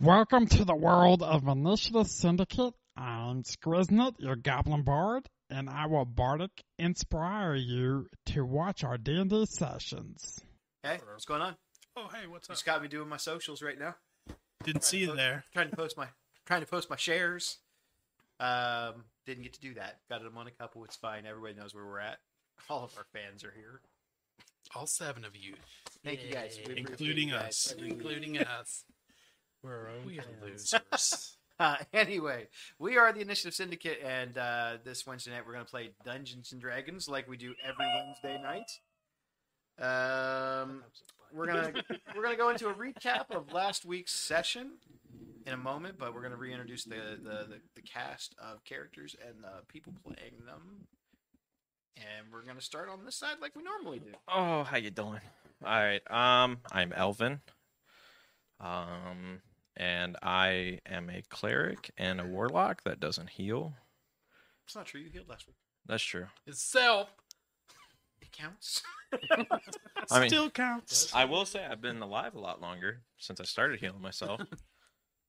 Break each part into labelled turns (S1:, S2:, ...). S1: Welcome to the world of Militia Syndicate. I'm Skriznet, your Goblin Bard, and I will bardic inspire you to watch our D&D sessions.
S2: Hey, what's going on?
S3: Oh hey, what's up?
S2: Just got me doing my socials right now.
S3: Didn't see you there.
S2: Trying to post my trying to post my shares. Um, didn't get to do that. Got them on a couple. It's fine. Everybody knows where we're at. All of our fans are here.
S4: All seven of you,
S2: Thank you guys,
S4: Yay.
S2: We appreciate
S3: Including
S2: you
S3: us.
S2: Every week.
S4: including us.
S3: We're our own
S4: We are
S3: fans.
S4: losers.
S2: Uh, anyway, we are the Initiative Syndicate, and uh, this Wednesday night we're going to play Dungeons and Dragons like we do every Wednesday night. Um, we're gonna we're gonna go into a recap of last week's session in a moment, but we're gonna reintroduce the the, the, the cast of characters and the people playing them, and we're gonna start on this side like we normally do.
S5: Oh, how you doing? All right. Um, I'm Elvin. Um, and I am a cleric and a warlock that doesn't heal.
S2: It's not true. You healed last week.
S5: That's true.
S4: It's self.
S2: It counts.
S5: I mean,
S3: Still counts.
S5: I will say I've been alive a lot longer since I started healing myself.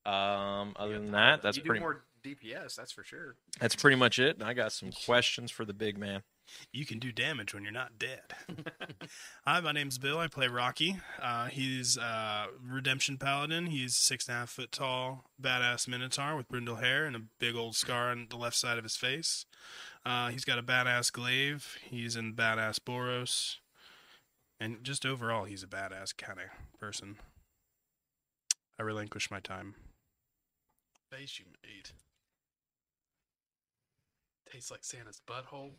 S5: um, other than that, that's
S2: you do
S5: pretty.
S2: more DPS. That's for sure.
S5: That's pretty much it. And I got some questions for the big man.
S3: You can do damage when you're not dead. Hi, my name's Bill. I play Rocky. Uh, he's uh, Redemption Paladin. He's six and a half foot tall, badass Minotaur with brindle hair and a big old scar on the left side of his face. Uh, he's got a badass glaive. He's in badass Boros. And just overall, he's a badass kind of person. I relinquish my time.
S4: Face you made. Tastes like Santa's butthole.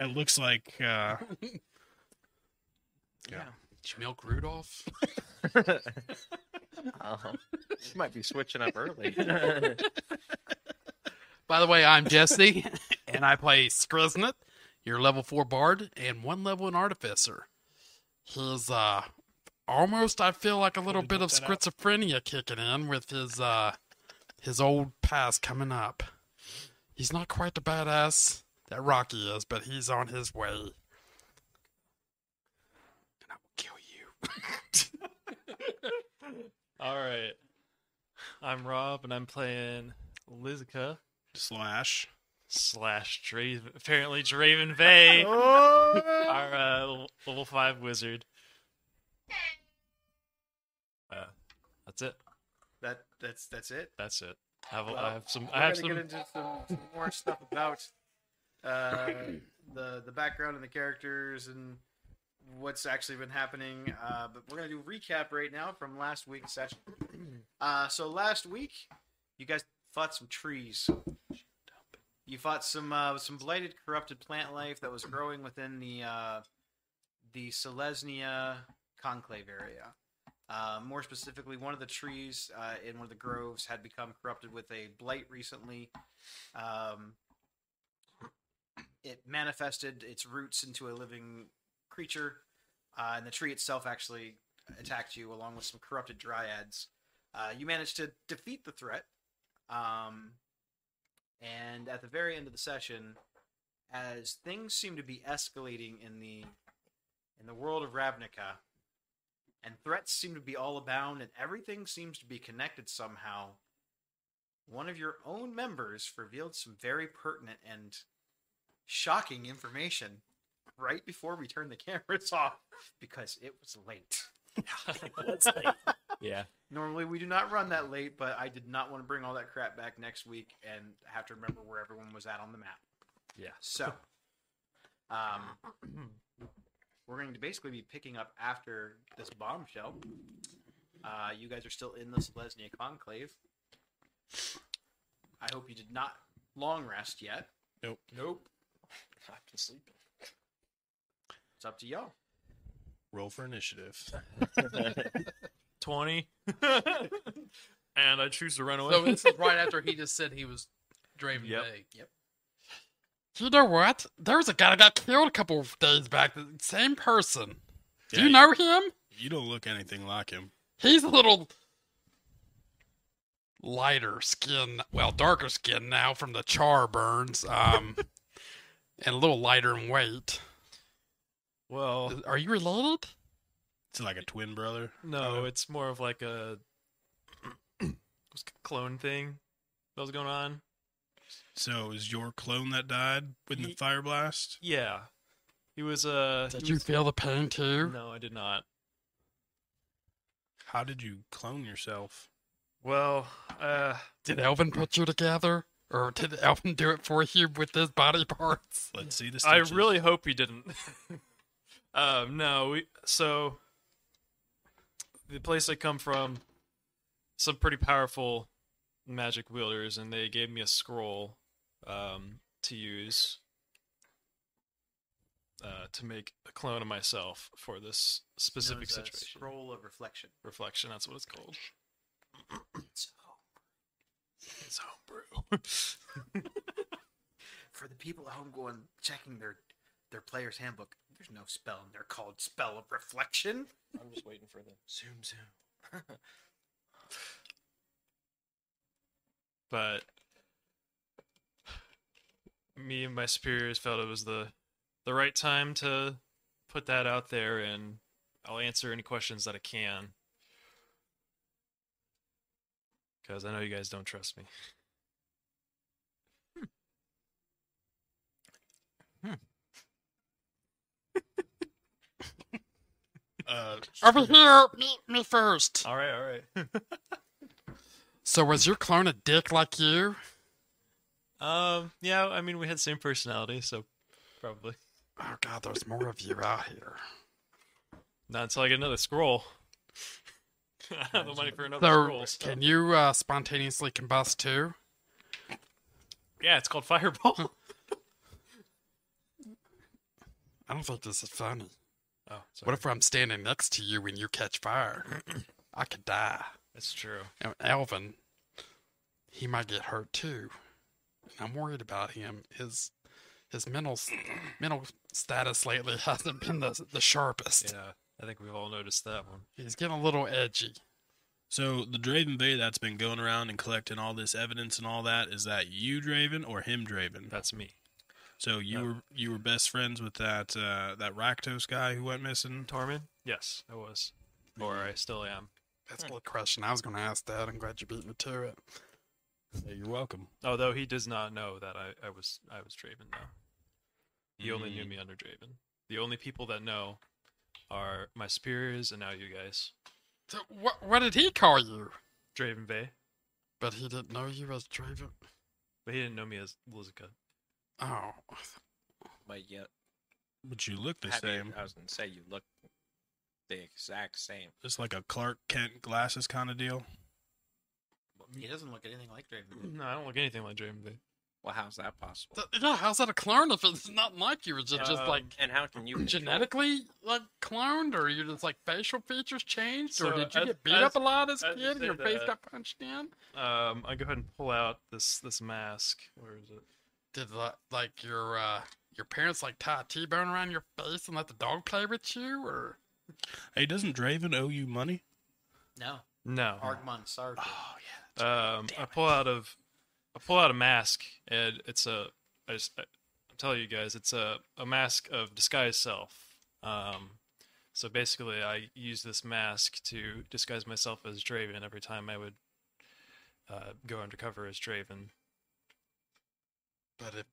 S3: It looks like uh, Yeah.
S4: Did you milk Rudolph?
S5: um, she might be switching up early.
S4: By the way, I'm Jesse, and I play Skriznet, your level four bard, and one level in artificer. His uh, almost I feel like a little
S3: did
S4: bit
S3: look
S4: of
S3: that up.
S4: schizophrenia kicking in with his uh, his old past coming up. He's not quite the badass that Rocky is, but he's on his way. And I will kill you.
S6: All right. I'm Rob, and I'm playing Lizica
S3: slash.
S6: slash Draven, apparently Draven Vay,
S2: Oh!
S6: our uh, level 5 wizard. Uh, that's it.
S2: That that's that's it.
S6: That's it. I have,
S2: Well,
S6: I have some.
S2: We're
S6: I have
S2: gonna
S6: some.
S2: get into some, some more stuff about uh, the the background and the characters and what's actually been happening. Uh, but we're gonna do a recap right now from last week's session. Uh, so last week, you guys fought some trees. You fought some uh, some blighted, corrupted plant life that was growing within the uh, the Silesnia conclave area. Uh, more specifically, one of the trees uh, in one of the groves had become corrupted with a blight recently. Um, it manifested its roots into a living creature, uh, and the tree itself actually attacked you along with some corrupted dryads. Uh, you managed to defeat the threat, um, and at the very end of the session, as things seem to be escalating in the in the world of Ravnica, and threats seem to be all abound and everything seems to be connected somehow one of your own members revealed some very pertinent and shocking information right before we turned the cameras off because it was late
S6: yeah.
S2: normally we do not run that late but i did not want to bring all that crap back next week and have to remember where everyone was at on the map
S6: Yeah.
S2: so um we're going to basically be picking up after this bombshell uh you guys are still in the Silesnia conclave i hope you did not long rest yet
S3: Nope.
S2: nope
S5: I've been sleeping.
S2: it's up to y'all
S3: Roll for initiative.
S6: 20. and I choose to run away.
S4: So this is right after he just said he was Draven
S6: Yep.
S4: Bay.
S2: Yep.
S4: You know what? There was a guy that got killed a couple of days back. The same person. Do
S3: Yeah,
S4: you know him?
S3: You don't look anything like him.
S4: He's a little lighter skin, well, darker skin now from the char burns, um, and a little lighter in weight.
S6: well,
S4: Are you related?
S3: It's like a twin brother.
S6: No, it's more of like a what's the clone thing that was going on.
S3: So it was your clone that died with the
S6: Ye-
S3: fire blast?
S6: Yeah, he was uh.
S4: Did
S6: he
S4: you
S6: was-
S4: feel the pain too?
S6: No, I did not.
S3: How did you clone yourself?
S6: Well, uh,
S4: Did Elvin put you together? Or did Elvin do it for you with his body parts?
S3: Let's see the
S6: I
S3: stitches.
S6: really hope he didn't. um, no, we so the place I come from, some pretty powerful magic wielders, and they gave me a scroll um, to use uh, to make a clone of myself for this specific
S7: Known as a
S6: situation.
S7: Scroll of reflection.
S6: Reflection, that's what it's called.
S4: It's
S7: For the people at home going checking their their player's handbook, there's no spell in there called spell of reflection.
S5: I'm just waiting for the zoom zoom.
S6: but me and my superiors felt it was the the right time to put that out there and I'll answer any questions that I can. Cuz I know you guys don't trust me.
S3: Uh,
S4: Over here, meet me first.
S6: All right, all right.
S4: So was your clone a dick like you?
S6: um yeah, I mean we had same personality, so probably
S4: Oh god, there's more of you out here.
S6: not until I get another scroll. I have the money for another
S4: So
S6: scroll. so-
S4: can you uh, spontaneously combust too?
S6: Yeah, it's called Fireball.
S4: I don't think this is funny.
S6: oh, sorry.
S4: What if I'm standing next to you when you catch fire? I could die.
S6: That's true.
S4: And Alvin, he might get hurt too. And I'm worried about him. His his mental s- mental status lately hasn't been the the sharpest.
S6: Yeah, I think we've all noticed that one.
S4: He's getting a little edgy.
S3: so the Draven Bay that's been going around and collecting all this evidence and all that, is that you Draven or him Draven?
S6: That's me.
S3: So you
S6: No.
S3: were you were best friends with that uh, that Rakdos guy who went missing.
S6: Tormund? Yes, I was. Or I still am.
S4: That's a good question. I was going to ask that. I'm glad you beat me to it.
S3: you're welcome.
S6: Although he does not know that I, I was I was Draven though. He only knew
S5: Mm.
S6: me under Draven. The only people that know are my superiors and now you guys.
S4: So what what did he call you?
S6: Draven Bay.
S4: But he didn't know you as Draven.
S6: But he didn't know me as Lizica.
S4: Oh,
S5: But yet,
S3: But you look the
S5: I mean,
S3: same.
S5: I was gonna say you look the exact same.
S3: Just like a Clark Kent glasses kind of deal.
S7: He doesn't look anything like Draven.
S6: No, I don't look anything like Draven Bay.
S5: Well, how's that possible?
S4: Th- yeah. How's that a clone if it's not like you? Is it just
S6: Um,
S4: like
S5: And how can you control-
S4: genetically like cloned, or you just like facial features changed, or
S6: So,
S4: did you
S6: as-
S4: get beat
S6: as-
S4: up a lot as a
S6: as you
S4: kid
S6: uh,
S4: and
S6: say
S4: your face
S6: that-
S4: got punched in?
S6: Um I go ahead and pull out this this mask. Where is it?
S4: Did the, like your uh your parents like tie a T bone around your face and let the dog play with you, or
S3: Hey, doesn't Draven owe you money?
S7: No,
S6: No.
S7: Argmon Sarge.
S6: Um, I pull out of, I pull out a mask, and it's a. I just, I, I'm telling you guys, it's a a mask of disguise self. Um, so basically, I use this mask to disguise myself as Draven every time I would uh, go undercover as Draven.
S4: but if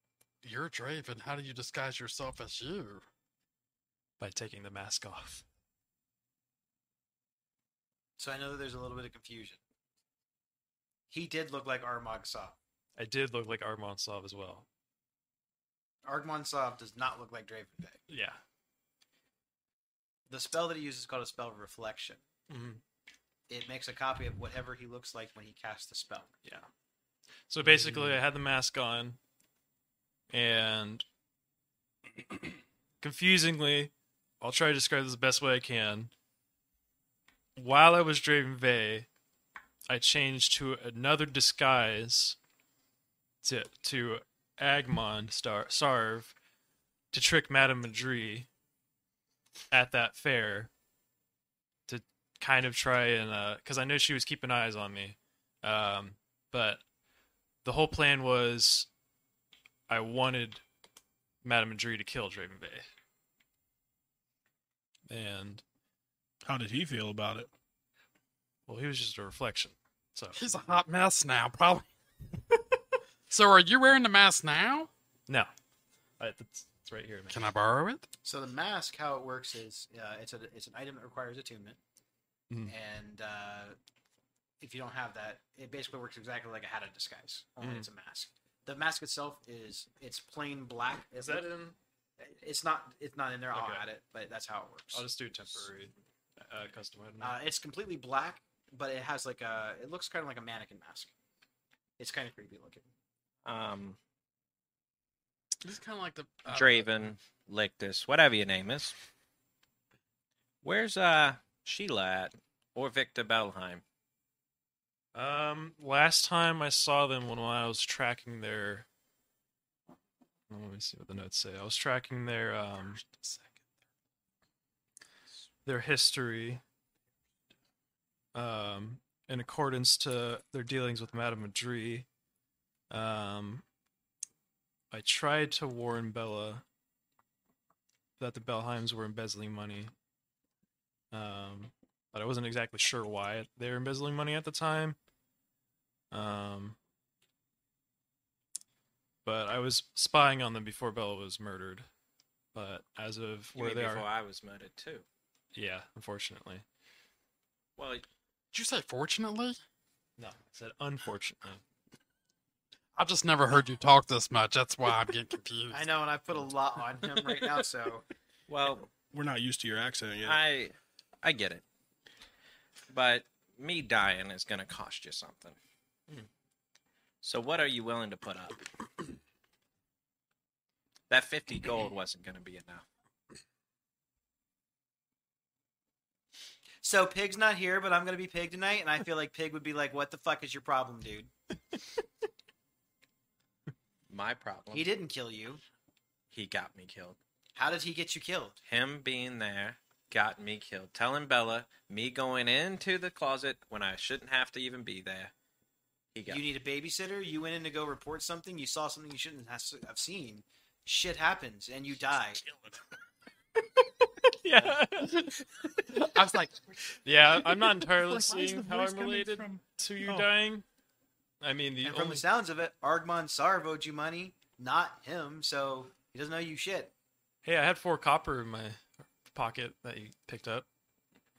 S4: you're Draven, how do you disguise yourself as you?
S6: By taking the mask off,
S7: So I know that there's a little bit of confusion. He did look like Armog Sov.
S6: I did look like Armand Slav as well.
S7: Argmon Sov does not look like Draven Bay.
S6: Yeah.
S7: The spell that he uses is called a spell of reflection.
S6: Mm-hmm.
S7: It makes a copy of whatever he looks like when he casts the spell.
S6: Yeah. So basically, I had the mask on, and confusingly, I'll try to describe this the best way I can. While I was Draven Vey, I changed to another disguise to to Agmon Star Sarv to trick Madame Madri at that fair to kind of try and uh because I know she was keeping eyes on me. Um but the whole plan was I wanted Madame Madri to kill Draven Bay. And
S3: How did he feel about it?
S6: Well, he was just a reflection. So
S4: He's a hot mess now, probably. so are you wearing the mask now?
S6: no, I, it's, it's right here. Man.
S4: Can I borrow it?
S2: So the mask, how it works is uh, it's a it's an item that requires attunement,
S6: Mhm.
S2: and uh, if you don't have that, it basically works exactly like a hat of disguise. Only
S6: Mhm.
S2: it's a mask. The mask itself is it's plain black.
S6: Is that in?
S2: It's not it's not in there. I'll
S6: Okay.
S2: add it, but that's how it works.
S6: I'll just do temporary uh, custom item.
S2: Uh, it's completely black, but it has like a. It looks kind of like a mannequin mask. It's kind of creepy looking.
S5: Um,
S4: This is kind of like the uh,
S5: Draven, Lictus, whatever your name is. Where's uh Sheila at? Or Victor Bellheim?
S6: Um, last time I saw them when I was tracking their. Let me see what the notes say. I was tracking their um their history. Um, in accordance to their dealings with Madame Madri. Um, I tried to warn Bella that the Bellheims were embezzling money. Um, but I wasn't exactly sure why they were embezzling money at the time. Um, but I was spying on them before Bella was murdered. But as of
S5: You
S6: where
S5: mean
S6: they
S5: before
S6: are,
S5: I was murdered too.
S6: yeah, unfortunately.
S5: Well,
S4: Did you say fortunately?
S6: No, I said unfortunately.
S4: I've just never heard you talk this much. That's why I'm getting confused.
S2: I know, and I put a lot on him right now. So
S5: well,
S3: We're not used to your accent yet.
S5: I I get it. But me dying is gonna cost you something. So what are you willing to put up? That fifty gold wasn't gonna be enough.
S2: so Pig's not here, but I'm gonna be Pig tonight, and I feel like Pig would be like, "What the fuck is your problem, dude?
S5: My problem.
S2: He didn't kill you.
S5: He got me killed.
S2: How did he get you killed?
S5: Him being there got me killed. Telling Bella, me going into the closet when I shouldn't have to even be there. He got
S2: You need a babysitter. You went in to go report something. You saw something you shouldn't have s- have seen. Shit happens, and you die.
S6: yeah,
S4: I was like,
S6: yeah. I'm not entirely
S3: Like, why is the
S6: seeing how
S3: voice
S6: I'm
S3: coming
S6: related
S3: from-
S6: to you
S3: Oh.
S6: dying. I mean, the
S2: and from
S6: only
S2: the sounds of it, Argmon Sarv owed you money, not him. So he doesn't owe you shit.
S6: hey, I had four copper in my pocket that you picked up.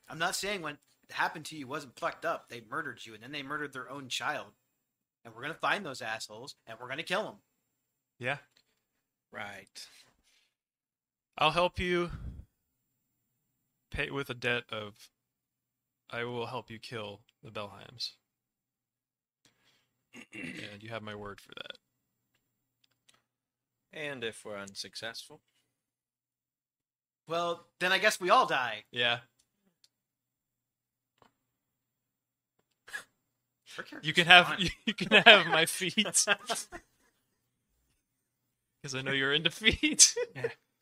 S2: I'm not saying what happened to you wasn't fucked up. They murdered you, and then they murdered their own child. And we're gonna find those assholes, and we're gonna kill them.
S6: Yeah,
S5: right.
S6: I'll help you pay with a debt of. I will help you kill the Bellheims. and you have my word for that.
S5: And if we're unsuccessful,
S2: Well, then I guess we all die.
S6: Yeah,
S2: Her character's
S6: you can have
S2: fine.
S6: you, you can have my feet because I know you're into feet.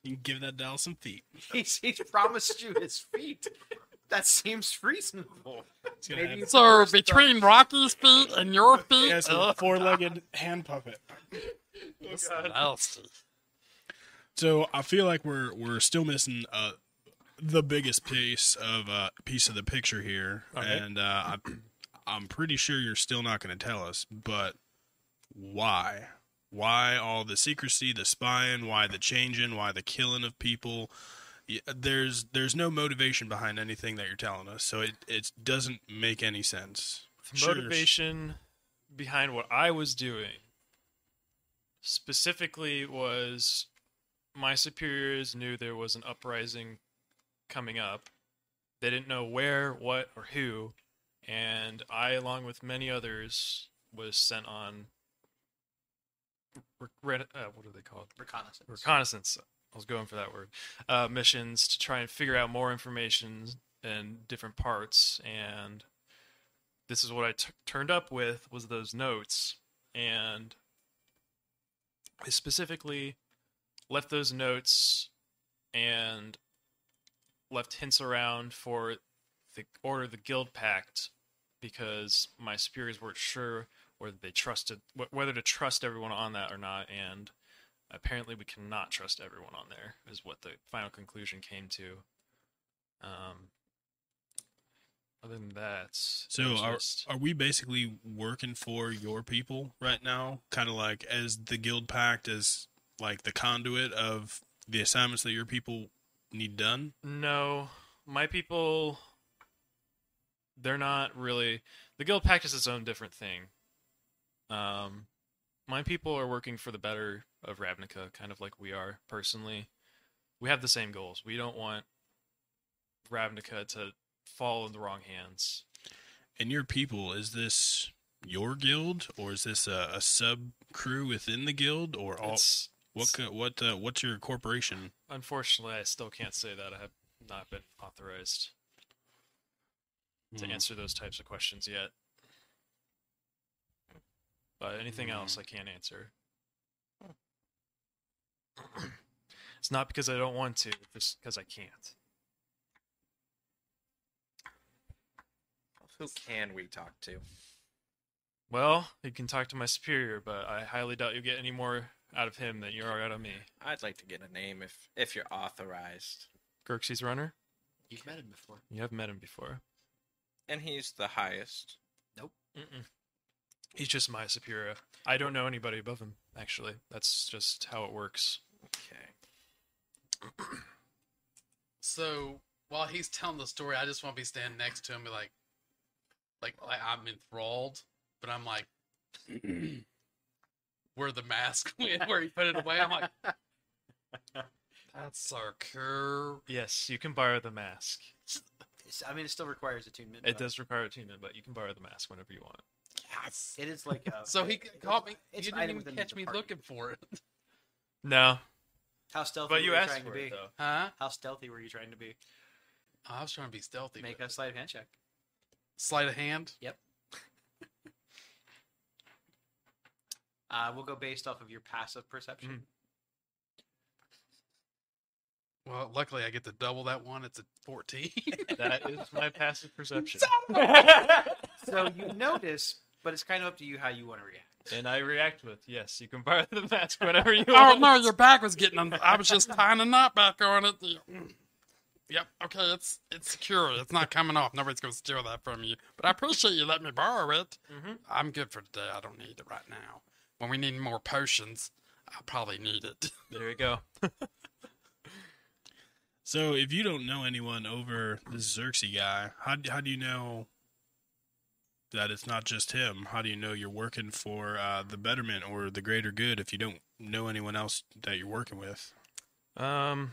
S3: you can give that doll some feet.
S2: he's, he's promised you his feet. That seems reasonable.
S3: It's gonna
S2: Maybe
S3: have-
S4: so
S1: uh,
S4: between Rocky's feet and your feet,
S3: Yeah, it's a
S4: uh,
S3: four-legged hand puppet.
S4: this is nasty.
S3: So I feel like we're we're still missing uh, the biggest piece of uh, piece of the picture here,
S6: Okay.
S3: and uh, I, I'm pretty sure you're still not going to tell us. But why? Why all the secrecy, the spying? Why the changing? Why the killing of people? Y- There's there's no motivation behind anything that you're telling us, so it it doesn't make any sense.
S6: the
S3: Sure,
S6: motivation behind what I was doing specifically was my superiors knew there was an uprising coming up. They didn't know where, what, or who, and I, along with many others, was sent on. re- re- uh, what are they called?
S2: Reconnaissance.
S6: reconnaissance. I was going for that word. Uh, missions to try and figure out more information and different parts. And this is what I t- turned up with was those notes. And I specifically left those notes and left hints around for the order of the guild pact because my superiors weren't sure whether they trusted wh- whether to trust everyone on that or not and apparently we cannot trust everyone on there is what the final conclusion came to um Other than that,
S3: So
S6: it's
S3: are
S6: just-
S3: are we basically working for your people right now? Kind of like as the guild pact as like the conduit of the assignments that your people need done.
S6: No, my people. They're not really. The guild pact is its own different thing. Um, my people are working for the better of Ravnica, kind of like we are personally. We have the same goals. We don't want Ravnica to fall in the wrong hands.
S3: And your people is this your guild or is this a, a sub crew within the guild or all?
S6: It's
S3: what co- what uh, what's your corporation?
S6: unfortunately, I still can't say that. I have not been authorized to
S3: Hmm.
S6: answer those types of questions yet. But anything else, I can't answer. it's not because I don't want to, it's just because I can't.
S5: Who can we talk to?
S6: Well, you can talk to my superior, but I highly doubt you'll get any more out of him than you are out of me.
S5: I'd like to get a name if if you're authorized.
S6: Gerxie's runner?
S2: You've met him before.
S6: You have met him before.
S5: And he's the highest.
S6: Mm-mm. He's just my superior. I don't know anybody above him, actually. That's just how it works.
S5: Okay.
S4: So while he's telling the story, I just want to be standing next to him, and be like, like, like I'm enthralled, but I'm like, where the mask went, where he put it away. I'm like, that's so cool.
S6: Yes, you can borrow the mask. Uh,
S7: It's- I mean, it still requires attunement.
S6: It
S7: but
S6: does require attunement, but you can borrow the mask whenever you want.
S4: Yes.
S7: It is like a,
S4: So he
S7: it-
S4: caught me.
S7: it's
S4: you
S7: an item
S4: didn't even
S7: within the
S4: catch me
S7: department.
S4: looking for it,
S6: No,
S7: How stealthy were
S6: but you
S7: you
S6: asked
S7: trying to
S6: for
S7: be?
S6: it though.
S4: huh?
S7: How stealthy were you trying to be?
S4: I was trying to be stealthy.
S7: Make
S4: but-
S7: a slight hand check.
S4: sleight of hand.
S7: Uh, we'll go based off of your passive perception.
S6: Mm.
S4: Well, luckily I get to double that one. It's a fourteen.
S6: That is my passive perception,
S7: So you notice, but it's kind of up to you how you want to react.
S6: and I react with yes. You can borrow the mask whenever you
S4: oh
S6: want.
S4: no, your back was getting. Un- I was just tying a knot back on it. Mm. Yep. Okay, it's it's secure. It's not coming off. Nobody's gonna steal that from you. But I appreciate you letting me borrow it.
S6: Mhm.
S4: I'm good for today. I don't need it right now. When we need more potions, I probably need it.
S6: There you go.
S3: So if you don't know anyone over this Xerxes guy, how d- how do you know that it's not just him? How do you know you're working for uh, the betterment or the greater good if you don't know anyone else that you're working with?
S6: Um,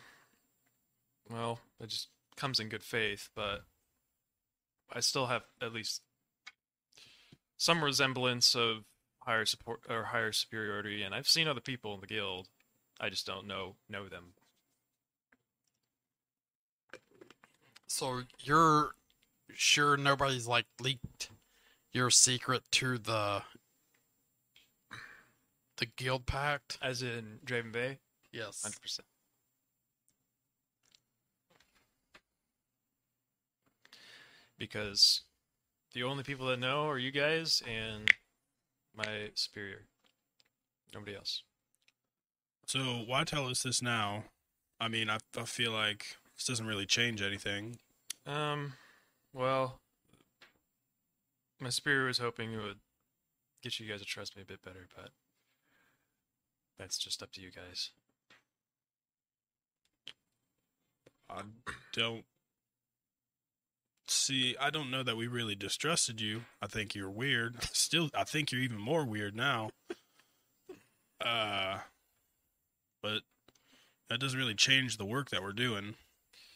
S6: well, it just comes in good faith, but I still have at least some resemblance of higher support or higher superiority, and I've seen other people in the guild. I just don't know know them.
S4: So you're sure nobody's like leaked your secret to the the guild pact?
S6: As in Draven Bay,
S4: Yes.
S6: hundred percent. Because the only people that know are you guys and my superior. Nobody else.
S3: So why tell us this now? I mean, I, I feel like this doesn't really change anything.
S6: Um, well, my superior was hoping it would get you guys to trust me a bit better, but that's just up to you guys.
S3: I don't see. I don't know that we really distrusted you. I think you're weird. Still, I think you're even more weird now. Uh, but that doesn't really change the work that we're doing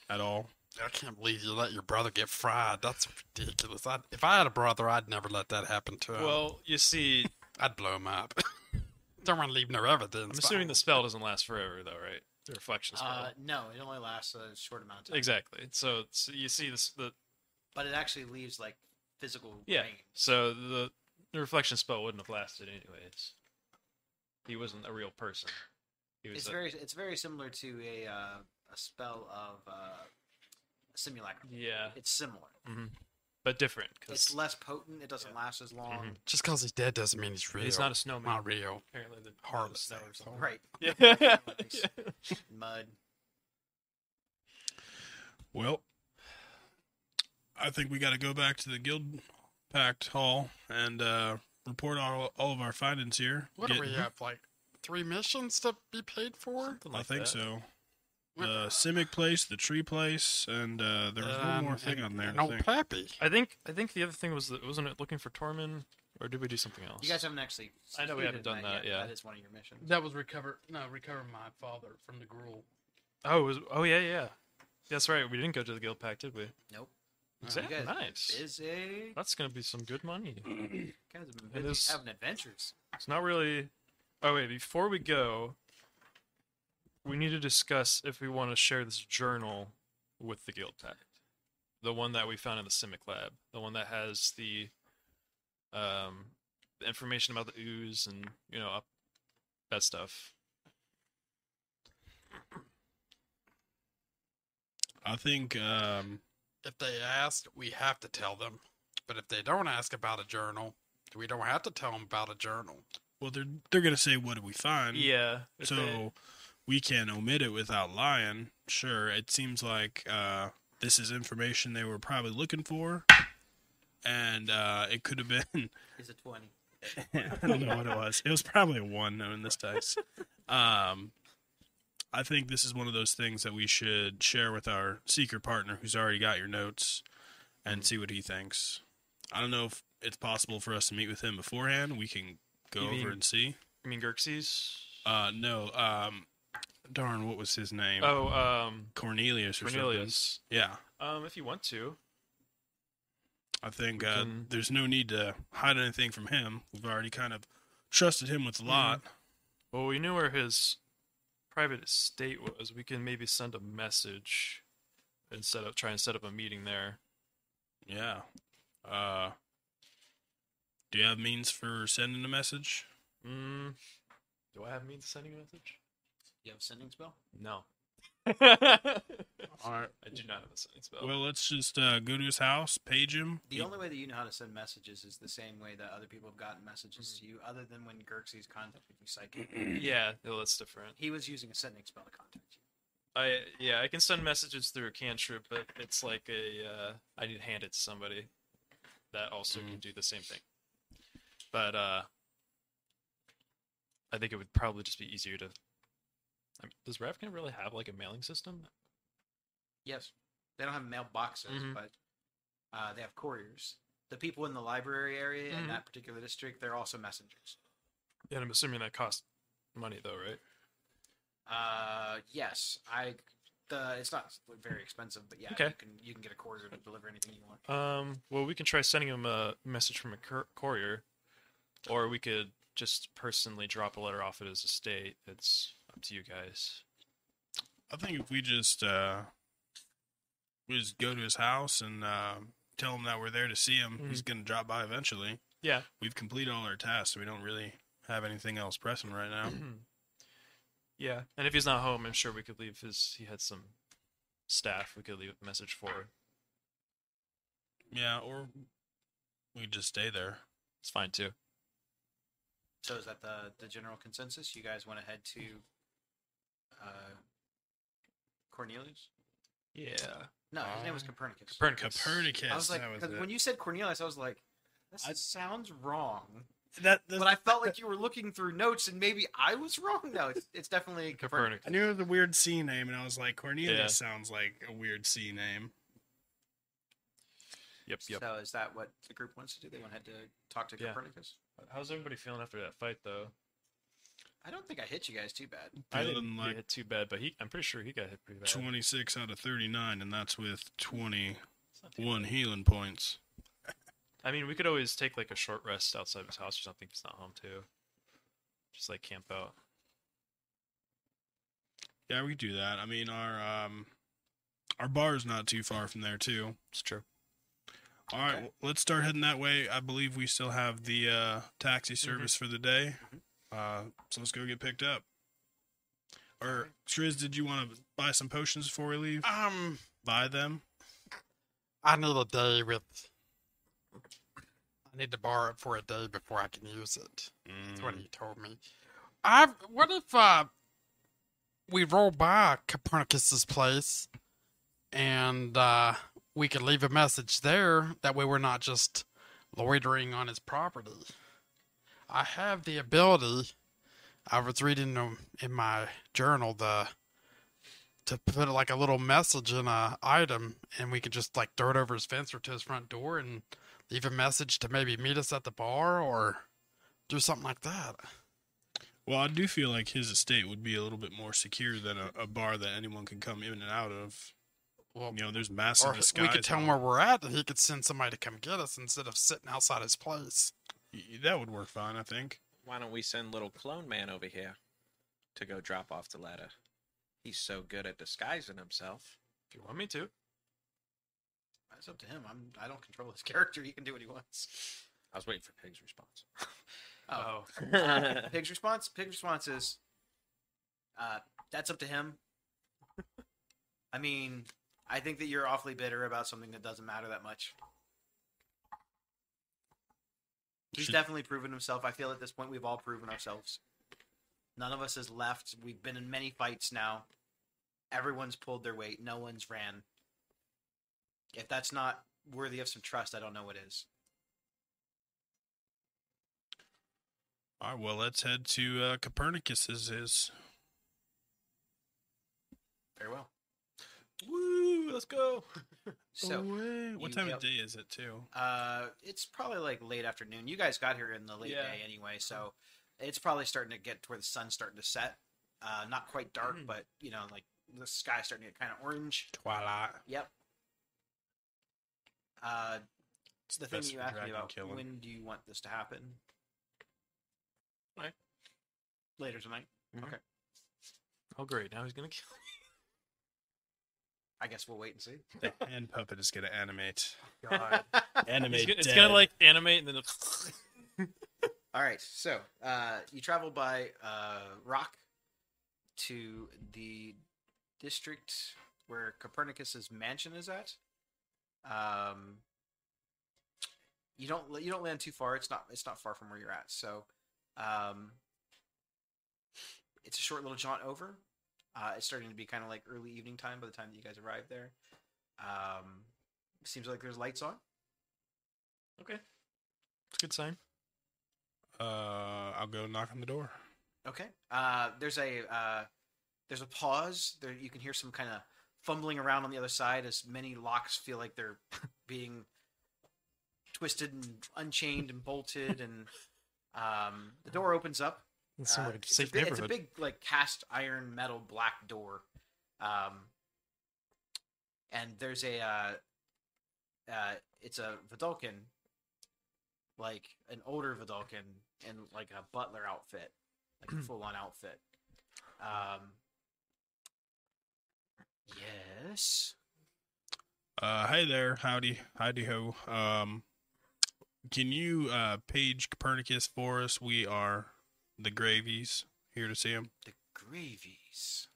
S3: at all.
S4: I can't believe you let your brother get fried. That's ridiculous. I'd, if I had a brother, I'd never let that happen to him.
S6: Well, you see,
S4: I'd blow him up. Don't want to leave no evidence.
S6: I'm assuming the spell doesn't last forever, though, right? The reflection spell.
S7: Uh, no, it only lasts a short amount of time.
S6: exactly. So, so you see this the
S7: But it actually leaves like physical
S6: yeah.
S7: rain.
S6: So the the reflection spell wouldn't have lasted anyways. He wasn't a real person. He was
S7: It's
S6: a-
S7: very it's very similar to a uh, a spell of uh, simulacrum.
S6: yeah,
S7: It's similar.
S6: but different
S7: It's
S6: because
S7: less potent. It doesn't last as long.
S4: Just because he's dead doesn't mean he's real.
S6: he's not a snowman.
S4: not real.
S6: Apparently, the
S4: Harmless.
S6: snow or something.
S7: Right.
S6: Yeah.
S7: Nice. Mud.
S3: Well, I think we got to go back to the guild pact hall and uh, report all, all of our findings here.
S4: What
S3: Get-
S4: do we have? Like three missions to be paid for?
S6: Something
S3: I
S6: like
S3: think
S6: that.
S3: so.
S4: What-
S3: The Simic place, the tree place, and uh, there was one
S4: Um,
S3: more thing
S4: and-
S3: on there.
S4: and
S3: I
S4: old
S3: think.
S4: Pappy.
S6: I think I think the other thing was that wasn't it looking for Tormin, or did we do something else?
S2: You guys haven't actually.
S6: I know we haven't
S2: completed
S6: done that,
S2: yet.
S6: yeah.
S2: that is one of your missions.
S4: That was recover. No, recover my father from the gruel.
S6: Oh, it was, oh yeah, yeah. That's right. We didn't go to the guild pack, did we?
S2: Nope.
S6: Exactly.
S2: You Oh, guys are
S6: nice.
S2: Busy.
S6: That's gonna be some good money.
S2: Guys have been busy
S6: It is-
S2: having adventures.
S6: It's not really. Oh wait, before we go, we need to discuss if we want to share this journal with the guild pact, the one that we found in the Simic lab, the one that has the um the information about the ooze and you know up, that stuff.
S3: I think um,
S4: If they ask, we have to tell them. But if they don't ask about a journal, we don't have to tell them about a journal.
S3: well they're they're gonna say what did we find?
S6: Yeah.
S3: So we can omit it without lying. Sure, it seems like uh, this is information they were probably looking for, and uh, it could have been.
S2: Is a twenty.
S3: I don't know what it was. It was probably a one though in this dice. Um, I think this is one of those things that we should share with our seeker partner, who's already got your notes,
S6: Mm-hmm.
S3: and see what he thinks. I don't know if it's possible for us to meet with him beforehand. We can go
S6: You
S3: over
S6: mean-
S3: and see.
S6: I mean, Xerxes.
S3: Uh, no. Um, darn, what was his name?
S6: Oh, um,
S3: Cornelius or something.
S6: Cornelius.
S3: Yeah,
S6: Um, if you want to,
S3: I think uh,
S6: can-
S3: there's no need to hide anything from him. We've already kind of trusted him
S6: Mm-hmm.
S3: with a lot.
S6: well, we knew where his private estate was. We can maybe send a message and set up, try and set up a meeting there.
S3: Yeah. Uh, do you have means for sending a message?
S6: Mm, do I have means of sending a message?
S2: You have a sending spell.
S6: No. I
S3: All right.
S6: do not have a sending spell.
S3: Well, let's just uh, go to his house, page him.
S2: Oh. The
S3: He-
S2: only way that you know how to send messages is the same way that other people have gotten messages
S6: Mm-hmm.
S2: to you, other than when Xerxes contacted you psychic.
S6: yeah, no, that's different.
S2: he was using a sending spell to contact you.
S6: I yeah, I can send messages through a cantrip, but it's like a uh, I need to hand it to somebody that also can do the same thing. But uh, I think it would probably just be easier to. I mean, does Ravkin really have like a mailing system?
S2: Yes, they don't have mailboxes,
S6: Mhm.
S2: but uh, they have couriers. The people in the library area
S6: Mhm.
S2: in that particular district, they're also messengers.
S6: And I'm assuming that costs money though, right?
S2: Uh, yes, I. The it's not very expensive, but yeah,
S6: Okay.
S2: you can you can get a courier to deliver anything you want.
S6: Um, well, we can try sending him a message from a cour- courier, or we could just personally drop a letter off at his estate. It's up to you guys.
S3: I think if we just uh, we just go to his house and uh, tell him that we're there to see him,
S2: Mm-hmm.
S6: Mhm.
S3: he's gonna drop by eventually.
S6: Yeah.
S3: We've completed all our tasks, so we don't really have anything else pressing right now.
S6: yeah, and if he's not home, I'm sure we could leave his. He had some staff we could leave a message for.
S3: yeah, or we could just stay there.
S6: It's fine too.
S2: So is that the the general consensus? You guys want to head to uh, Cornelius?
S6: Yeah.
S2: No, his name was
S4: Uh,
S2: Copernicus.
S6: Copernicus.
S3: Copernicus.
S2: I was like,
S3: that was
S2: 'cause
S3: it.
S2: when you said Cornelius, I was like, this
S3: I-
S2: sounds wrong.
S3: that, that-
S2: But I felt like you were looking through notes, and maybe I was wrong. No, it's, it's definitely Copernicus.
S6: Copernicus.
S3: I knew it was a weird sea name, and I was like, Cornelius
S6: Yeah.
S3: sounds like a weird sea name.
S6: Yep. Yep.
S2: So is that what the group wants to do? They want to head to talk to
S6: Yeah.
S2: Copernicus.
S6: How's everybody feeling after that fight though?
S2: I don't think I hit you guys too bad.
S6: I
S3: Feeling
S6: didn't
S3: like-
S6: get hit too bad, but he. I'm pretty sure he got hit pretty bad.
S3: 26 out of 39, and that's with 21
S6: It's not too bad.
S3: healing points.
S6: I mean, we could always take like a short rest outside of his house or something. If he's not home too. Just like camp out.
S3: Yeah, we could do that. I mean, our um, our bar's not too far from there, too.
S6: It's true.
S3: All right, well, let's start heading that way. I believe we still have the uh, taxi
S6: Mm-hmm.
S3: service for the day. Uh, so let's go get picked up. Or, Shriz, did you want to buy some potions before we leave?
S4: Um,
S3: Buy them?
S4: I need a day with. I need to borrow it for a day before I can use it. That's what he told me. I what if uh we roll by Copernicus's place and uh we could leave a message there. That way, we're not just loitering on his property. I have the ability. I was reading um, in my journal the to put like a little message in a item, and we could just like throw it over his fence or to his front door and leave a message to maybe meet us at the bar or do something like that.
S3: Well, I do feel like his estate would be a little bit more secure than a, a bar that anyone can come in and out of.
S4: Well,
S3: You know, there's
S4: or
S3: massive disguise.
S4: we could tell him
S3: on-
S4: where we're at, and he could send somebody to come get us instead of sitting outside his place.
S3: Y- That would work fine, I think.
S5: Why don't we send little clone man over here to go drop off the letter? He's so good at disguising himself.
S6: If you want me to.
S2: That's up to him. I'm, I don't control his character. He can do what he wants.
S5: I was waiting for Pig's response.
S2: Oh,
S5: Uh,
S2: Pig's response. Pig's response is, uh, that's up to him. I mean, I think that you're awfully bitter about something that doesn't matter that much. He's
S3: Should-
S2: definitely proven himself. I feel at this point we've all proven ourselves. None of us has left. We've been in many fights now. Everyone's pulled their weight. No one's ran. If that's not worthy of some trust, I don't know what is.
S3: All right, well, let's head to uh, Copernicus's. His.
S2: Very well.
S6: Woo! Let's go.
S2: So,
S3: Away- what
S2: you
S3: time
S2: have-
S3: of day is it, too?
S2: Uh, it's probably like late afternoon. You guys got here in the late
S6: Yeah.
S2: day anyway, so it's probably starting to get to where the sun's starting to set. Uh, not quite dark, but you know, like the sky's starting to get kind of orange.
S3: Twilight.
S2: Yep. Uh,
S3: It's
S2: the thing
S3: best
S2: you
S3: for
S2: asked me
S3: dragon
S2: about:
S3: killing.
S2: when do you want this to happen?
S5: Tonight.
S2: Later tonight.
S6: Oh great! Now he's gonna kill.
S2: I guess we'll wait and see.
S3: The hand puppet is going to animate.
S6: God.
S3: Animate.
S6: He's gonna- it's gonna
S3: dead.
S6: like animate and then.
S2: All right, so uh, you travel by uh, rock to the district where Copernicus's mansion is at. Um, you don't you don't land too far. It's not it's not far from where you're at. So um, it's a short little jaunt over. Uh, it's starting to be kind of like early evening time by the time that you guys arrive there. Um, seems like there's lights on.
S6: okay. It's a good sign.
S3: Uh, I'll go knock on the door.
S2: Okay. Uh, there's a uh, there's a pause. There you can hear some kind of fumbling around on the other side as many locks feel like they're being twisted and unchained and bolted and um, the door opens up.
S6: It's
S2: Uh,
S6: somewhere
S2: it's,
S6: safe
S2: a big, it's a
S6: neighborhood.
S2: big like cast iron metal black door. Um, and there's a uh, uh, it's a Vidalkin, like an older Vidalkin in like a butler outfit, like a full on outfit. Um, yes.
S3: Uh, hey there, howdy, howdy ho. Um, can you uh page Copernicus for us? We are the Gravies here to see him.
S2: The gravies.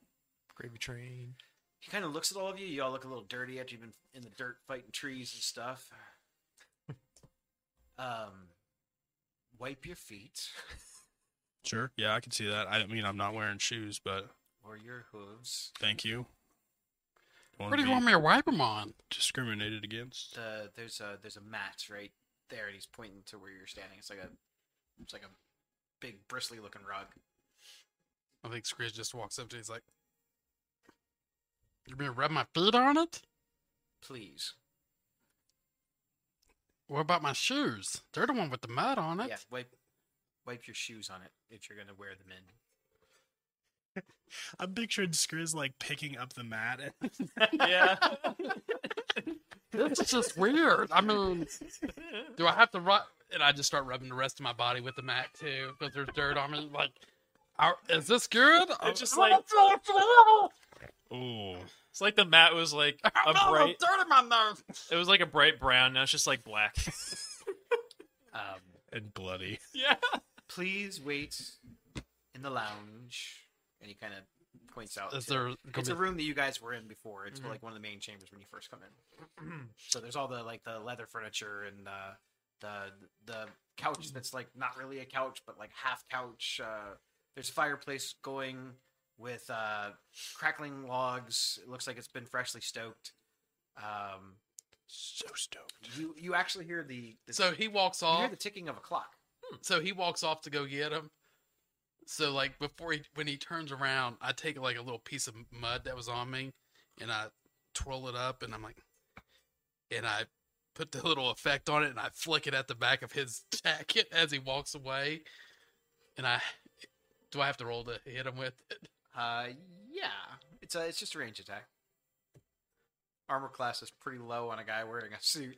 S6: Gravy train.
S2: He kind of looks at all of you. You all look a little dirty after you've been in the dirt fighting trees and stuff. um, wipe your feet
S3: Sure. Yeah, I can see that. I mean, I'm not wearing shoes, but
S2: or your hooves.
S3: thank you. Don't wanna
S4: What do you
S3: be
S4: want me to wipe him on?
S3: discriminated against?
S2: The there's a there's a mat right there, and he's pointing to where you're standing. It's like a it's like a big bristly looking rug.
S4: I think Scrooge just walks up to. He's like, "You mean rub my feet on it?
S2: Please,
S4: What about my shoes? They're the one with the mud on it.
S2: yeah, wipe wipe your shoes on it if you're gonna wear them in.
S3: I'm picturing Skriz like picking up the mat.
S6: Yeah.
S4: This is just weird. I mean, do I have to rub? And I just start rubbing the rest of my body with the mat too, because there's dirt on me. Like, are, is this good?
S6: It's just
S4: Oh,
S6: like-
S4: it's so terrible.
S3: oh,
S6: it's like the mat was like a
S4: Oh,
S6: bright.
S4: dirt in my nose.
S6: It was like a bright brown. Now it's just like black.
S2: Um,
S3: and bloody.
S6: yeah.
S2: please wait in the lounge, and he kind of points out.
S4: Is
S2: to-
S4: there?
S2: it's a
S4: gonna Mm-hmm.
S2: room that you guys were in before. It's
S6: Mhm.
S2: like one of the main chambers when you first come in. so there's all the like the leather furniture and uh, the the couch that's like not really a couch but like half couch. Uh, there's a fireplace going with uh, crackling logs. It looks like it's been freshly stoked. Um,
S3: So stoked.
S2: You you actually hear the, the
S4: So he walks
S2: you hear
S4: off.
S2: the ticking of a clock.
S4: So he walks off to go get him. So like before he when he turns around, I take like a little piece of mud that was on me and I twirl it up and I'm like and I put the little effect on it and I flick it at the back of his jacket as he walks away. And I do I have to roll to hit him with it?
S2: Uh, yeah, it's a it's just a range attack. Armor class is pretty low on a guy wearing a suit.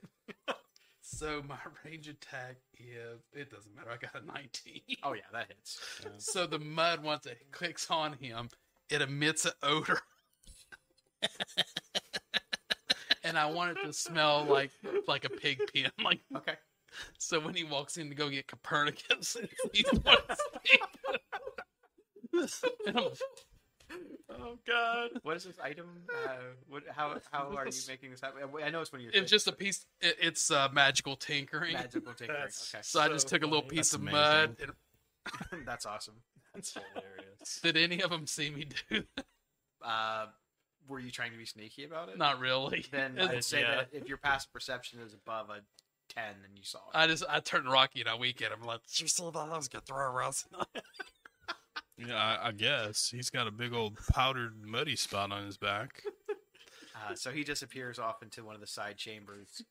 S4: So my range attack is it doesn't matter, I got a nineteen.
S2: Oh yeah, that hits.
S4: So the mud once it clicks on him, it emits an odor. and I want it to smell like like a pig pen. Like
S2: Okay.
S4: so when he walks in to go get Copernicus, he's one of his people. And I'm-
S6: Oh God.
S2: What is this item? Uh, what? How how are you making this happen? I know it's when you're
S4: It's just a piece it, it's uh, magical tinkering.
S2: magical tinkering.
S6: That's-
S2: Okay,
S4: So I just
S6: So
S4: took a little
S6: funny.
S4: piece
S3: That's
S4: of
S3: amazing.
S4: mud. And
S2: that's awesome.
S6: That's hilarious.
S4: did any of them see me do? that?
S2: Uh, were you trying to be sneaky about it?
S4: Not really.
S2: Then
S4: It's-
S2: I'd say
S6: Yeah.
S2: that if your passive perception is above a ten, then you saw it.
S4: I just I turned Rocky and I wink at him like, "You saw that? I was gonna throw around."
S3: Yeah, I, I guess he's got a big old powdered muddy spot on his back.
S2: Uh, so he disappears off into one of the side chambers.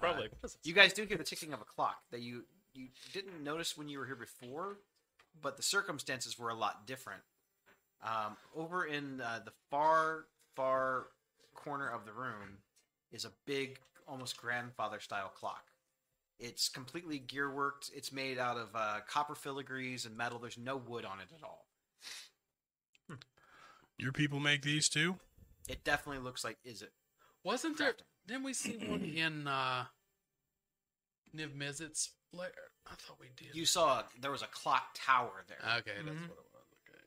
S6: Probably.
S2: You guys do hear the ticking of a clock that you you didn't notice when you were here before, but the circumstances were a lot different. Um, over in uh, the far far corner of the room is a big, almost grandfather style clock. It's completely gearworked. It's made out of uh, copper filigrees and metal. There's no wood on it at all.
S3: Your people make these too?
S2: It definitely looks like is it
S4: Wasn't there?
S2: Crafting.
S4: Didn't we see one in uh, Niv Mizzet's lair? I thought we did.
S2: You saw there was a clock tower there.
S4: okay, that's
S6: Mhm.
S4: what it was. Okay.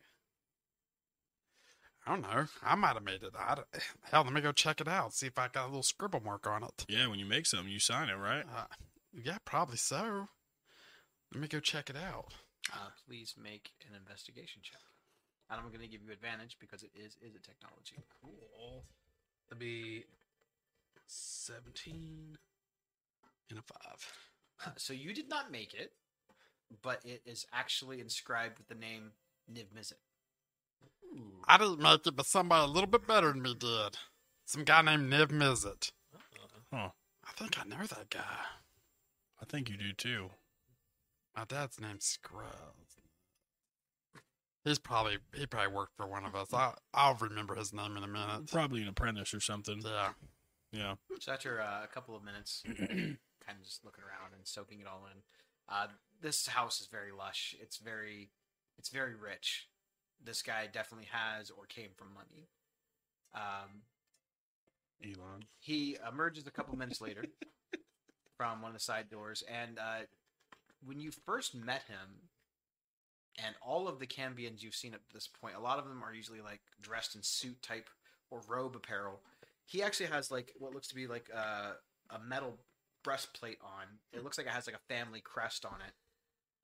S4: I don't know. I might have made it. I don't- hell, let me go check it out. See if I got a little scribble mark on it.
S3: Yeah, when you make something, you sign it, right?
S4: Uh, yeah, probably so. Let me go check it out.
S2: Uh, please make an investigation check. And I'm going to give you advantage because it is is a technology.
S4: Cool. That'd be seventeen and a five.
S2: Uh, so you did not make it, but it is actually inscribed with the name Niv Mizzet.
S4: I didn't make it, but somebody a little bit better than me did. Some guy named Niv Mizzet. Uh-huh.
S3: Huh.
S4: I think I know that guy.
S3: I think you do too.
S4: My dad's name's Scrubs. He's probably he probably worked for one of us. I I'll remember his name in a
S2: Uh,
S4: minute.
S3: Probably an apprentice or something.
S4: Yeah.
S3: Yeah.
S2: So after uh, a couple of minutes, kind of just looking around and soaking it all in, uh, this house is very lush. It's very, it's very rich. This guy definitely has or came from money. Um,
S3: Elon.
S2: he emerges a couple minutes later from one of the side doors and uh, when you first met him and all of the cambians you've seen up to this point a lot of them are usually like dressed in suit type or robe apparel he actually has like what looks to be like uh, a metal breastplate on it looks like it has like a family crest on it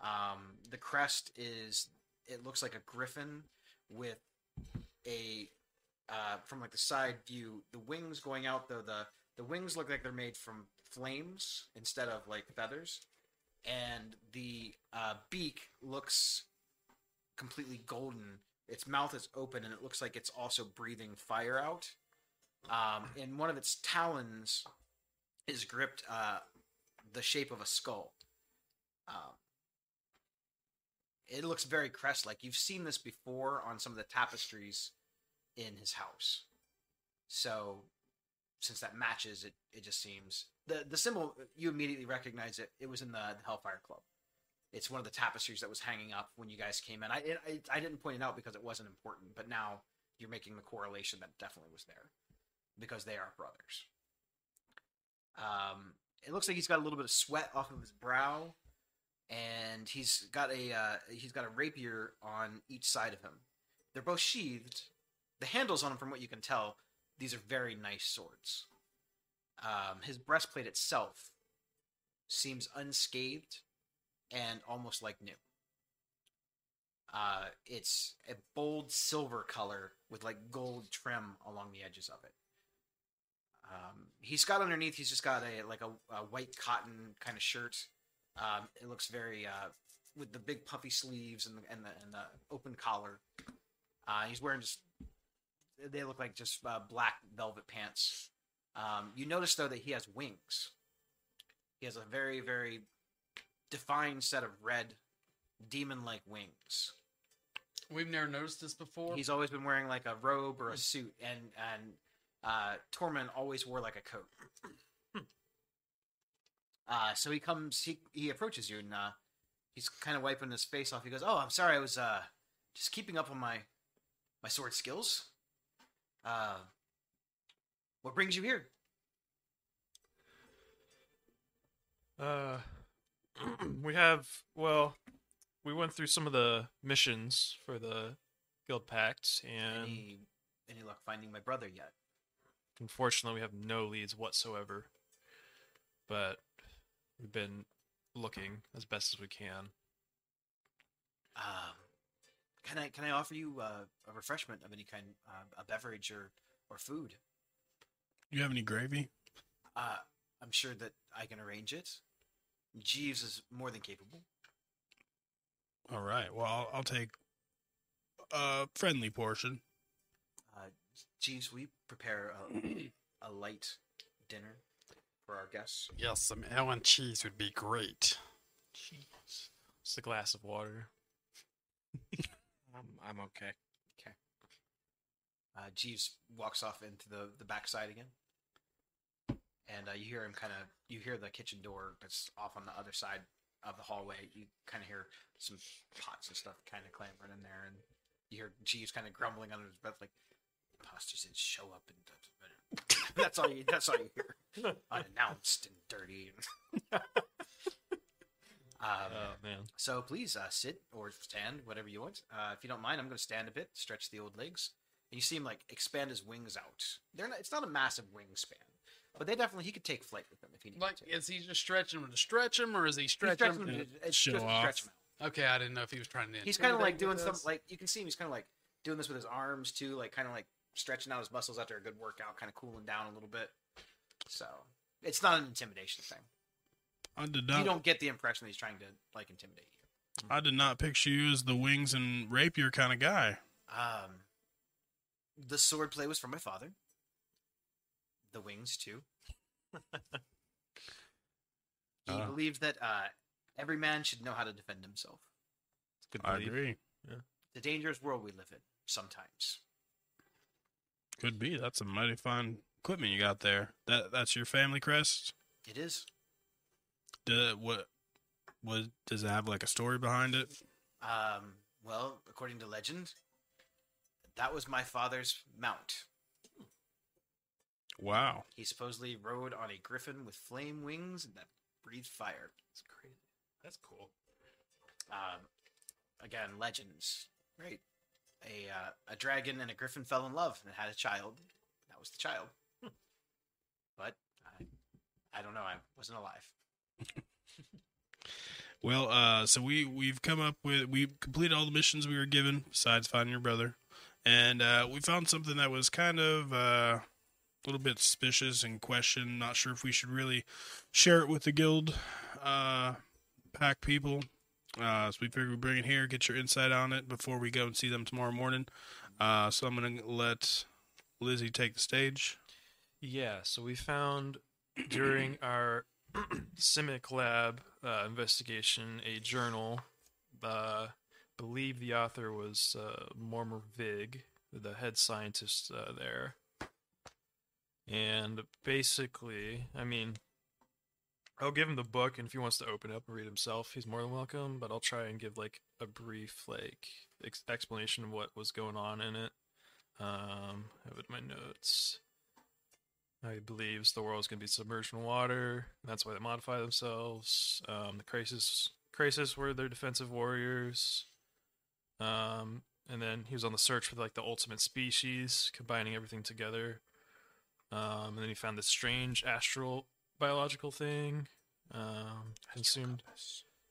S2: um, the crest is it looks like a griffin with a uh, from like the side view, the wings going out though the the wings look like they're made from flames instead of like feathers, and the uh, beak looks completely golden. Its mouth is open and it looks like it's also breathing fire out. Um, and one of its talons is gripped uh, the shape of a skull. Um, it looks very crest like. You've seen this before on some of the tapestries in his house. So, since that matches, it it just seems the the symbol you immediately recognize it. It was in the, the Hellfire Club. It's one of the tapestries that was hanging up when you guys came in. I it, I, I didn't point it out because it wasn't important, but now you're making the correlation that definitely was there because they are brothers. Um, it looks like he's got a little bit of sweat off of his brow, and he's got a uh, he's got a rapier on each side of him. They're both sheathed, the handles on them, from what you can tell, these are very nice swords. Um, his breastplate itself seems unscathed and almost like new. Uh, it's a bold silver color with like gold trim along the edges of it. Um, he's got underneath. He's just got a like a, a white cotton kind of shirt. Um, it looks very uh, with the big puffy sleeves and the and the, and the open collar. Uh, he's wearing just they look like just uh, black velvet pants. Um, you notice though that he has wings. He has a very very defined set of red demon like wings.
S4: We've never noticed this before.
S2: He's always been wearing like a robe or a suit, and and uh, Tormund always wore like a coat.
S4: Hmm.
S2: Uh, so he comes, he he approaches you, and uh, he's kind of wiping his face off. He goes, "Oh, I'm sorry, I was uh, just keeping up on my my sword skills. Uh, what brings you here?
S6: Uh, we have well, we went through some of the missions for the guild pact, and
S2: Any any luck finding my brother yet?
S6: unfortunately, we have no leads whatsoever. But we've been looking as best as we can.
S2: Um, can I can I offer you uh, a refreshment of any kind, uh, a beverage or or food?
S3: You have any gravy?
S2: Uh, I'm sure that I can arrange it. Jeeves is more than capable.
S3: All right. Well, I'll, I'll take a friendly portion.
S2: Jeeves, we prepare a, a light dinner for our guests.
S4: yes, some ale and cheese would be great.
S6: Jeez, just a glass of water.
S8: I'm, I'm okay.
S2: Uh, Jeeves walks off into the, the backside again, and uh, you hear him kind of you hear the kitchen door that's off on the other side of the hallway. You kind of hear some pots and stuff kind of clambering in there, and you hear Jeeves kind of grumbling under his breath, like "Imposters didn't show up." And that's all you that's all you hear, unannounced and dirty. um,
S6: Oh man,
S2: So please uh, sit or stand, whatever you want. Uh, if you don't mind, I'm going to stand a bit, stretch the old legs, and you see him like expand his wings out. They're not, it's not a massive wingspan, but they definitely he could take flight with them if he needed
S4: Like,
S2: to. He
S4: is he just stretching him to stretch him, or is he stretching
S2: stretched
S4: him?
S2: them
S3: him
S2: to- it's
S3: show
S2: just to stretch
S3: off.
S2: them out.
S4: Okay, I didn't know if he was trying to.
S2: He's kind of like doing some
S4: intimidate us.
S2: like you can see him. He's kind of like doing this with his arms too, like kind of like stretching out his muscles after a good workout, kind of cooling down a little bit. So it's not an intimidation thing.
S3: I did
S2: You
S3: not.
S2: don't get the impression that he's trying to like intimidate you.
S3: I did not picture you as the wings and rapier kind of guy.
S2: Um, the sword play was from my father. The wings too. he
S3: Ah.
S2: believed that uh, every man should know how to defend himself.
S6: it's good.
S3: I
S6: belief.
S3: agree.
S2: The dangerous world we live in sometimes.
S3: Could be. That's some mighty fine equipment you got there. That that's your family crest.
S2: It is.
S3: Do, what what does it have like a story behind it?
S2: Um, well, according to legend, that was my father's mount.
S3: Wow.
S2: He supposedly rode on a griffin with flame wings that breathed fire.
S6: It's crazy. That's cool.
S2: um, again, legends, right? A uh, a dragon and a griffin fell in love and had a child. That was the child. but I, I don't know. I wasn't alive.
S3: Well, uh, so we we've come up with we completed all the missions we were given besides finding your brother, and uh, we found something that was kind of uh, a little bit suspicious and questioned. Not sure if we should really share it with the guild uh, pack people. Uh, so we figured we'd bring it here, get your insight on it before we go and see them tomorrow morning. Uh, so I'm gonna let Lizzie take the stage.
S6: Yeah, so we found during our Simic Lab uh, investigation a journal. Uh, believe the author was uh, Mormor Vig, the head scientist uh, there. And basically, I mean, I'll give him the book, and if he wants to open it up and read himself, he's more than welcome. But I'll try and give like a brief like ex- explanation of what was going on in it. Um, I have it in my notes. Now He believes the world is going to be submerged in water. And that's why they modify themselves. Um, the crisis, crisis were their defensive warriors. Um, and then he was on the search for like the ultimate species, combining everything together. Um, and then he found this strange astral biological thing. Um, consumed,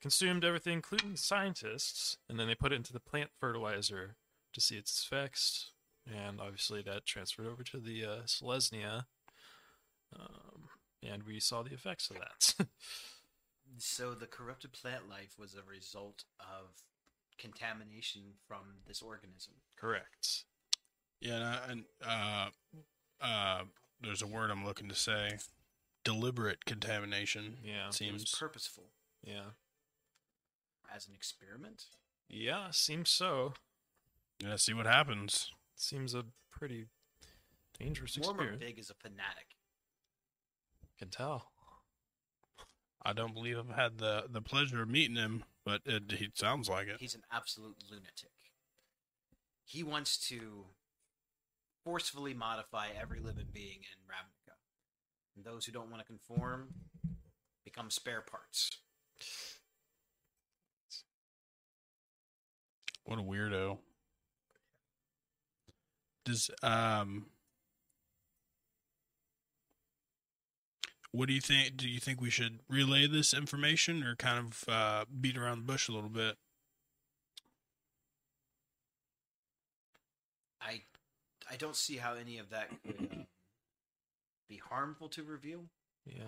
S6: consumed everything, including scientists. And then they put it into the plant fertilizer to see its effects. And obviously that transferred over to the uh, Selesnia. Um, and we saw the effects of that.
S2: So the corrupted plant life was a result of contamination from this organism.
S6: Correct.
S3: Yeah, and, I- and uh, uh, there's a word I'm looking to say. Deliberate contamination.
S6: Yeah.
S3: it
S2: It was
S3: seems.
S2: purposeful
S6: Yeah.
S2: as an experiment.
S6: Yeah, seems so.
S3: yeah, see what happens.
S6: Seems a pretty dangerous
S2: Warmer
S6: experience.
S2: Big is a fanatic.
S6: Can tell.
S3: I don't believe I've had the, the pleasure of meeting him, but it, he sounds like it.
S2: He's an absolute lunatic. He wants to forcefully modify every living being in Ravnica. And those who don't want to conform become spare parts.
S3: What a weirdo. Does um What do you think? Do you think we should relay this information or kind of uh, beat around the bush a little bit?
S2: I I don't see how any of that could uh, be harmful to review.
S6: Yeah.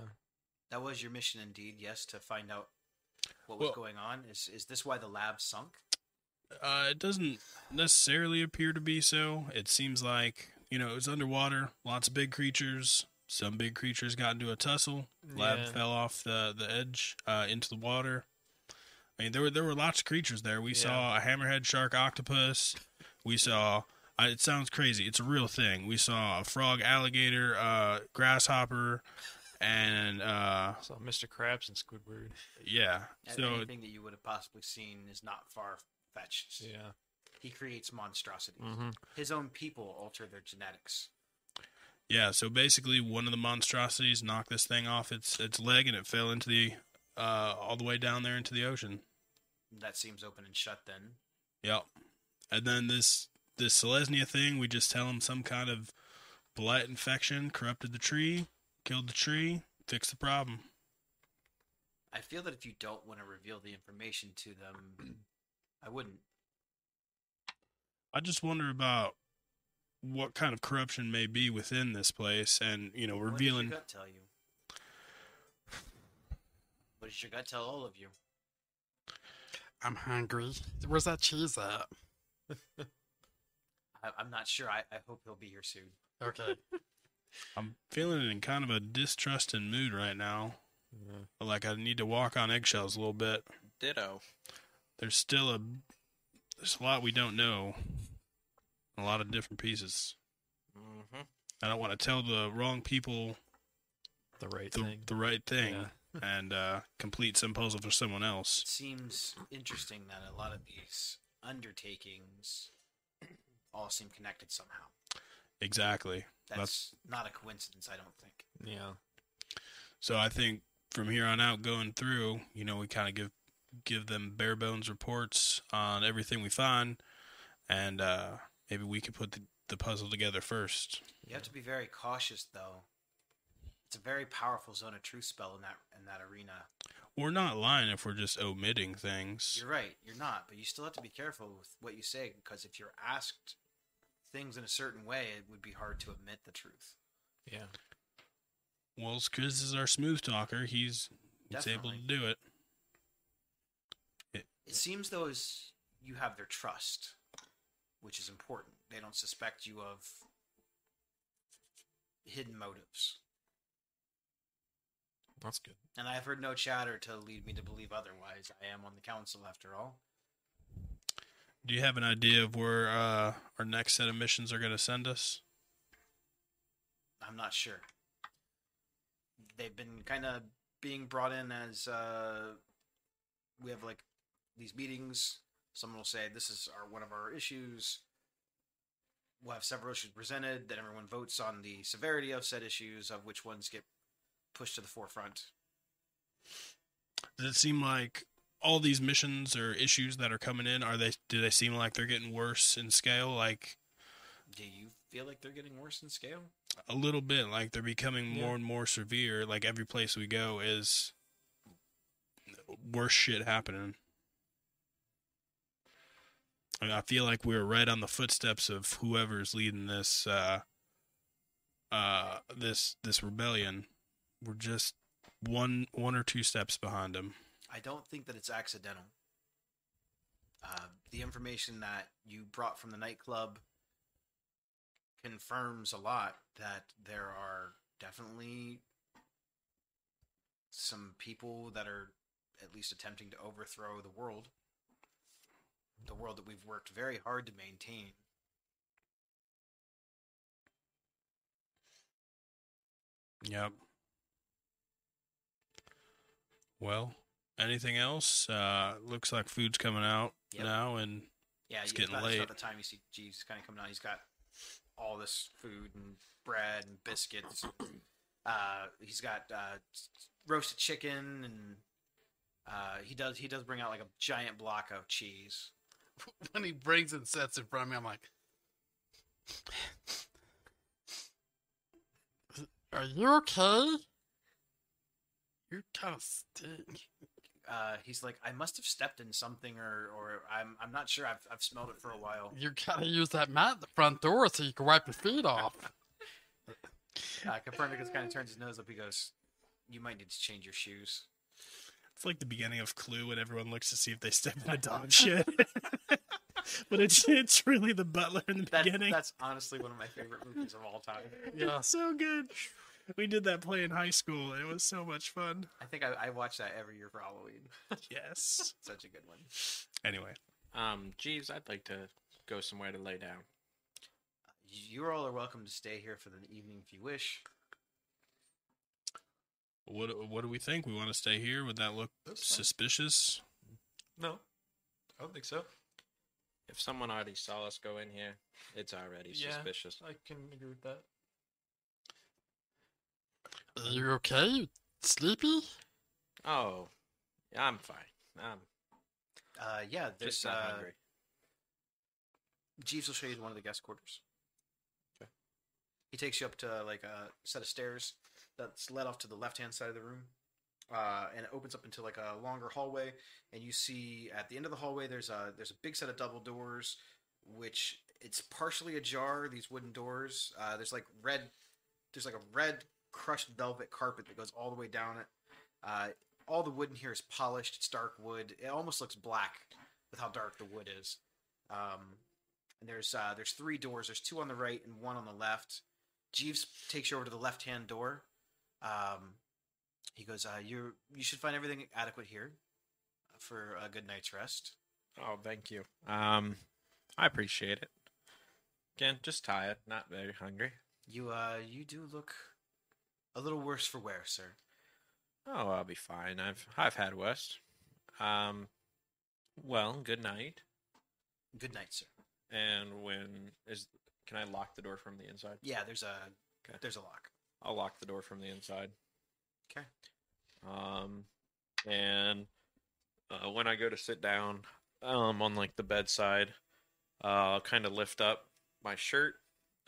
S2: That was your mission indeed, yes, to find out what was
S3: Well-
S2: going on. Is is this why the lab sunk?
S3: Uh, it doesn't necessarily appear to be so. It seems like, you know, it was underwater, lots of big creatures. Some big creatures got into a tussle. Lab
S6: Yeah.
S3: fell off the, the edge uh, into the water. I mean, there were there were lots of creatures there. We
S6: Yeah.
S3: saw a hammerhead shark octopus. We saw. I, it sounds crazy. It's a real thing. We saw a frog, alligator, uh, grasshopper, and uh,
S6: Saw Mr. Krabs and Squidward.
S3: yeah.
S2: And
S3: So
S2: Anything that you would have possibly seen is not far fetched.
S6: Yeah.
S2: He creates monstrosities.
S3: Mm-hmm.
S6: Mhm.
S2: His own people alter their genetics.
S3: Yeah, so basically one of the monstrosities knocked this thing off its its leg and it fell into the uh all the way down there into the ocean.
S2: That seems open and shut then.
S3: Yep. And then this this Selesnia thing, we just tell them some kind of blight infection corrupted the tree, killed the tree, fixed the problem.
S2: I feel that if you don't want to reveal the information to them, I wouldn't.
S3: I just wonder about what kind of corruption may be within this place and, you know, revealing
S2: What does your gut tell you? What does your gut tell all of you?
S4: I'm hungry. Where's that cheese at?
S2: I, I'm not sure. I, I hope he'll be here soon.
S4: Okay.
S3: I'm feeling in kind of a distrusting mood right now.
S6: Yeah.
S3: Like I need to walk on eggshells a little bit.
S5: Ditto.
S3: there's still a there's a lot we don't know a lot of different pieces
S5: hmm
S3: i don't want to tell the wrong people
S6: The right
S3: the,
S6: thing.
S3: the right thing
S6: Yeah.
S3: and uh, complete some puzzle for someone else
S2: It seems interesting that a lot of these undertakings all seem connected somehow.
S3: exactly
S2: That's, not a coincidence, I don't think.
S6: Yeah.
S3: so i think from here on out going through you know we kind of give give them bare bones reports on everything we find and uh maybe we could put the, the puzzle together first
S2: You have to be very cautious, though. It's a very powerful zone of truth spell in that in that arena.
S3: we're not lying if we're just omitting things
S2: You're right, you're not, but you still have to be careful with what you say because if you're asked things in a certain way, it would be hard to admit the truth.
S6: Yeah.
S3: well chris is our smooth talker he's he's able to
S2: Definitely.
S3: do it
S2: It seems though as you have their trust, which is important. They don't suspect you of hidden motives.
S6: That's good.
S2: and I've heard no chatter to lead me to believe otherwise. I am on the council after all.
S3: Do you have an idea of where uh, our next set of missions are going to send us?
S2: I'm not sure. They've been kind of being brought in as uh, we have like these meetings. Someone will say this is our one of our issues. We'll have several issues presented. Then everyone votes on the severity of said issues, of which ones get pushed to the forefront.
S3: Does it seem like all these missions or issues that are coming in are they? Do they seem like they're getting worse in scale? Like
S2: Do you feel like they're getting worse in scale?
S3: a little bit, like they're becoming
S6: Yeah.
S3: more and more severe. Like every place we go is worse shit happening. I, mean, I feel like we're right on the footsteps of whoever's leading this uh, uh, this this rebellion, we're just one one or two steps behind them.
S2: I don't think that it's accidental. Uh, the information that you brought from the nightclub confirms a lot that there are definitely some people that are at least attempting to overthrow the world. The world that we've worked very hard to maintain.
S3: Yep. Well, anything else? Uh, looks like food's coming out
S2: Yep.
S3: now, and
S2: Yeah,
S3: It's
S2: you-
S3: getting
S2: that's about
S3: late.
S2: the time you see Jeeves kind of coming out. He's got all this food and bread and biscuits. Uh, he's got uh, s- roasted chicken and uh, he does he does bring out like a giant block of cheese.
S4: When he brings and sets in front of me, I'm like, "Are you okay? You kind of stink."
S2: Uh, he's like, I must have stepped in something or or I'm I'm not sure. I've I've smelled it for a while.
S4: You gotta use that mat at the front door so you can wipe your feet off.
S2: Uh, Copernicus kind of turns his nose up. He goes, You might need to change your shoes.
S3: it's like the beginning of Clue when everyone looks to see if they step in a dog shit. but it's it's really the butler in the
S2: That,
S3: beginning.
S2: that's honestly one of my favorite movies of all time.
S4: Yeah.
S3: It's so good. We did that play in high school. It was so much fun.
S2: I think I, I watch that every year for Halloween.
S3: Yes.
S2: Such a good one.
S3: Anyway,
S5: Um, Jeeves, I'd like to go somewhere to lay down.
S2: You all are welcome to stay here for the evening if you wish.
S3: what what do we think? We want to stay here? Would that look
S6: That's fine.
S3: suspicious?
S6: No, I don't think so.
S5: If someone already saw us go in here, it's already
S6: Yeah.
S5: suspicious.
S6: I can agree with that.
S4: Are you okay? You sleepy?
S5: Oh, I'm fine. I'm
S2: Uh, yeah, there's
S5: just not
S2: uh,
S5: hungry.
S2: Jeeves will show you to one of the guest quarters. He takes you up to like a set of stairs that's led off to the left hand side of the room, uh, and it opens up into like a longer hallway. And you see at the end of the hallway there's a there's a big set of double doors, which it's partially ajar. These wooden doors. Uh, there's like red. There's like a red crushed velvet carpet that goes all the way down it. Uh, all the wood in here is polished. It's dark wood. It almost looks black with how dark the wood is. Um, and there's uh, there's three doors. There's two on the right and one on the left. Jeeves takes you over to the left hand door. Um, he goes, uh, "You you should find everything adequate here for a good night's rest."
S5: Oh, thank you. Um, I appreciate it. Again, just tired, not very hungry.
S2: You uh you do look a little worse for wear, sir.
S5: Oh, I'll be fine. I've I've had worse. Um, well, good night.
S2: Good night, sir.
S5: And when is can I lock the door from the inside?
S2: Yeah, there's a
S5: Okay.
S2: there's a lock.
S5: I'll lock the door from the inside.
S2: Okay.
S5: Um, and uh, when I go to sit down, um, on like the bedside, uh, I'll kind of lift up my shirt.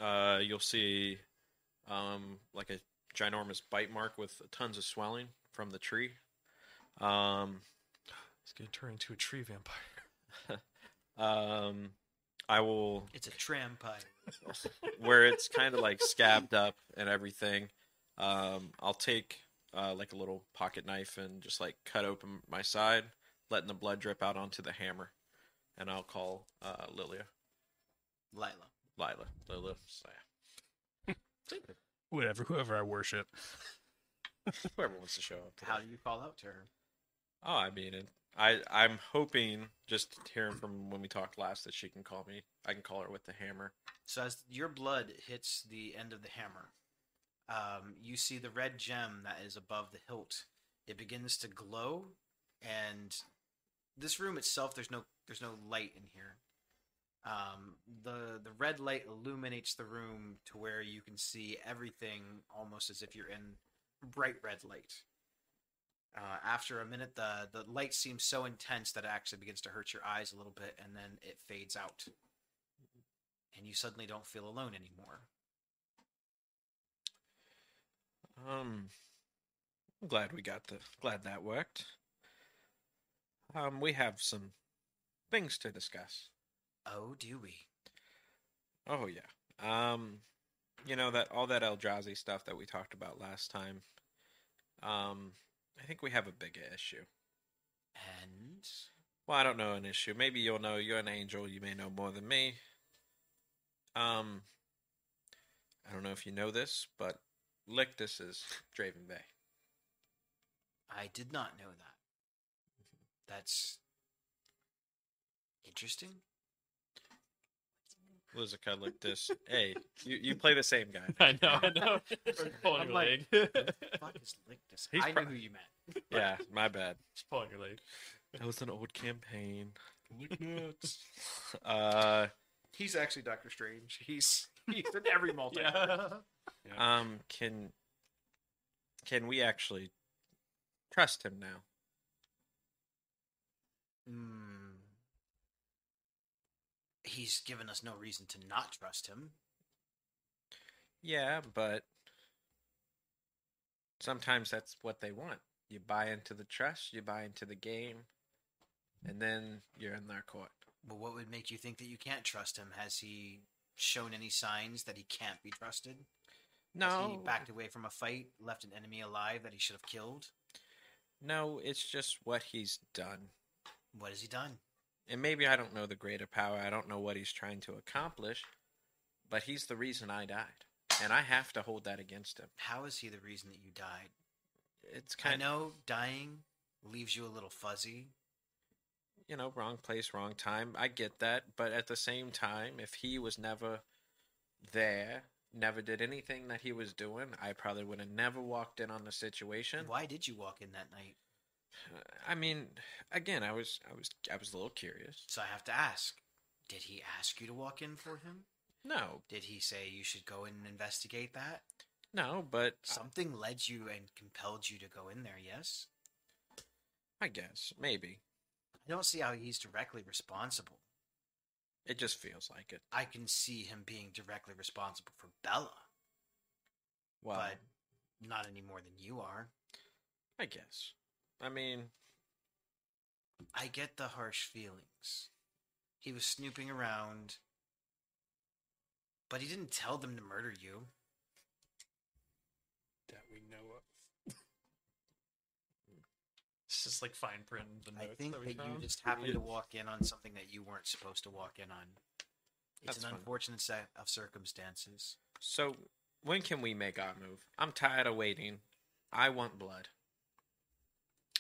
S5: Uh, you'll see, um, like a ginormous bite mark with tons of swelling from the tree. Um,
S6: It's gonna turn into a tree vampire.
S5: um, I will
S2: It's a tram pie.
S5: where it's kind of like scabbed up and everything. Um, I'll take uh, like a little pocket knife and just like cut open my side, letting the blood drip out onto the hammer, and I'll call uh, Lilia,
S2: Lila.
S5: Lila, Lila. Saya.
S3: Whatever, whoever I worship.
S5: whoever wants to show up. today.
S2: How do you call out to her?
S5: Oh, I mean, it, I I'm hoping just hearing from when we talked last that she can call me. I can call her with the hammer.
S2: So as your blood hits the end of the hammer, um, you see the red gem that is above the hilt. It begins to glow, and this room itself, there's no there's no light in here. Um, the the red light illuminates the room to where you can see everything almost as if you're in bright red light. Uh, after a minute, the the light seems so intense that it actually begins to hurt your eyes a little bit, and then it fades out and you suddenly don't feel alone anymore.
S5: Um, I'm glad we got the glad that worked. Um, we have some things to discuss.
S2: Oh, do we?
S5: Oh yeah. Um, you know that all that Eldrazi stuff that we talked about last time. Um, I think we have a big issue.
S2: And
S5: Well, I don't know an issue. Maybe you'll know. You're an angel. You may know more than me. Um, I don't know if you know this, but Lictus is Draven Bay.
S2: I did not know that. That's interesting.
S5: Lizica Lictus. hey, you, you play the same guy.
S6: I know, I know. It's pulling
S2: I'm
S6: your
S2: like-
S6: leg.
S2: Fuck is Lictus?
S6: He's
S2: I
S6: pro-
S2: know who you meant.
S5: Yeah, my bad.
S6: it's pulling your leg.
S5: That was an old campaign.
S3: Look nuts.
S5: Uh,
S7: He's actually Doctor Strange. He's he's in every multi.
S5: um, can can we actually trust him now?
S2: Mm. He's given us no reason to not trust him.
S5: Yeah, but sometimes that's what they want. You buy into the trust, you buy into the game, and then you're in their court.
S2: But what would make you think that you can't trust him? Has he shown any signs that he can't be trusted? Has he
S5: No,
S2: backed away from a fight, left an enemy alive that he should have killed?
S5: no, it's just what he's done.
S2: What has he done?
S5: And maybe I don't know the greater power. I don't know what he's trying to accomplish, but he's the reason I died. And I have to hold that against him.
S2: How is he the reason that you died?
S5: It's kind
S2: I know dying leaves you a little fuzzy.
S5: you know, wrong place, wrong time. I get that, but at the same time, if he was never there, never did anything that he was doing, I probably would have never walked in on the situation.
S2: Why did you walk in that night?
S5: I mean, again, I was, I was, I was a little curious.
S2: So I have to ask. Did he ask you to walk in for him?
S5: No,
S2: Did he say you should go in and investigate that?
S5: no, but
S2: Something led you and compelled you to go in there, yes?
S5: I guess maybe
S2: I don't see how he's directly responsible.
S5: it just feels like it.
S2: I can see him being directly responsible for Bella,
S5: Well,
S2: but not any more than you are.
S5: I guess. I mean,
S2: I get the harsh feelings. He was snooping around, but he didn't tell them to murder you.
S3: that we know of.
S6: It's just like fine print. in The
S2: I
S6: notes
S2: think
S6: that
S2: that,
S6: we
S2: you
S6: found.
S2: just happened to walk in on something that you weren't supposed to walk in on. It's
S5: That's
S2: an
S5: fine.
S2: unfortunate set of circumstances.
S5: so when can we make our move? I'm tired of waiting. I want blood.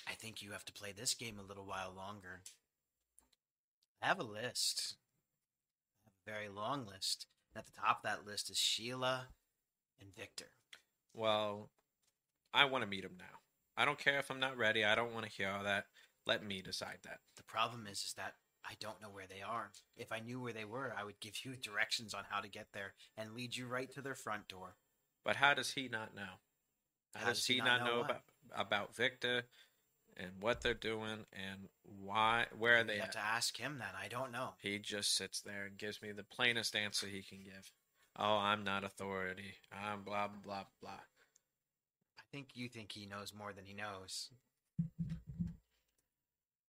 S2: I think you have to play this game a little while longer. I have a list. I have a very long list. And at the top of that list is Sheila and Victor.
S5: Well, I want to meet him now. I don't care if I'm not ready. I don't want to hear all that. Let me decide that.
S2: The problem is is that I don't know where they are. If I knew where they were, I would give you directions on how to get there and lead you right to their front door.
S5: But how does he not know? How, does, he not, know
S2: what?
S5: about, about Victor and what they're doing and why where are
S2: You
S5: they
S2: have
S5: at?
S2: to ask him that. I don't know.
S5: He just sits there and gives me the plainest answer he can give. Oh, I'm not authority. I'm blah blah blah.
S2: I think you think he knows more than he knows.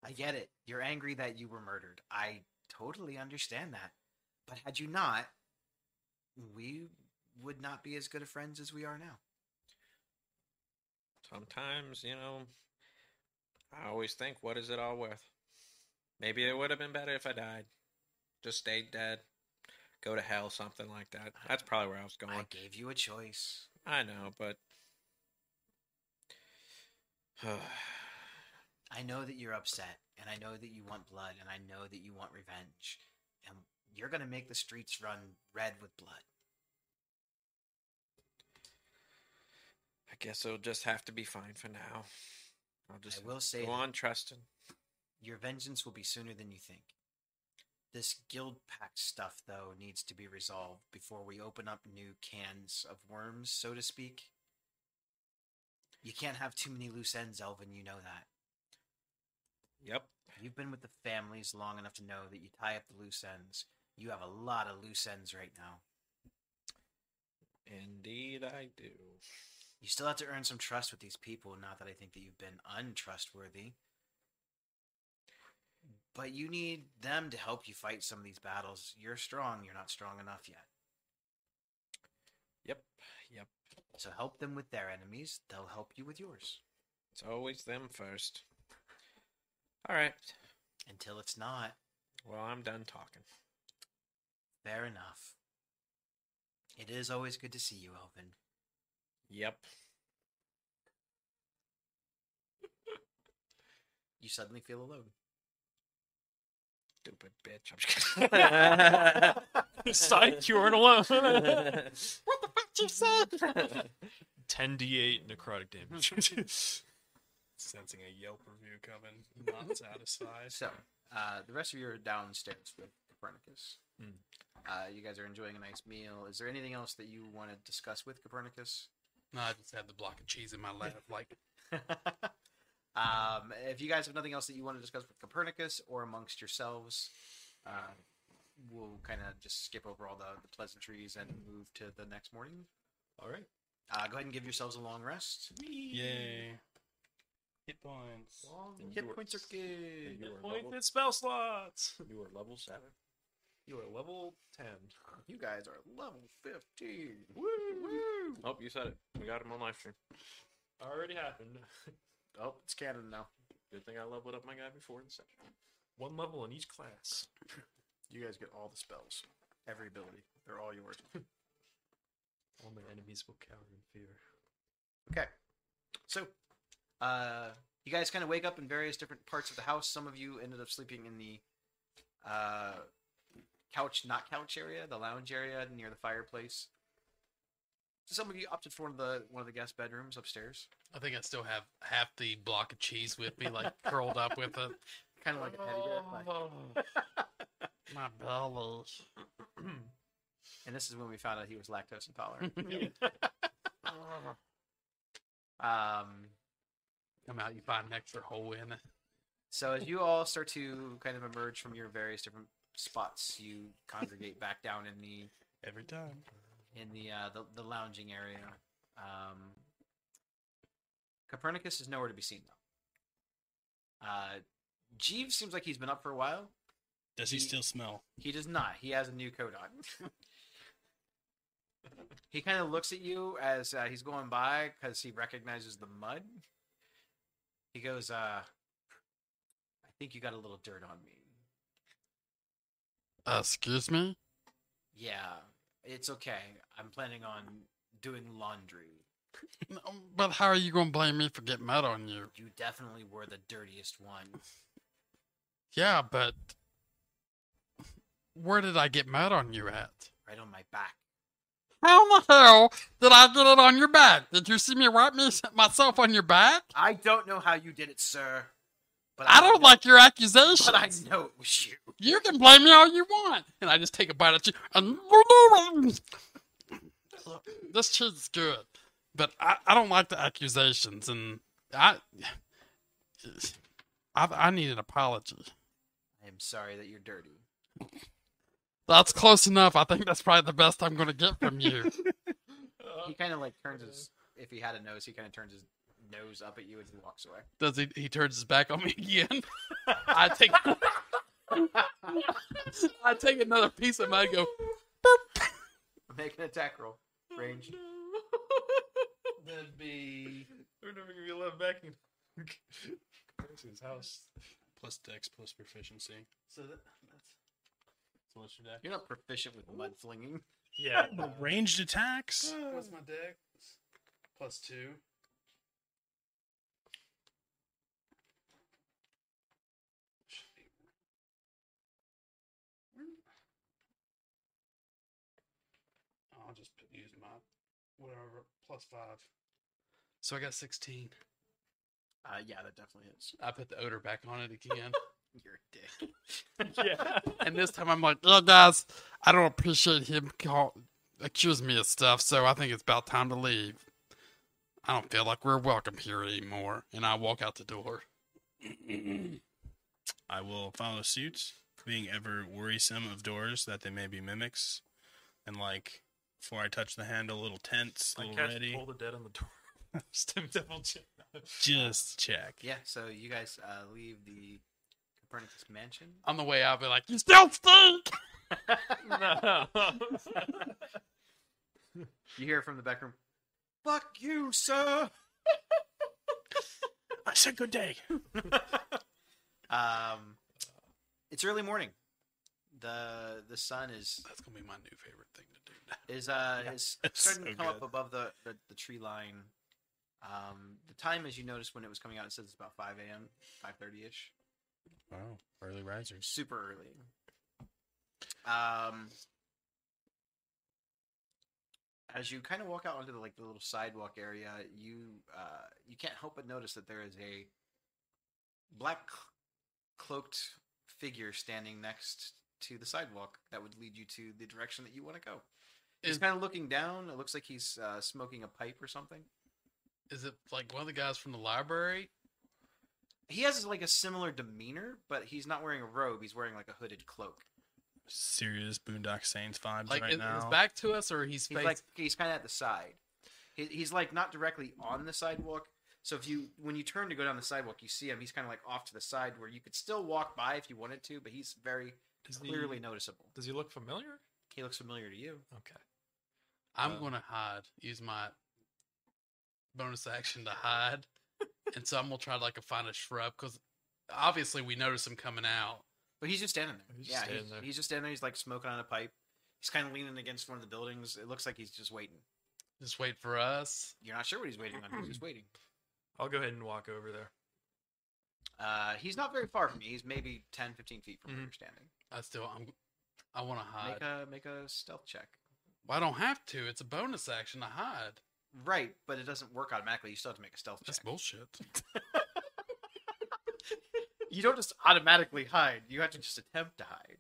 S2: I get it. You're angry that you were murdered. I totally understand that. But had you not, we would not be as good of friends as we are now.
S5: Sometimes, you know, I always think, what is it all worth? Maybe it would have been better if I died. Just stayed dead. Go to hell, something like that. That's probably where I was
S2: Uh-huh. I mm-hmm.
S5: going.
S2: gave you a choice.
S5: I know, but.
S2: I know that you're upset, and I know that you want blood, and I know that you want revenge. And you're going to make the streets run red with blood.
S5: I guess it'll just have to be fine for now. I'll just
S2: will say
S5: go
S2: that-
S5: on trusting.
S2: Your vengeance will be sooner than you think. This guild pack stuff, though, needs to be resolved before we open up new cans of worms, so to speak. You can't have too many loose ends, Elvin, you know that.
S5: Yep.
S2: You've been with the families long enough to know that you tie up the loose ends. You have a lot of loose ends right now.
S5: Indeed, I do.
S2: You still have to earn some trust with these people, not that I think that you've been untrustworthy. But you need them to help you fight some of these battles. You're strong, you're not strong enough yet. So help them with their enemies, they'll help you with yours.
S5: It's always them first. All right.
S2: Until it's not.
S5: Well, I'm done talking.
S2: Fair enough. It is always good to see you, Elvin.
S5: Yep.
S2: You suddenly feel alone.
S5: Stupid bitch. I'm just
S6: Psych, you weren't alone.
S5: kidding.
S6: 10d8 necrotic damage.
S3: Sensing a Yelp review coming. Not satisfied.
S2: So, uh, the rest of you are downstairs with Copernicus. Uh, you guys are enjoying a nice meal. Is there anything else that you want to discuss with Copernicus?
S4: No, I just had the block of cheese in my lap. Like,
S2: um, if you guys have nothing else that you want to discuss with Copernicus or amongst yourselves, uh, we'll kind of just skip over all the, the pleasantries and move to the next morning.
S6: All right.
S2: Uh, go ahead and give yourselves a long rest.
S3: Yay. Hit points.
S2: Hit points are good.
S5: You are,
S6: Point
S5: level,
S6: at spell slots.
S5: you are level seven.
S6: You are level 10.
S2: You guys are level 15.
S5: Oh, you said it. We got him on live stream.
S6: Already happened.
S2: Oh, it's canon now.
S5: Good thing I leveled up my guy before the session.
S6: One level in each class.
S2: You guys get all the spells, every ability. They're all yours.
S6: All my enemies will cower in fear.
S2: Okay. So, uh, you guys kind of wake up in various different parts of the house. Some of you ended up sleeping in the uh, couch, not couch area, the lounge area near the fireplace. Some of you opted for one of the one of the guest bedrooms upstairs,
S4: I think I still have half the block of cheese with me, like curled up with it.
S2: kind of like a teddy bear. like-
S4: My belly.
S2: And this is when we found out he was lactose intolerant. um,
S4: Come out, you find an extra hole in it.
S2: So as you all start to kind of emerge from your various different spots, you congregate back down in the
S3: Every time.
S2: in the uh, the, the lounging area. Um, Copernicus is nowhere to be seen though. Uh, Jeeves seems like he's been up for a while.
S3: Does he
S2: He-
S3: still smell?
S2: He does not. He has a new coat on. he kind of looks at you as uh, he's going by because he recognizes the mud. He goes, uh, "I think you got a little dirt on me."
S4: Uh, excuse me?
S2: Yeah, it's okay. I'm planning on doing laundry.
S4: No, but how are you going to blame me for getting mad on you?
S2: You definitely were the dirtiest one.
S4: Yeah, but where did I get mad on you at?
S2: Right on my back.
S4: How in the hell did I get it on your back? Did you see me write me myself on your back?
S2: I don't know how you did it, sir. But
S4: I don't
S2: know,
S4: like your accusations.
S2: But I know it was you.
S4: You can blame me all you want. And I just take a bite of cheese. And this cheese is good. But I, I don't like the accusations. And I, I, I need an apology.
S2: I am sorry that you're dirty.
S4: That's close enough. I think that's probably the best I'm going to get from you.
S2: He kind of like turns his. If he had a nose, he kind of turns his nose up at you as he walks away.
S4: Does he? He turns his back on me again. I take. I take another piece of my go.
S2: Make an attack roll. Range.
S6: That'd be. We're never gonna be allowed back in Curtis's house.
S3: Plus dex, plus proficiency.
S6: So that, that's.
S3: So what's your dex?
S2: You're not proficient with mud flinging.
S6: Yeah.
S3: Ranged attacks.
S6: What's my deck? Plus two.
S3: I'll just use my whatever plus five.
S4: So I got 16.
S2: Uh, yeah, that definitely is.
S4: I put the odor back on it again,
S2: You're a dick.
S6: Yeah.
S4: and this time I'm like, "Yeah, guys, I don't appreciate him call accuse me of stuff. So I think it's about time to leave. I don't feel like we're welcome here anymore." And I walk out the door.
S3: I will follow suit, being ever worrisome of doors that they may be mimics, and like before I touch the handle, a little tense, a
S6: My
S3: little
S6: cat's
S3: ready.
S6: pulled the dead on the door. Stim double check.
S3: Just check.
S2: Yeah, so you guys uh, leave the Copernicus mansion.
S4: On the way out, I'll be like, "You still stink."
S6: no.
S2: You hear from the back room, Fuck you, sir.
S3: I said good day.
S2: Um, it's early morning. the The sun is
S4: That's gonna be my new favorite thing to do. now.
S2: is uh is
S3: It's
S2: starting
S3: so
S2: to come up
S3: good.
S2: above the, the the tree line. Um, the time, as you noticed when it was coming out, it says it's about five a.m., five thirty ish.
S4: Wow, early risers.
S2: super early. Um, as you kind of walk out onto the like the little sidewalk area, you uh, you can't help but notice that there is a black cl- cloaked figure standing next to the sidewalk that would lead you to the direction that you want to go. He's
S4: Is-
S2: kind of looking down. It looks like he's uh, smoking a pipe or something.
S4: Is it like one of the guys from the library?
S2: He has like a similar demeanor, but he's not wearing a robe. He's wearing like a hooded cloak.
S3: Serious Boondock Saints vibes
S4: Like
S3: right
S4: is,
S3: now.
S4: is back to us or
S2: He's
S4: he's facing?
S2: like he's kind of at the side. He, he's like not directly on the sidewalk. So if you when you turn to go down the sidewalk, you see him. He's kind of like off to the side where you could still walk by if you wanted to, but he's very
S6: Does he-
S2: clearly noticeable.
S6: Does he look familiar?
S2: He looks familiar to you.
S6: Okay.
S4: I'm
S6: Um,
S4: gonna hide. Use my bonus action to hide, and so I'm gonna try to like find a shrub because obviously we notice him coming out.
S2: But he's just standing there.
S6: He's just
S2: yeah,
S6: standing
S2: he's,
S6: there.
S2: he's just standing there. He's like smoking on a pipe. He's kind of leaning against one of the buildings. It looks like he's just waiting.
S4: Just wait for us.
S2: You're not sure what he's waiting on. He's just waiting.
S6: I'll go ahead and walk over there.
S2: Uh, he's not very far from you. He's maybe 10, 15 feet from where
S6: Mhm.
S2: you're standing.
S4: I still I'm I want to hide.
S2: Make a make a stealth check.
S4: well, I don't have to. It's a bonus action to hide.
S2: Right, but it doesn't work automatically. You still have to make a stealth check.
S4: That's bullshit.
S2: You don't just automatically hide. You have to just attempt to hide.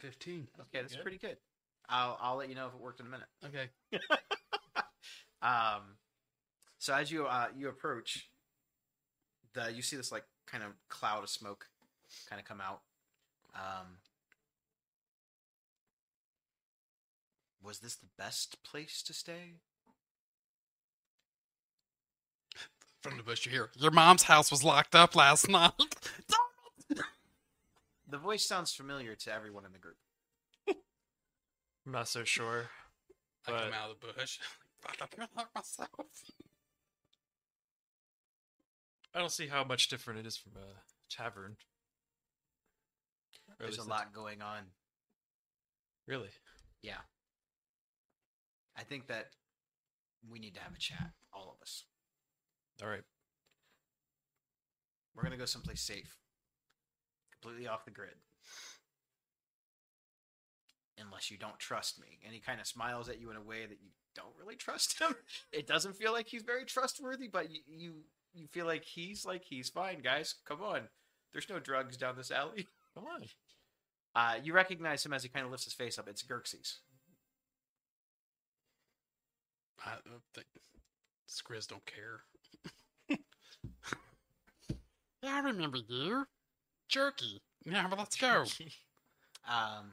S4: Fifteen.
S2: Okay, that's
S6: good.
S2: pretty good. I'll I'll let you know if it worked in a minute.
S4: Okay.
S2: Um, so as you uh you approach, the you see this like kind of cloud of smoke, kind of come out. Um, was this the best place to stay?
S4: From the bush, you hear your mom's house was locked up last night.
S2: The voice sounds familiar to everyone in the group.
S6: I'm not so sure.
S4: I come
S6: But-
S4: out of the bush. Fuck, I feel like myself.
S6: I don't see how much different it is from a tavern. Or at
S2: There's a
S6: least
S2: lot going on.
S6: that's- Really?
S2: Yeah, I think that we need to have a chat, all of us.
S6: All right.
S2: We're gonna go someplace safe, completely off the grid. Unless you don't trust me, and he kind of smiles at you in a way that you don't really trust him. It doesn't feel like he's very trustworthy, but you you, you feel like he's like he's fine, guys. Come on, there's no drugs down this alley.
S6: Come on.
S2: Uh, you recognize him as he kind of lifts his face up. It's Xerxes.
S4: I don't think Skriz don't care. yeah, I remember you. Jerky. Yeah, well, let's go.
S2: Um,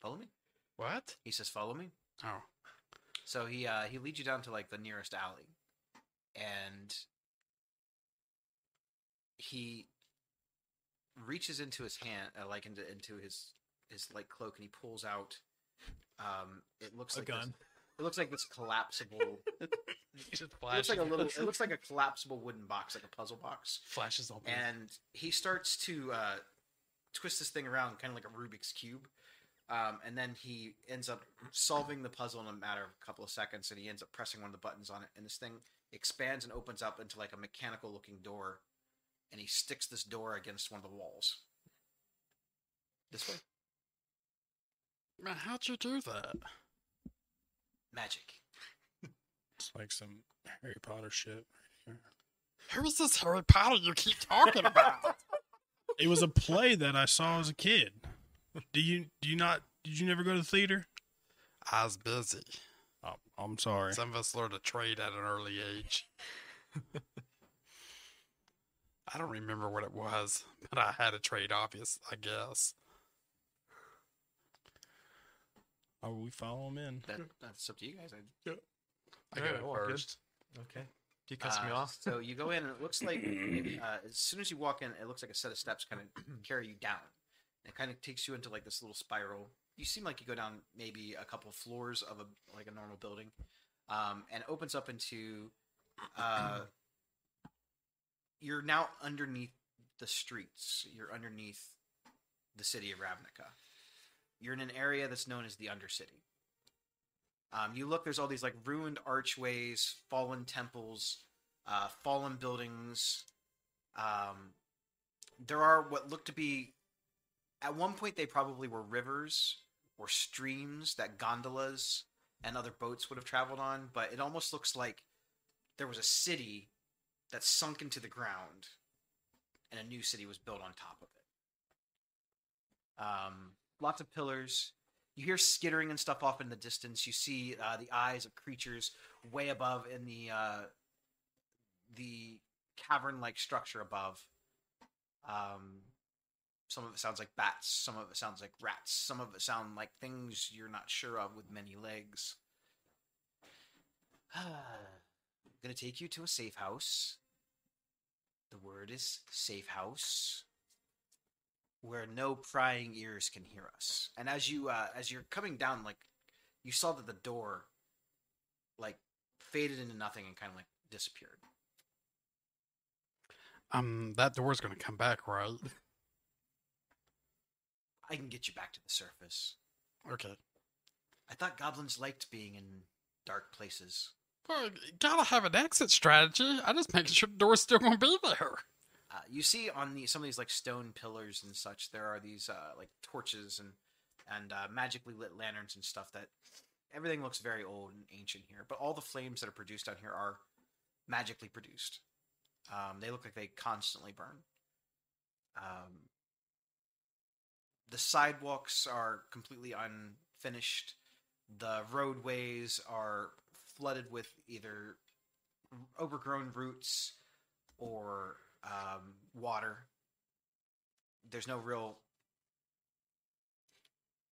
S2: follow me.
S4: what?
S2: He says, "Follow me."
S4: Oh,
S2: So he uh, he leads you down to like the nearest alley, and he reaches into his hand, uh, like into into his his like cloak, and he pulls out. Um, it looks
S6: A
S2: like this-
S6: gun.
S2: it looks like this collapsible.
S4: he just
S2: it looks
S4: flashes.
S2: like a little. It looks like a collapsible wooden box, like a puzzle box,
S4: flashes open.
S2: and he starts to uh, twist this thing around, kind of like a Rubik's cube. Um, and then he ends up solving the puzzle in a matter of a couple of seconds, and he ends up pressing one of the buttons on it, and this thing expands and opens up into like a mechanical-looking door, and he sticks this door against one of the walls. This way,
S4: Man, how'd you do that?
S2: magic.
S3: It's like some Harry Potter shit.
S4: Who is this Harry Potter you keep talking about?
S3: It was a play that I saw as a kid. Do you do you not did you never go to the theater?
S4: I was busy.
S3: Oh, I'm sorry.
S4: Some of us learned to trade at an early age. I don't remember what it was, but I had a trade, obvious, I guess.
S3: Oh, we follow him in.
S2: That, that's up to you guys. I
S4: I
S6: Alright,
S4: got it
S6: well, good.
S4: first.
S6: Okay. Do you cuss me
S2: Uh,
S6: off?
S2: So you go in, and it looks like maybe, uh, as soon as you walk in, it looks like a set of steps kind of carry you down. It kind of takes you into like this little spiral. You seem like you go down maybe a couple floors of a like a normal building, um, and opens up into. Uh, you're now underneath the streets. You're underneath the city of Ravnica. You're in an area that's known as the Undercity. Um, you look, there's all these like ruined archways, fallen temples, uh, fallen buildings. Um, there are what look to be, at one point, they probably were rivers or streams that gondolas and other boats would have traveled on, but it almost looks like there was a city that sunk into the ground and a new city was built on top of it. Um, lots of pillars. You hear skittering and stuff off in the distance. You see uh, the eyes of creatures way above in the uh, the cavern-like structure above. Um, some of it sounds like bats. Some of it sounds like rats. Some of it sound like things you're not sure of with many legs. gonna take you to a safe house. The word is safe house, where no prying ears can hear us. And as you uh, as you're coming down, like you saw that the door, like faded into nothing and kind of like disappeared.
S4: Um, that door's gonna come back, right?
S2: I can get you back to the surface.
S4: Okay.
S2: I thought goblins liked being in dark places.
S4: Well, you gotta have an exit strategy. I just making sure the door's still gonna be there.
S2: Uh, you see on the some of these like stone pillars and such, there are these uh, like torches and and uh, magically lit lanterns and stuff. That everything looks very old and ancient here, but all the flames that are produced down here are magically produced. Um, they look like they constantly burn. Um, the sidewalks are completely unfinished. The roadways are flooded with either overgrown roots or um, water. There's no real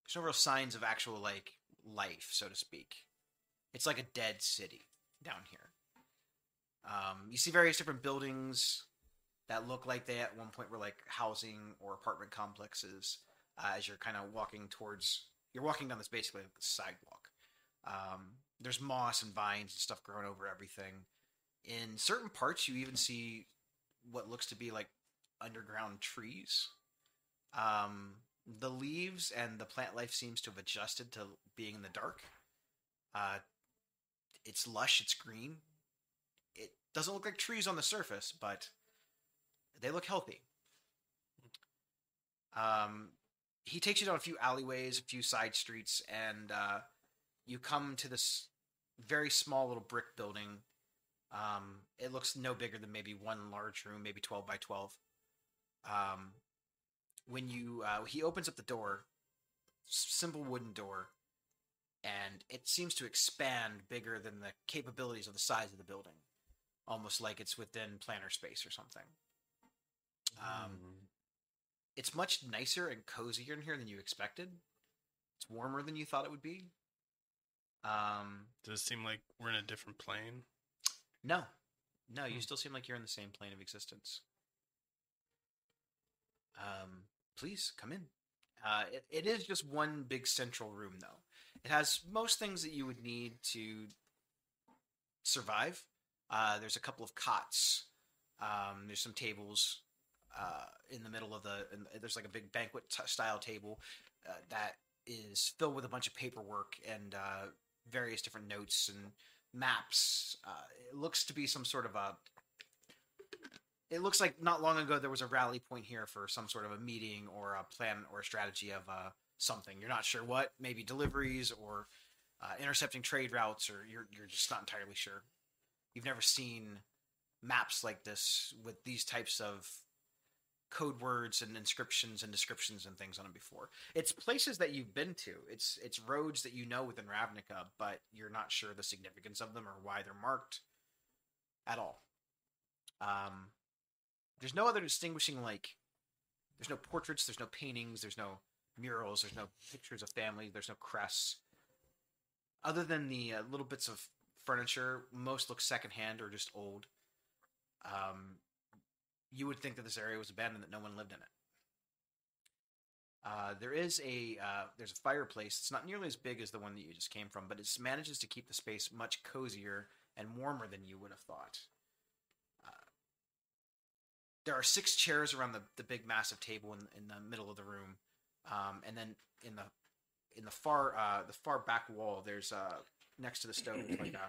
S2: there's no real signs of actual like life, so to speak. It's like a dead city down here. Um, you see various different buildings that look like they at one point were like housing or apartment complexes. Uh, as you're kind of walking towards, you're walking down this basically like the sidewalk. Um, there's moss and vines and stuff growing over everything. In certain parts, you even see what looks to be like underground trees. Um, the leaves and the plant life seems to have adjusted to being in the dark. Uh, it's lush, it's green. It doesn't look like trees on the surface, but they look healthy. Um, he takes you down a few alleyways, a few side streets, and uh, you come to this very small little brick building. Um, it looks no bigger than maybe one large room, maybe twelve by twelve. Um, when you uh, he opens up the door, s- simple wooden door, and it seems to expand bigger than the capabilities of the size of the building, almost like it's within planner space or something. Um, It's much nicer and cozier in here than you expected. It's warmer than you thought it would be. Um,
S3: Does it seem like we're in a different plane?
S2: no, no, you still seem like you're in the same plane of existence. Um, please come in. Uh, it, it is just one big central room, though. It has most things that you would need to survive. Uh, there's a couple of cots. Um, there's some tables uh, in the middle of the. In, there's like a big banquet t- style table uh, that is filled with a bunch of paperwork and uh, various different notes and maps. Uh, it looks to be some sort of a. It looks like not long ago there was a rally point here for some sort of a meeting or a plan or a strategy of uh, something. You're not sure what, maybe deliveries or uh, intercepting trade routes, or you're you're just not entirely sure. You've never seen maps like this with these types of code words and inscriptions and descriptions and things on them before. It's places that you've been to. It's it's roads that you know within Ravnica, but you're not sure the significance of them or why they're marked at all. Um, there's no other distinguishing like. There's no portraits. There's no paintings. There's no murals. There's no pictures of family. There's no crests. Other than the uh, little bits of furniture, most look secondhand or just old. Um, you would think that this area was abandoned, that no one lived in it. Uh, there is a uh, there's a fireplace. It's not nearly as big as the one that you just came from, but it manages to keep the space much cozier and warmer than you would have thought. Uh, there are six chairs around the, the big massive table in, in the middle of the room, um, and then in the in the far uh, the far back wall there's uh, next to the stove like uh,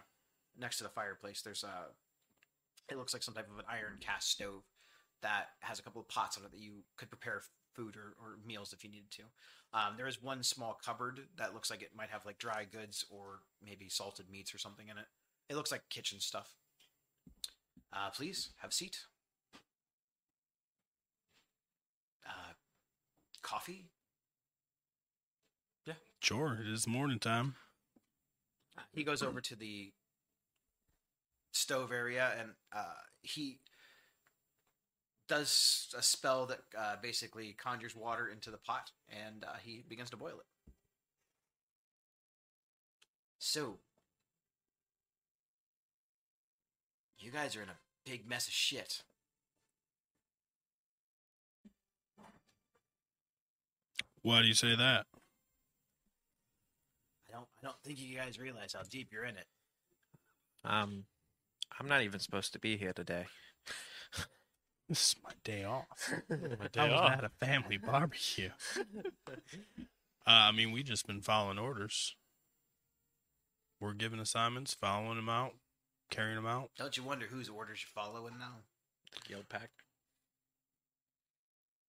S2: next to the fireplace there's a it looks like some type of an iron cast stove that has a couple of pots on it that you could prepare food or, or meals if you needed to. Um, there is one small cupboard that looks like it might have like dry goods or maybe salted meats or something in it. It looks like kitchen stuff. Uh, please have a seat. Uh, coffee?
S3: Sure, it is morning time.
S2: he goes over to the stove area and uh, he does a spell that uh, basically conjures water into the pot and uh, he begins to boil it. So, you guys are in a big mess of shit.
S3: Why do you say that?
S2: I don't, I don't think you guys realize how deep you're in it.
S5: Um, I'm not even supposed to be here today.
S3: This is my day off.
S6: My
S3: I
S6: day
S3: was
S6: off.
S3: at a family barbecue. Uh, I mean, we just been following orders. We're given assignments, following them out, carrying them out.
S2: Don't you wonder whose orders you're following now?
S5: The guild pack.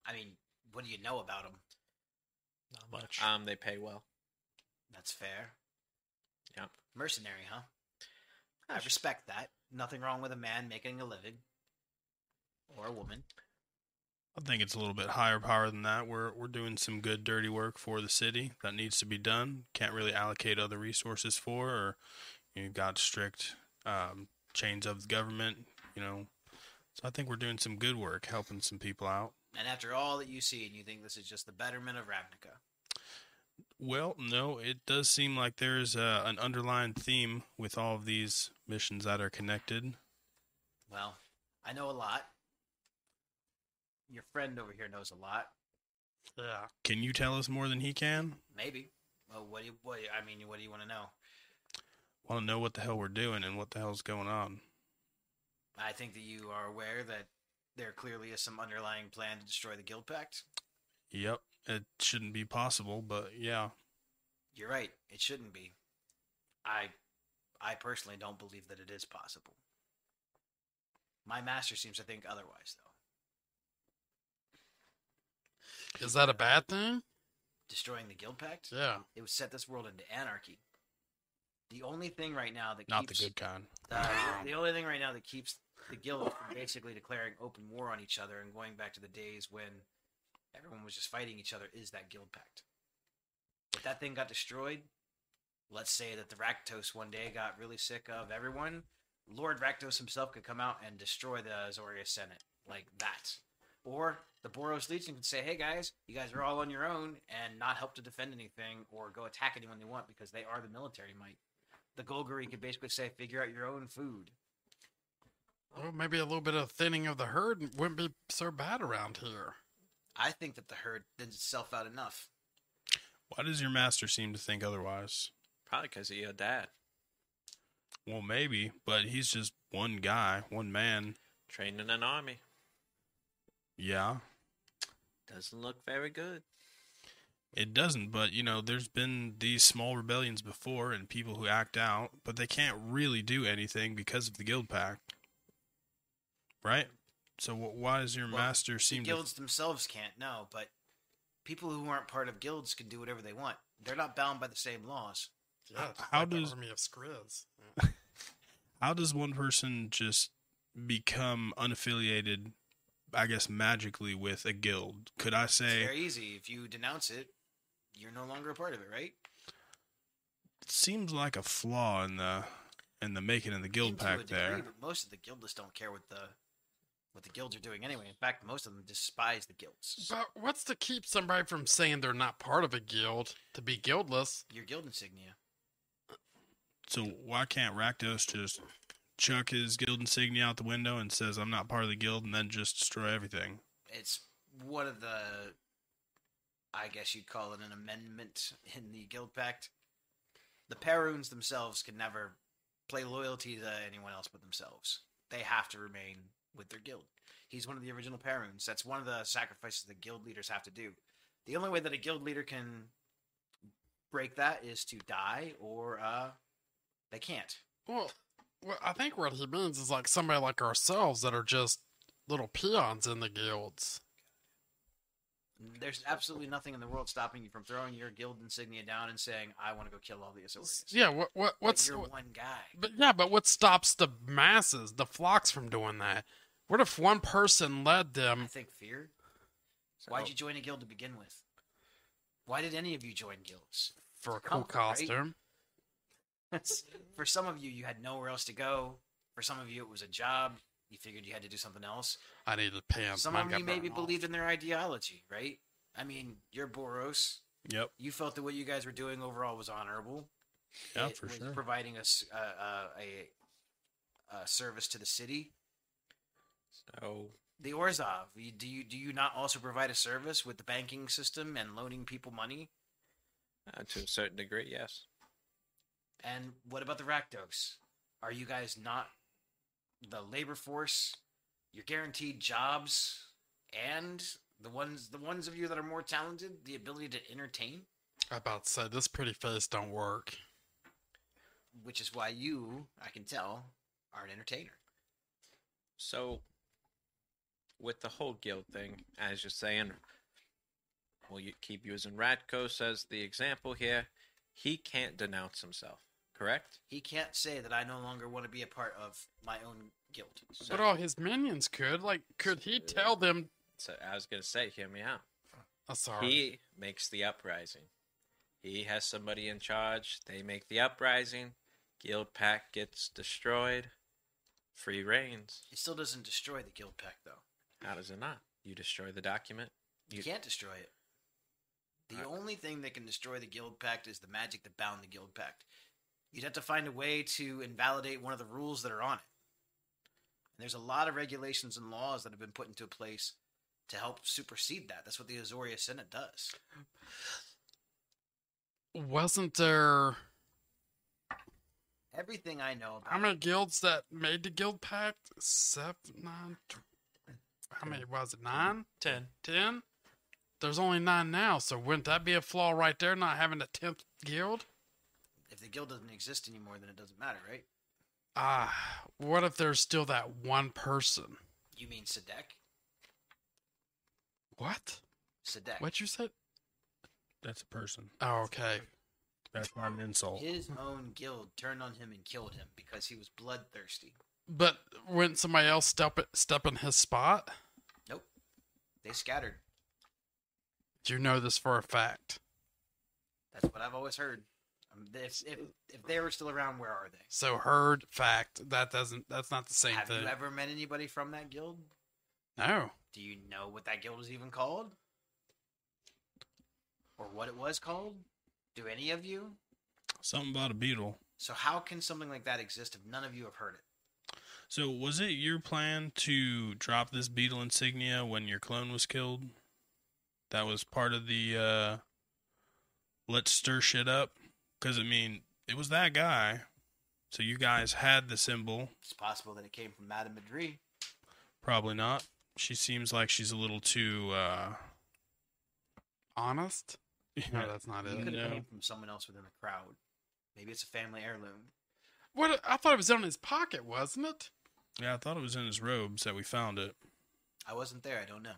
S2: I mean, what do you know about them?
S6: Not much.
S5: Um, they pay well.
S2: That's fair.
S5: Yep.
S2: Mercenary, huh? I respect that. Nothing wrong with a man making a living. Or a woman.
S3: I think it's a little bit higher power than that. We're we're doing some good dirty work for the city that needs to be done. Can't really allocate other resources for, or you've got strict um, chains of government. You know, so I think we're doing some good work, helping some people out.
S2: And after all that you see, and you think this is just the betterment of Ravnica.
S3: Well, no, it does seem like there's uh an underlying theme with all of these missions that are connected.
S2: Well, I know a lot. Your friend over here knows a lot.
S4: Yeah.
S3: Can you tell us more than he can?
S2: Maybe. Well, what do you, what, do you- I mean, what do you want to know?
S3: Want to know what the hell we're doing and what the hell's going on?
S2: I think that you are aware that there clearly is some underlying plan to destroy the Guild Pact.
S3: Yep, it shouldn't be possible, but yeah.
S2: You're right. It shouldn't be. I I personally don't believe that it is possible. My master seems to think otherwise though.
S4: Is that a bad thing?
S2: Destroying the guild pact,
S4: Yeah.
S2: it would set this world into anarchy. The only thing right now that
S3: Not the
S2: keeps
S3: good kind.
S2: uh, the only thing right now that keeps the guild from basically declaring open war on each other and going back to the days when everyone was just fighting each other is that guild pact. If that thing got destroyed, let's say that the Rakdos one day got really sick of everyone, Lord Rakdos himself could come out and destroy the Azoria Senate like that. Or the Boros Legion could say, hey guys, you guys are all on your own and not help to defend anything or go attack anyone they want because they are the military might the Golgari could basically say, figure out your own food.
S4: Well, maybe a little bit of thinning of the herd wouldn't be so bad around here.
S2: I think that the herd thins itself out enough.
S3: Why does your master seem to think otherwise?
S5: Probably because of your dad
S3: Well, maybe, but he's just one guy, one man.
S5: trained in an army.
S3: Yeah,
S5: Doesn't look very good.
S3: It doesn't, but you know, there's been these small rebellions before and people who act out, but they can't really do anything because of the guild pact. Right? So wh- why does your
S2: Well,
S3: master
S2: The
S3: seem to
S2: guilds themselves can't, no, but people who aren't part of guilds can do whatever they want. They're not bound by the same laws.
S4: Yeah.
S3: H-
S4: just
S3: how
S4: like the
S3: does-
S4: army of Skriz?
S3: how does one person just become unaffiliated I guess magically with a guild? Could I
S2: It's
S3: say
S2: very easy. If you denounce it, you're no longer a part of it, right?
S3: seems like a flaw in the in the making of the
S2: Even
S3: guild
S2: to a
S3: pact
S2: degree,
S3: there.
S2: But most of the guildless don't care what the what the guilds are doing anyway. In fact, most of them despise the guilds.
S4: But what's to keep somebody from saying they're not part of a guild to be guildless?
S2: Your guild insignia.
S3: So why can't Rakdos just chuck his guild insignia out the window and says I'm not part of the guild and then just destroy everything?
S2: it's one of the uh, I guess you'd call it an amendment in the Guild Pact. The Paroons themselves can never play loyalty to anyone else but themselves. They have to remain with their guild. He's one of the original Paroons. That's one of the sacrifices the guild leaders have to do. The only way that a guild leader can break that is to die, or uh, they can't.
S4: Well, well, I think what he means is like somebody like ourselves that are just little peons in the guilds.
S2: There's absolutely nothing in the world stopping you from throwing your guild insignia down and saying, "I want to go kill all the Asorians."
S4: Yeah. What? What?
S2: But
S4: What's?
S2: you're
S4: what-
S2: one guy?
S4: But yeah, but what stops the masses, the flocks, from doing that? What if one person led
S2: I
S4: them?
S2: think fear. Why'd you join a guild to begin with? Why did any of you join guilds?
S4: for a
S2: Oh,
S4: cool
S2: right.
S4: costume.
S2: For some of you, you had nowhere else to go. For some of you, it was a job. You figured you had to do something else.
S4: I needed pants.
S2: some
S4: mine
S2: of
S4: got
S2: you maybe
S4: burned off.
S2: believed in their ideology, right? I mean, you're Boros.
S3: Yep.
S2: You felt that what you guys were doing overall was honorable.
S3: Yeah,
S2: it
S3: for
S2: was
S3: sure.
S2: Providing us uh, uh, a, a service to the city.
S5: So
S2: The Orzov, you- do you do you not also provide a service with the banking system and loaning people money?
S5: uh, to a certain degree, yes.
S2: And what about the Rakdos? Are you guys not the labor force? You're guaranteed jobs, and the ones the ones of you that are more talented, the ability to entertain,
S4: I about to say this pretty face don't work.
S2: which is why you, I can tell, are an entertainer.
S5: So, with the whole guild thing, as you're saying, we'll u- keep using Radkos as the example here. He can't denounce himself, correct?
S2: He can't say that I no longer want to be a part of my own guild.
S5: So,
S4: But all his minions could like, could he tell them?
S5: so I was gonna say, hear me out.
S4: Oh, sorry.
S5: He makes the uprising. He has somebody in charge. They make the uprising. Guild Pack gets destroyed. Free reigns.
S2: It still doesn't destroy the guild pack, though.
S5: How does it not? You destroy the document.
S2: You
S5: You-
S2: can't destroy it. The
S5: I-
S2: only thing that can destroy the guild pact is the magic that bound the guild pact. You'd have to find a way to invalidate one of the rules that are on it. And there's a lot of regulations and laws that have been put into place to help supersede that. That's what the Azoria Senate does.
S4: Wasn't there
S2: Everything I know
S4: how
S2: about
S4: many guilds that made the guild pact? Seven, nine. tw- How many was it? Nine,
S6: Ten.
S4: ten? There's only nine now, so wouldn't that be a flaw right there? Not having a tenth guild.
S2: if the guild doesn't exist anymore, then it doesn't matter, right?
S4: Ah, what if there's still that one person?
S2: You mean Sadek?
S4: What?
S2: Sadek.
S4: What you said?
S3: That's a person.
S4: Oh, okay.
S3: That's not an insult.
S2: His own guild turned on him and killed him because he was bloodthirsty.
S4: But wouldn't somebody else step step in his spot?
S2: Nope. They scattered.
S4: Do you know this for a fact?
S2: That's what I've always heard. Um, if, if, if they were still around, where are they?
S4: So heard fact. That doesn't. That's not the same
S2: Have
S4: thing.
S2: you ever met anybody from that guild?
S4: no.
S2: Do you know what that guild is even called? Or what it was called? Do any of you?
S3: Something about a beetle.
S2: So, how can something like that exist if none of you have heard it?
S3: So, was it your plan to drop this beetle insignia when your clone was killed? That was part of the uh, let's stir shit up? Because, I mean, it was that guy. So, you guys had the symbol.
S2: It's possible that it came from Madame Madrid.
S3: Probably not. She seems like she's a little too. Uh,
S4: Honest. No, that's not
S2: It
S4: it.
S2: could have
S3: no.
S2: came from someone else within the crowd. Maybe it's a family heirloom.
S4: What? I thought it was in his pocket, wasn't it?
S3: yeah, I thought it was in his robes that we found it.
S2: I wasn't there. I don't know.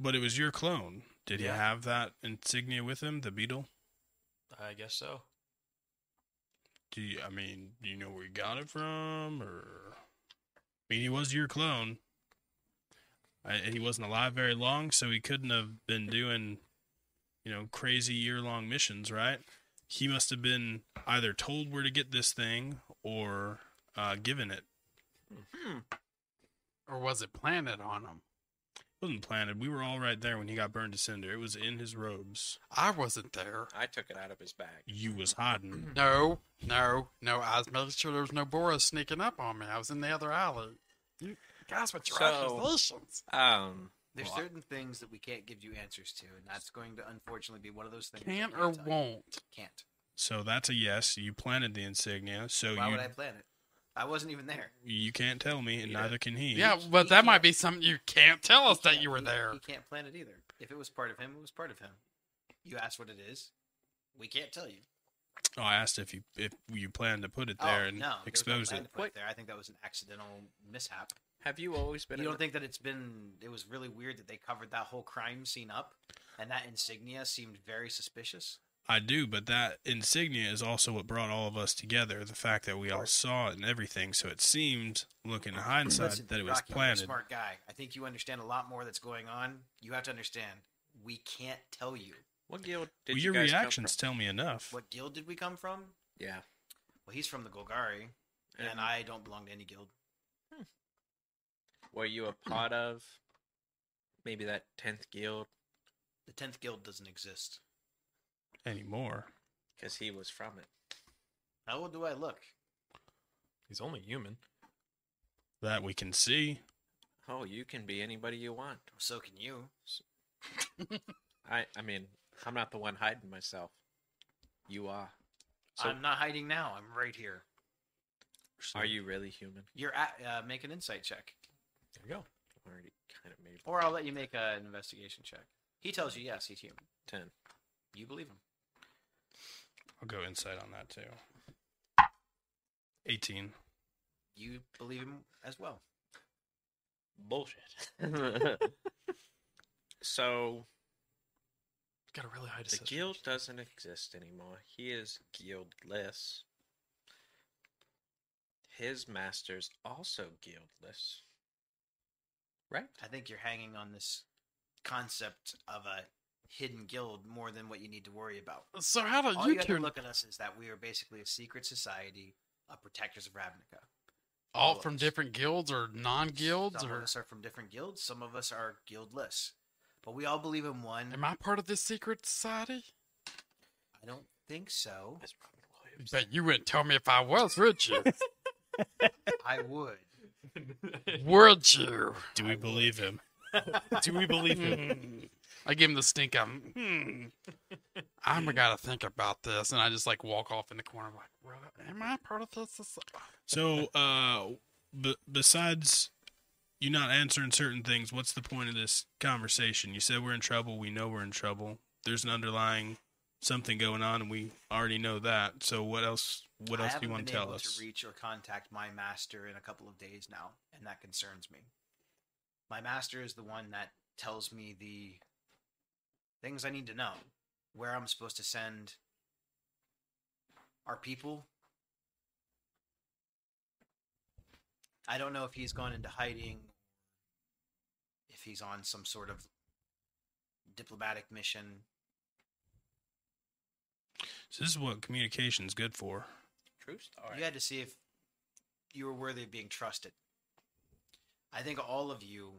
S3: But it was your clone. Did
S6: Yeah.
S3: he have that insignia with him, the beetle?
S6: I guess so.
S3: Do you, I mean, do you know where you got it from, or I mean, he was your clone. I, and he wasn't alive very long, so he couldn't have been doing, you know, crazy year-long missions, right? He must have been either told where to get this thing or uh, given it.
S4: Or was it planted on him?
S3: It wasn't planted. We were all right there when he got burned to cinder. It was in his robes.
S4: I wasn't there.
S5: I took it out of his bag.
S3: You was hiding.
S4: No, no, no. I was making sure there was no Boris sneaking up on me. I was in the other alley. You guys with your
S5: So-
S4: accusations.
S5: Um,
S2: There's
S5: Well, I-
S2: certain things that we can't give you answers to, and that's going to unfortunately be one of those things. that
S4: Can't
S2: we
S4: or
S2: tell you.
S4: won't.
S2: Can't.
S3: So that's a yes. You planted the insignia, so
S2: Why
S3: you
S2: would I plan it? I wasn't even there.
S3: you can't tell me, and
S5: Yeah.
S3: neither can he.
S4: Yeah, but that might be something you can't tell us that you were
S2: He-
S4: there.
S2: He can't plan it either. If it was part of him, it was part of him. You asked what it is. We can't tell you.
S3: Oh, I asked if you if you planned to put it there
S2: oh,
S3: and
S2: no, there was no
S3: expose
S2: plan
S3: it.
S2: to put it there. I think that was an accidental mishap.
S5: Have you always been?
S2: you
S5: an-
S2: don't think that it's been? It was really weird that they covered that whole crime scene up, and that insignia seemed very suspicious.
S3: I do, but that insignia is also what brought all of us together. The fact that we all saw it and everything, so it seemed, looking in hindsight,
S2: Listen,
S3: that it was
S2: Rocky, you're a
S3: planted.
S2: Smart guy. I think you understand a lot more that's going on. You have to understand. We can't tell you
S5: What guild did
S3: Well,
S5: you
S3: your
S5: guys come
S3: reactions
S5: from?
S3: tell me enough.
S2: what guild did we come from.
S5: yeah,
S2: Well, he's from the Golgari, and,
S5: And-
S2: I don't belong to any guild.
S5: were you a part of? Maybe that tenth guild
S2: The tenth guild doesn't exist.
S3: anymore.
S5: because he was from it.
S2: How old do I look?
S6: He's only human.
S3: That we can see.
S5: Oh, you can be anybody you want.
S2: So can you.
S5: I I mean, I'm not the one hiding myself. You are. So-
S2: I'm not hiding now. I'm right here.
S5: Are you really human?
S2: You're at, uh, make an insight check,
S5: There you go. Already kind of made
S2: or I'll let you make uh, an investigation check. He tells you yes, he's human.
S5: ten.
S2: You believe him.
S3: I'll go insight on that too. Eighteen.
S2: You believe him as well.
S5: Bullshit. so
S6: Got a really high
S5: the
S6: decision.
S5: guild doesn't exist anymore. He is guildless. His master's also guildless. Right?
S2: I think you're hanging on this concept of a hidden guild more than what you need to worry about.
S4: So how do
S2: All
S4: you,
S2: you have
S4: two
S2: to look at us is that we are basically a secret society of protectors of Ravnica.
S4: all
S2: all of
S4: from
S2: us.
S4: different guilds or non-guilds
S2: Some of
S4: or
S2: us are from different guilds. Some of us are guildless, but we all believe in one.
S4: am I part of this secret society?
S2: I don't think so.
S5: That's Robin Williams.
S4: But you wouldn't tell me if I was, would you?
S2: I would.
S4: would you?
S3: Do we believe him? Do we believe him?
S4: Hmm. I give him the stink eye. Hmm. I'm gotta think about this, and I just like walk off in the corner, like, "Well, am I part of this? soci-
S3: So, uh, b- besides you not answering certain things, what's the point of this conversation? You said we're in trouble. We know we're in trouble. There's an underlying something going on, and we already know that. So, what else? What
S2: I
S3: else do
S2: haven't
S3: you want
S2: been
S3: to tell
S2: able
S3: us?
S2: To reach or contact my master in a couple of days now, and that concerns me. My master is the one that tells me the things I need to know, where I'm supposed to send our people. I don't know if he's gone into hiding, if he's on some sort of diplomatic mission.
S3: So this is what communication's good for.
S5: True story.
S2: You had to see if you were worthy of being trusted. I think all of you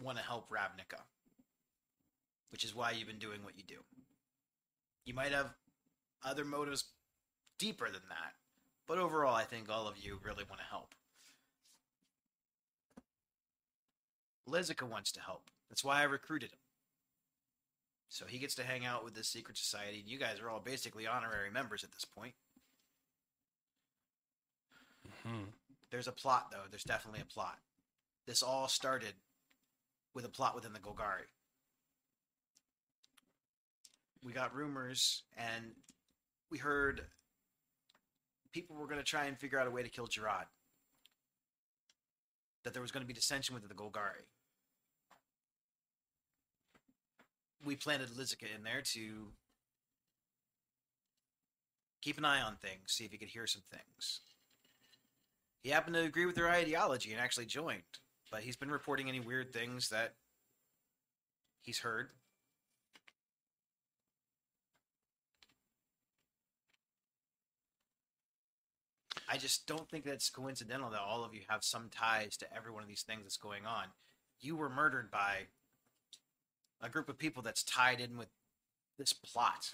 S2: want to help Ravnica, which is why you've been doing what you do. You might have other motives deeper than that, but overall, I think all of you really want to help. Lizica wants to help. That's why I recruited him. So he gets to hang out with this secret society, and you guys are all basically honorary members at this point. There's a plot, though. There's definitely a plot. This all started with a plot within the Golgari. We got rumors, and we heard people were going to try and figure out a way to kill Gerard. That there was going to be dissension within the Golgari. we planted Lizica in there to keep an eye on things, see if he could hear some things. He happened to agree with their ideology and actually joined, but he's been reporting any weird things that he's heard. I just don't think that's coincidental that all of you have some ties to every one of these things that's going on. You were murdered by a group of people that's tied in with this plot.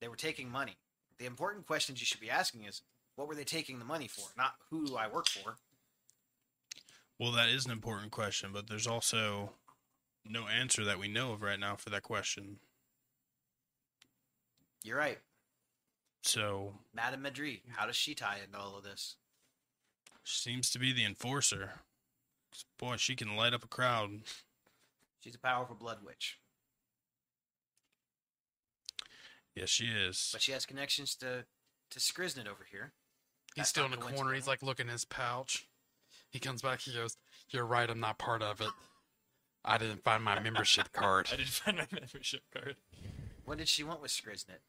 S2: They were taking money. The important questions you should be asking is what were they taking the money for, not who do I work for.
S3: Well, that is an important question, but there's also no answer that we know of right now for that question.
S2: You're right.
S3: So
S2: Madame Madri, how does she tie into all of this?
S3: she seems to be the enforcer. 'Cause, Boy, she can light up a crowd.
S2: She's a powerful blood witch,
S3: Yes, she is.
S2: but she has connections to to Skriznet over here.
S4: He's
S2: That's
S4: still in
S2: not
S4: the corner. He's
S2: coincidental.
S4: like looking in his pouch. He comes back. He goes, "You're right. I'm not part of it. I didn't find my membership card."
S6: I didn't find my membership card.
S2: What did she want with Skriznet?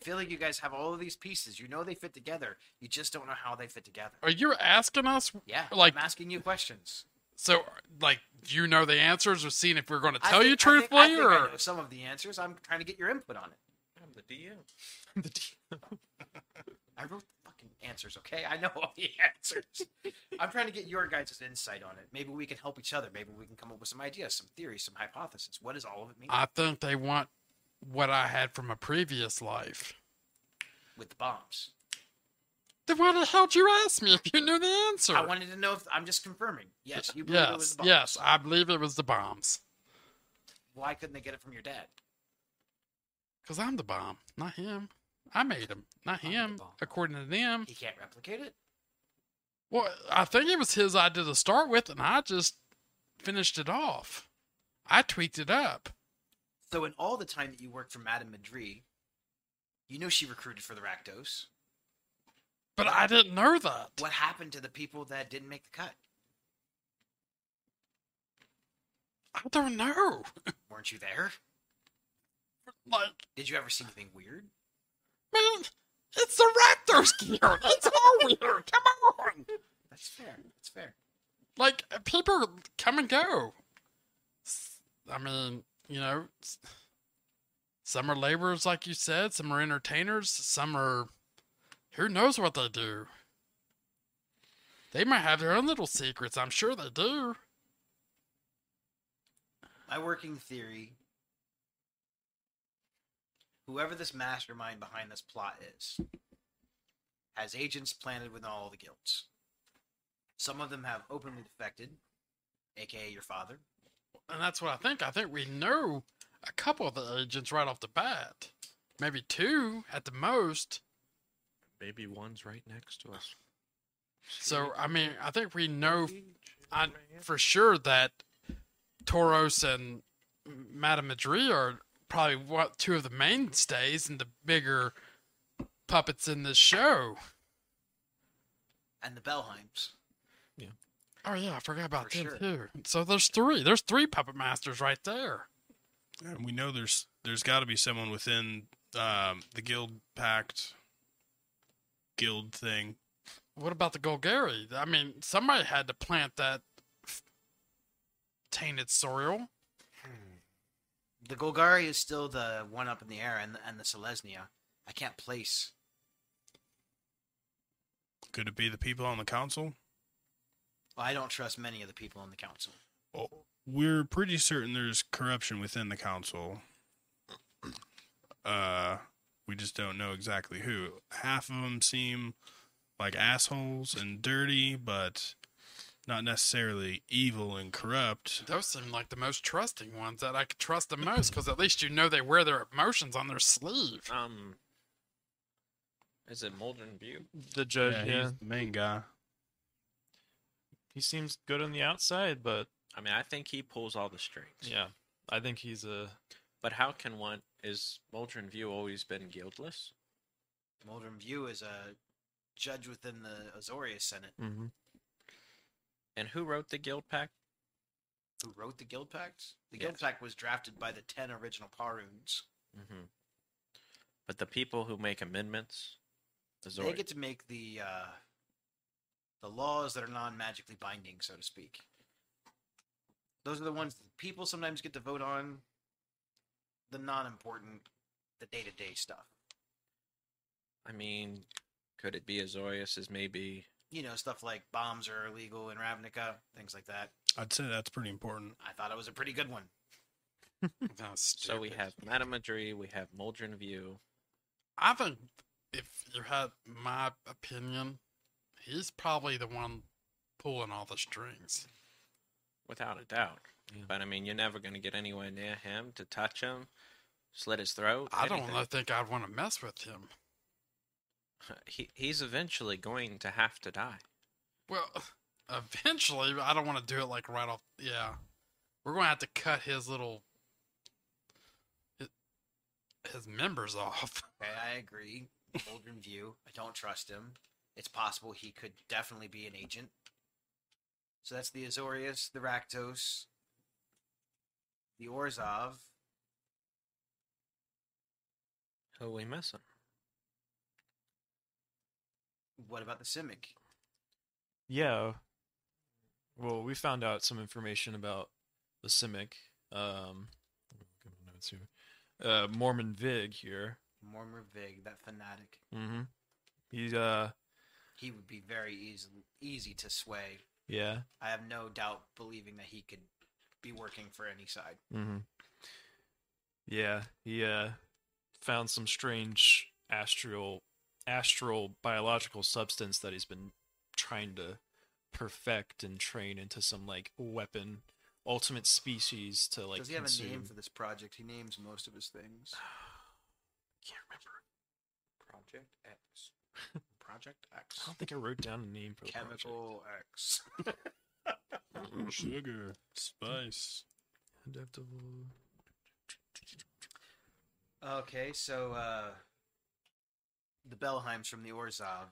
S2: I feel like you guys have all of these pieces. You know they fit together. You just don't know how they fit together.
S4: Are you asking us?
S2: Yeah,
S4: Like-
S2: I'm asking you questions.
S4: So, like, you know the answers, or seeing if we're going to
S2: I
S4: tell
S2: think-
S4: you
S2: I think-
S4: truthfully,
S2: I think I
S4: or
S2: know some of the answers. I'm trying to get your input on it.
S5: I'm the DM.
S2: I wrote the fucking answers, okay? I know all the answers. I'm trying to get your guys' insight on it. Maybe we can help each other. Maybe we can come up with some ideas, some theories, some hypotheses. What does all of it mean
S4: I think they want what I had from a previous life.
S2: with the bombs?
S4: Then why the hell did you ask me if you knew the answer?
S2: I wanted to know if I'm just confirming. Yes, you believe it was
S4: yes,
S2: the bombs.
S4: yes, I believe it was the bombs.
S2: Why couldn't they get it from your dad?
S4: Cause I'm the bomb, not him. I made him, not
S2: I'm the
S4: him.
S2: bomb.
S4: According to them,
S2: He can't replicate it.
S4: Well, I think it was his idea to start with, and I just finished it off. I tweaked it up.
S2: So, in all the time that you worked for Madame Madri, you know she recruited for the Rakdos.
S4: But I didn't know that.
S2: What happened to the people that didn't make the cut?
S4: I don't know.
S2: Weren't you there?
S4: Like,
S2: Did you ever see anything weird?
S4: man, it's the Raptors gear. It's all weird. Come on.
S2: That's fair. That's fair.
S4: Like, people come and go. S- I mean, you know, s- some are laborers, like you said, some are entertainers, some are who knows what they do. They might have their own little secrets. I'm sure they do.
S2: My working theory whoever this mastermind behind this plot is has agents planted within all the guilds. Some of them have openly defected, aka your father.
S4: And that's what I think. I think we know a couple of the agents right off the bat. Maybe two at the most.
S5: Maybe one's right next to us.
S4: So, I mean, I think we know I, for sure that Toros and Madame Madri are probably what two of the mainstays and the bigger puppets in this show.
S2: and the Bellheims.
S4: Oh yeah, I forgot about
S2: For
S4: them too. So there's three. There's three puppet masters right there.
S3: And we know there's there's got to be someone within um, the guild pact guild thing.
S4: What about the Golgari? I mean, somebody had to plant that f- tainted soil.
S2: The Golgari is still the one up in the air, and and the Selesnya. I can't place.
S3: Could it be the people on the council?
S2: Well, I don't trust many of the people in the council.
S3: We're pretty certain there's corruption within the council. Uh, we just don't know exactly who. Half of them seem like assholes and dirty, but not necessarily evil and corrupt.
S4: Those seem like the most trusting ones that I could trust the most because at least you know they wear their emotions on their sleeve.
S5: Um, is it Moldrin View?
S6: The judge, yeah,
S3: he's the main guy.
S6: he seems good on the outside, but
S5: I mean, I think he pulls all the strings.
S6: yeah, I think he's a
S5: But how can one? Is Moldrin View always been guildless?
S2: Moldrum View is a judge within the Azorius Senate
S5: Mm-hmm. And who wrote the guild pact?
S2: who wrote the Guild Pact. The
S5: Yes.
S2: Guild Pact was drafted by the ten original Paroons.
S5: Mm-hmm. But the people who make amendments, the
S2: They
S5: Zori-
S2: get to make the uh, the laws that are non-magically binding, so to speak. Those are the ones that people sometimes get to vote on. The non-important, the day-to-day stuff.
S5: I mean, could it be Azorius is maybe?
S2: you know, stuff like bombs are illegal in Ravnica, things like that.
S3: I'd say that's pretty important.
S2: I thought it was a pretty good one.
S5: So we have Madame Madri, we have Moldrin View.
S4: I think if you had my opinion, He's probably the one pulling all the strings.
S5: without a doubt.
S9: Yeah.
S5: But I mean, you're never going to get anywhere near him to touch him, slit his throat.
S4: I don't
S5: anything.
S4: know- think I'd want to mess with him.
S5: He, he's eventually going to have to die.
S4: Well, eventually, but I don't want to do it like right off. Yeah, we're gonna have to cut his little his, his members off.
S2: Okay, I agree. Oldrim view. I don't trust him. It's possible he could definitely be an agent. So that's the Azorius, the Rakdos, the Orzov.
S5: Who are we missing?
S2: What about the Simic?
S6: Yeah. Well, we found out some information about the Simic. Um, let me look at my notes here. Uh, Mormon Vig here.
S2: Mormor Vig, that fanatic.
S6: Mm-hmm. He, uh,
S2: He would be very easy, easy to sway.
S6: yeah.
S2: I have no doubt believing that he could be working for any side.
S6: Mm-hmm. Yeah. He uh, found some strange astral, astral biological substance that he's been trying to perfect and train into some like weapon, ultimate species to like.
S2: Does he have
S6: consume.
S2: a name for this project? He names most of his things.
S6: Can't remember.
S2: Project X. Project X.
S6: I don't think I wrote down a name for the project.
S2: Chemical X.
S3: Sugar, spice.
S6: Adaptable.
S2: Okay, so uh the Bellheims from the Orzov.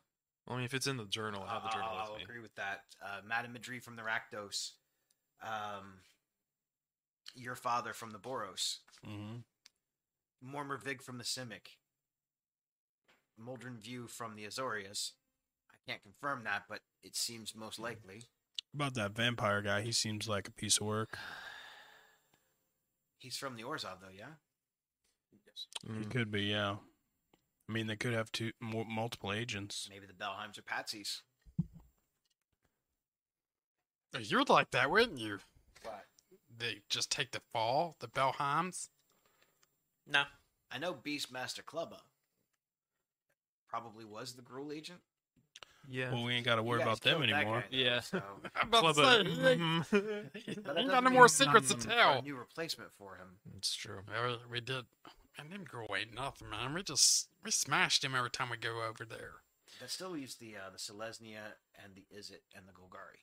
S6: I mean, if it's in the journal, I have Oh, the journal
S2: I'll, I'll
S6: with me.
S2: agree with that. Uh, Madame Madri from the Rakdos. Um, your father from the Boros.
S3: Mm-hmm.
S2: Mormor Vig from the Simic. Moldrin View from the Azorius. I can't confirm that, but it seems most likely.
S3: About that vampire guy, he seems like a piece of work.
S2: He's from the Orzov, though, yeah?
S3: He
S6: Mm.
S3: could be, yeah. I mean, they could have two mu- multiple agents.
S2: Maybe the Bellheims are patsies.
S4: You'd like that, wouldn't you? They just take the fall, the Belheims.
S5: No.
S2: I know Beastmaster Clubba probably was the Gruul agent.
S6: Yeah.
S3: Well, we ain't got to
S2: You
S3: worry
S2: guys
S3: about them
S2: killed that
S3: anymore.
S2: guy, though,
S6: Yeah.
S2: so-
S4: I'm about to say,
S6: Clubber.
S4: you ain't-
S6: Mhm.
S2: But
S4: you
S2: that
S4: ain't
S2: doesn't
S4: got no
S2: mean
S4: more
S2: he's not
S4: secrets to
S2: looking for a
S4: tell.
S2: new replacement for him.
S6: it's true.
S4: Yeah, we- we did. Man, them girl ain't nothing, man. We just we smashed him every time we go over there.
S2: That still leaves the uh, the Selesnya and the Izzet and the Golgari.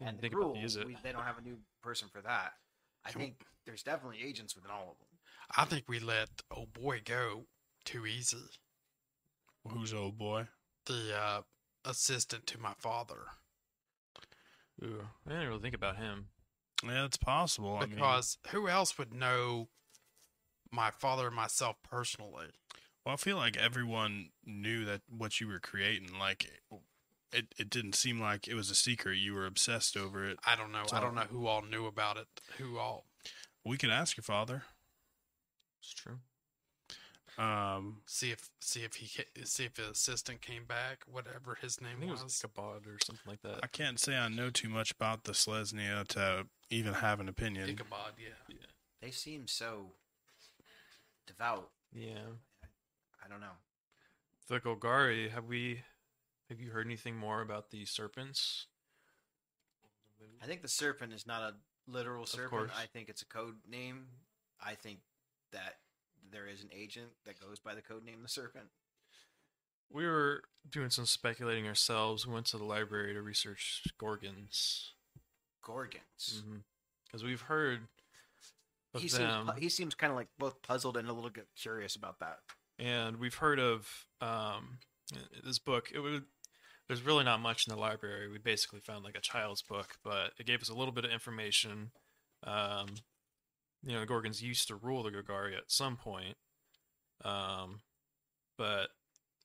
S6: And
S2: And the
S6: think about the
S2: Gruul,
S6: is it.
S2: we- they don't have a new person for that. I
S4: Can we-
S2: think there's definitely agents within all of them.
S4: I think we let old boy go too easy.
S3: Who's old boy?
S4: The uh, assistant to my father,
S6: Ooh, I didn't really think about him.
S3: Yeah, it's possible. I mean, well,
S4: because who else would know my father and myself personally?
S3: I feel like everyone knew that what you were creating. Like, it it didn't seem like it was a secret. You were obsessed over it.
S4: I don't know. I don't
S3: So-
S4: know who all knew about it. Who all?
S3: We could ask your father.
S6: It's true.
S3: Um,
S4: See if see if he ca- see if his assistant came back. Whatever his
S6: I
S4: name
S6: think it
S4: was.
S6: was like a bod or something like that.
S3: I can't say I know too much about the Slesnia to even have an opinion.
S4: Ichabod. Yeah.
S2: They seem so devout.
S6: Yeah.
S2: I don't know.
S6: The Golgari, have we have you heard anything more about the serpents?
S2: I think the serpent is not a literal serpent.
S6: course.
S2: I think it's a code name. I think that there is an agent that goes by the code name the serpent.
S6: We were doing some speculating ourselves. We went to the library to research Gorgons.
S2: Gorgons.
S6: Mm-hmm. Because we've heard of
S2: He seems,
S6: them.
S2: pu- he seems kind of like both puzzled and a little bit curious about that.
S6: and we've heard of um, this book. It would, there's really not much in the library. We basically found like a child's book, but it gave us a little bit of information. Um, you know, the Gorgons used to rule the Golgari at some point, um, but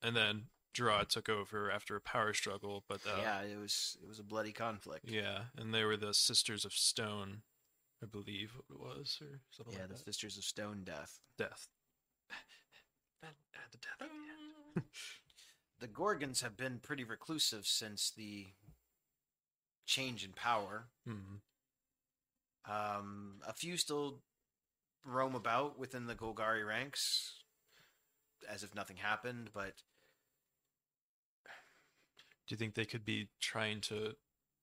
S6: and then Gerard took over after a power struggle. But uh,
S2: yeah, it was it was a bloody conflict.
S6: yeah, and they were the Sisters of Stone, I believe it was, or something
S2: Yeah,
S6: like
S2: the
S6: that.
S2: Sisters of Stone Death.
S6: Death. the death at the end.
S2: The Gorgons have been pretty reclusive since the change in power.
S6: Mhm.
S2: Um, a few still roam about within the Golgari ranks, as if nothing happened. But
S6: Do you think they could be trying to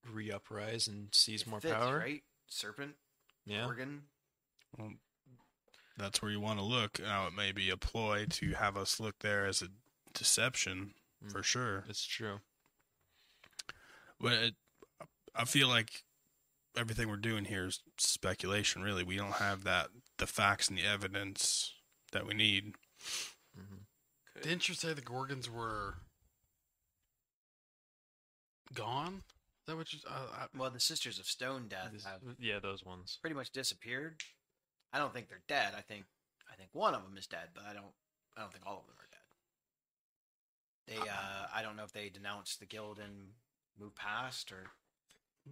S6: re-uprise and seize
S2: It
S6: more
S2: fits,
S6: power?
S2: right? Serpent,
S6: Yeah.
S2: Oregon.
S3: That's where you want to look. Now, it may be a ploy to have us look there as a deception for sure.
S6: It's true.
S3: But it, I feel like everything we're doing here is speculation. Really, we don't have that the facts and the evidence that we need.
S6: Mm-hmm.
S4: Didn't you say the Gorgons were gone? Is that what you? Uh,
S2: Well, the Sisters of Stone Death
S6: This-
S2: have
S6: yeah, those ones.
S2: pretty much disappeared. I don't think they're dead. I think I think one of them is dead, but I don't I don't think all of them are dead. They uh, I don't know if they denounced the guild and moved past or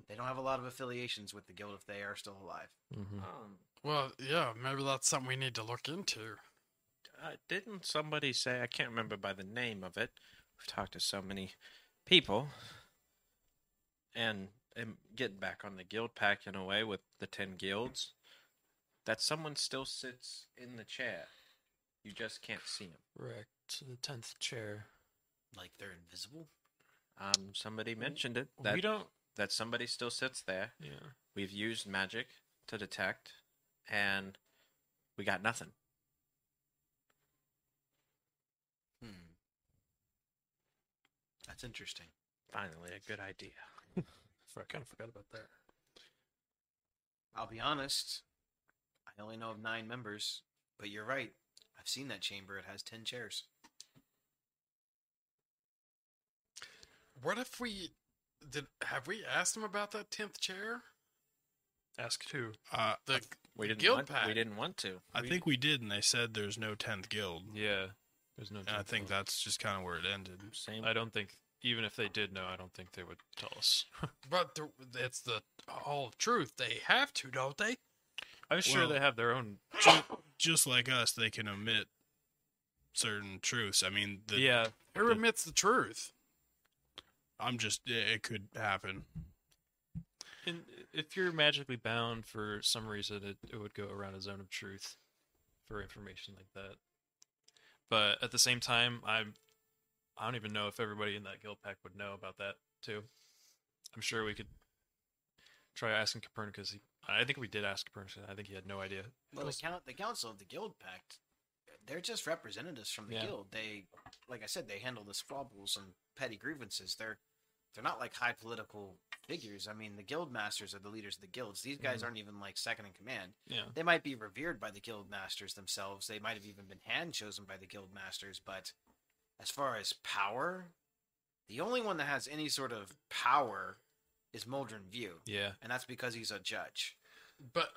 S2: they don't have a lot of affiliations with the guild if they are still alive.
S4: Hmm.
S6: Mm-hmm.
S5: Um,
S4: well, yeah, maybe that's something we need to look into.
S5: uh, didn't somebody say I can't remember by the name of it? We've talked to so many people, and and getting back on the guild pack in a way with the ten guilds, that someone still sits in the chair. You just can't see him.
S6: To the tenth chair.
S2: Like they're invisible.
S5: Um, somebody mentioned it
S6: we
S5: that
S6: don't.
S5: that somebody still sits there.
S6: Yeah.
S5: We've used magic to detect, and we got nothing.
S2: Hmm. That's interesting.
S5: Finally, a good idea.
S6: I kind of forgot about that.
S2: I'll be honest. I only know of nine members, but you're right. I've seen that chamber. It has ten chairs.
S4: What if we did? Have we asked them about that tenth chair?
S6: Ask two.
S3: Uh,
S4: The
S5: We didn't
S4: guild
S5: want. We
S4: pack.
S5: didn't want to.
S3: I
S6: We-
S3: think we did, and they said there's no tenth guild.
S6: Yeah. There's no.
S3: And I
S6: tenth
S3: think
S6: one.
S3: that's just kind of where it ended.
S5: Same.
S6: I don't think even if they did know, I don't think they would tell us.
S4: but the, it's the whole truth. They have to, don't they?
S6: I'm sure
S3: Well-
S6: they have their own.
S3: just, just like us, they can omit certain truths. I mean, the,
S6: yeah.
S4: Who admits the truth?
S3: I'm just it, it could happen.
S6: And if you're magically bound for some reason, it, it would go around a zone of truth for information like that. But at the same time, I'm I don't even know if everybody in that guild pack would know about that too. I'm sure we could try asking Copernicus. He, I think we did ask Copernicus. and I think he had no idea.
S2: Well, the,
S6: Those-
S2: count, the council of the guild pact, they're just representatives from the
S6: Yeah.
S2: guild. They, like I said, they handle the squabbles and petty grievances. They're they're not like high political figures. I mean, the guild masters are the leaders of the guilds. These guys
S6: Mhm.
S2: aren't even like second in command.
S6: Yeah.
S2: They might be revered by the guild masters themselves. They might have even been hand chosen by the guild masters. But as far as power, the only one that has any sort of power is Muldrin View,
S6: Yeah.
S2: and that's because he's a judge.
S4: But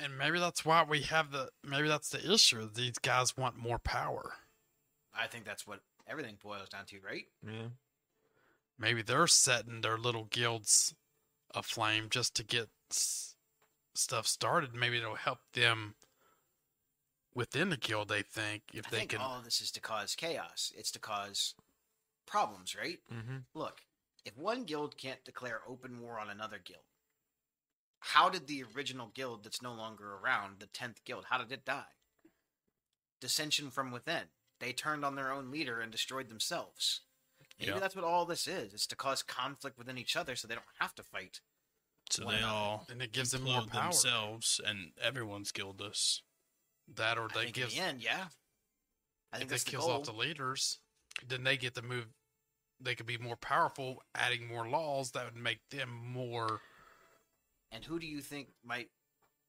S4: and maybe that's why we have the. Maybe that's the issue. These guys want more power.
S2: I think that's what everything boils down to, right?
S6: Yeah.
S4: Maybe they're setting their little guilds aflame just to get s- stuff started. Maybe it'll help them within the guild. They think if
S2: I
S4: they
S2: think
S4: can.
S2: all of this is to cause chaos. It's to cause problems, right?
S6: Mm-hmm.
S2: Look, if one guild can't declare open war on another guild, how did the original guild that's no longer around, the tenth guild, how did it die? Dissension from within. They turned on their own leader and destroyed themselves. Maybe
S3: Yeah.
S2: that's what all this is. It's to cause conflict within each other so they don't have to fight.
S3: So
S2: Why
S3: they
S2: not?
S3: all
S4: and it gives them more
S3: implode
S4: power.
S3: themselves, and everyone's guild us.
S4: That or
S2: I
S4: they
S2: think
S4: give
S2: in the end, yeah. I think
S4: if
S2: that's
S4: they
S2: the
S4: kills off the
S2: goal.
S4: leaders, then they get to move. They could be more powerful, adding more laws that would make them more.
S2: And who do you think might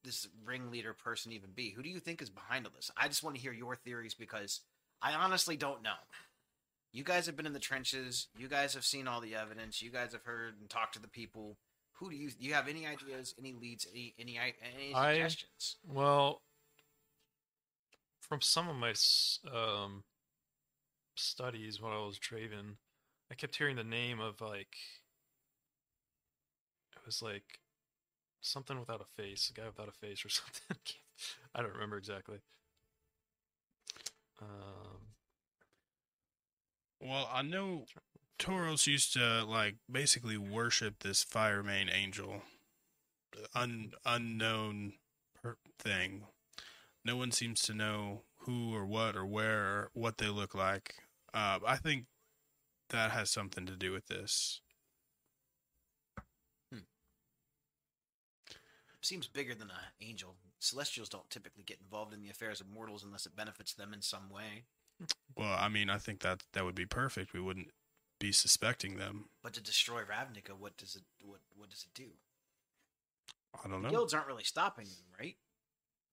S2: this ringleader person even be? Who do you think is behind all this? I just want to hear your theories because I honestly don't know. You guys have been in the trenches. You guys have seen all the evidence. You guys have heard and talked to the people. Who do you do you have any ideas, any leads, any any i- any
S6: I-
S2: suggestions?
S6: Well, from some of my s- um, studies while I was draving, I kept hearing the name of like it was like something without a face, a guy without a face or something. I don't remember exactly. Um,
S3: Well, I know Toros used to like basically worship this fire main angel, un unknown per- thing. No one seems to know who or what or where or what they look like. Uh, I think that has something to do with this.
S2: Seems bigger than an angel. Celestials don't typically get involved in the affairs of mortals unless it benefits them in some way.
S3: Well, I mean, I think that that would be perfect. We wouldn't be suspecting them.
S2: But to destroy Ravnica, what does it what what does it do?
S3: I don't
S2: The
S3: know.
S2: guilds aren't really stopping them, right?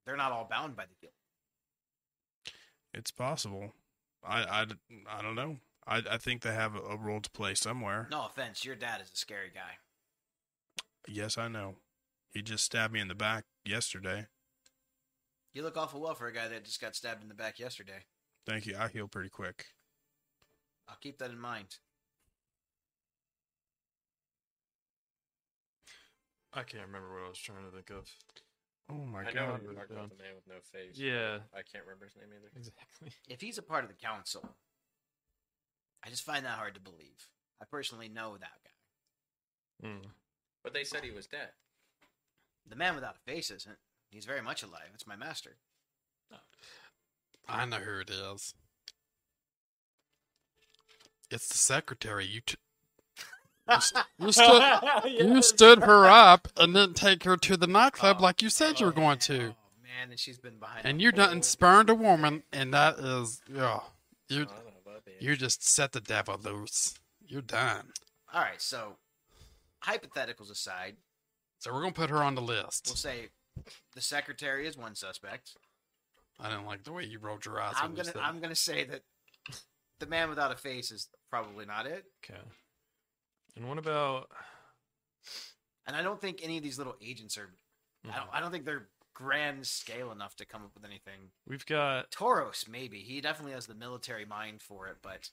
S2: They're not all bound by the guild.
S3: It's possible. I, I, d- I don't know. I, I think they have a, a role to play somewhere.
S2: No offense, your dad is a scary guy.
S3: Yes, I know. He just stabbed me in the back yesterday.
S2: You look awful well for a guy that just got stabbed in the back yesterday.
S3: Thank you. I heal pretty quick.
S2: I'll keep that in mind.
S6: I can't remember what I was trying to think of.
S3: Oh my
S5: I know
S3: god.
S5: you
S6: we're
S5: talked
S6: done.
S5: about the man with no face.
S6: Yeah,
S5: I can't remember his name either.
S6: exactly.
S2: If he's a part of the council, I just find that hard to believe. I personally know that guy.
S5: But they said he was dead.
S2: The man without a face isn't. He's very much alive. It's my master.
S4: I know who it is. It's the secretary. You, t- you, s- you stood, you stood her up and didn't take her to the nightclub like you said you were going to.
S2: Oh man, and she's been behind.
S4: And
S2: the
S4: you done
S2: whole-
S4: spurned a woman, and that is, yeah, you
S5: I don't know about that.
S4: you just set the devil loose. You're done.
S2: All right, so hypotheticals aside,
S4: So we're gonna put her on the
S2: we'll
S4: list.
S2: say the secretary is one suspect.
S4: I didn't like the way you rolled your eyes.
S2: I'm
S4: when you
S2: gonna
S4: said
S2: I'm gonna say that the man without a face is probably not it.
S6: Okay. And what about?
S2: And I don't think any of these little agents are. I
S3: Mm-hmm.
S2: don't. I don't think they're grand scale enough to come up with anything.
S6: We've got
S2: Toros, maybe he definitely has the military mind for it, but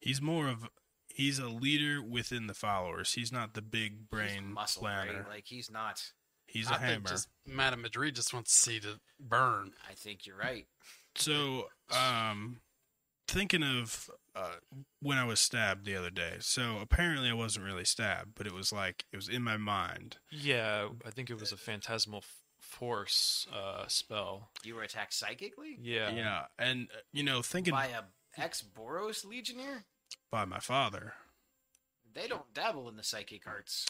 S3: He's more of he's a leader within the followers. He's not the big
S2: he's
S3: brain
S2: muscle,
S3: planner.
S2: right? Like he's not.
S3: he's
S4: I
S3: a hammer.
S4: Think just Madame Madrid just wants to see the burn.
S2: I think you're right.
S3: So, um, thinking of uh, when I was stabbed the other day. So apparently I wasn't really stabbed, but it was like it was in my mind.
S6: yeah. I think it was a phantasmal f- force uh, spell.
S2: You were attacked psychically
S6: Yeah.
S3: Yeah, and uh, you know, thinking
S2: by a ex Boros legionnaire.
S3: by my father.
S2: They don't dabble in the psychic arts.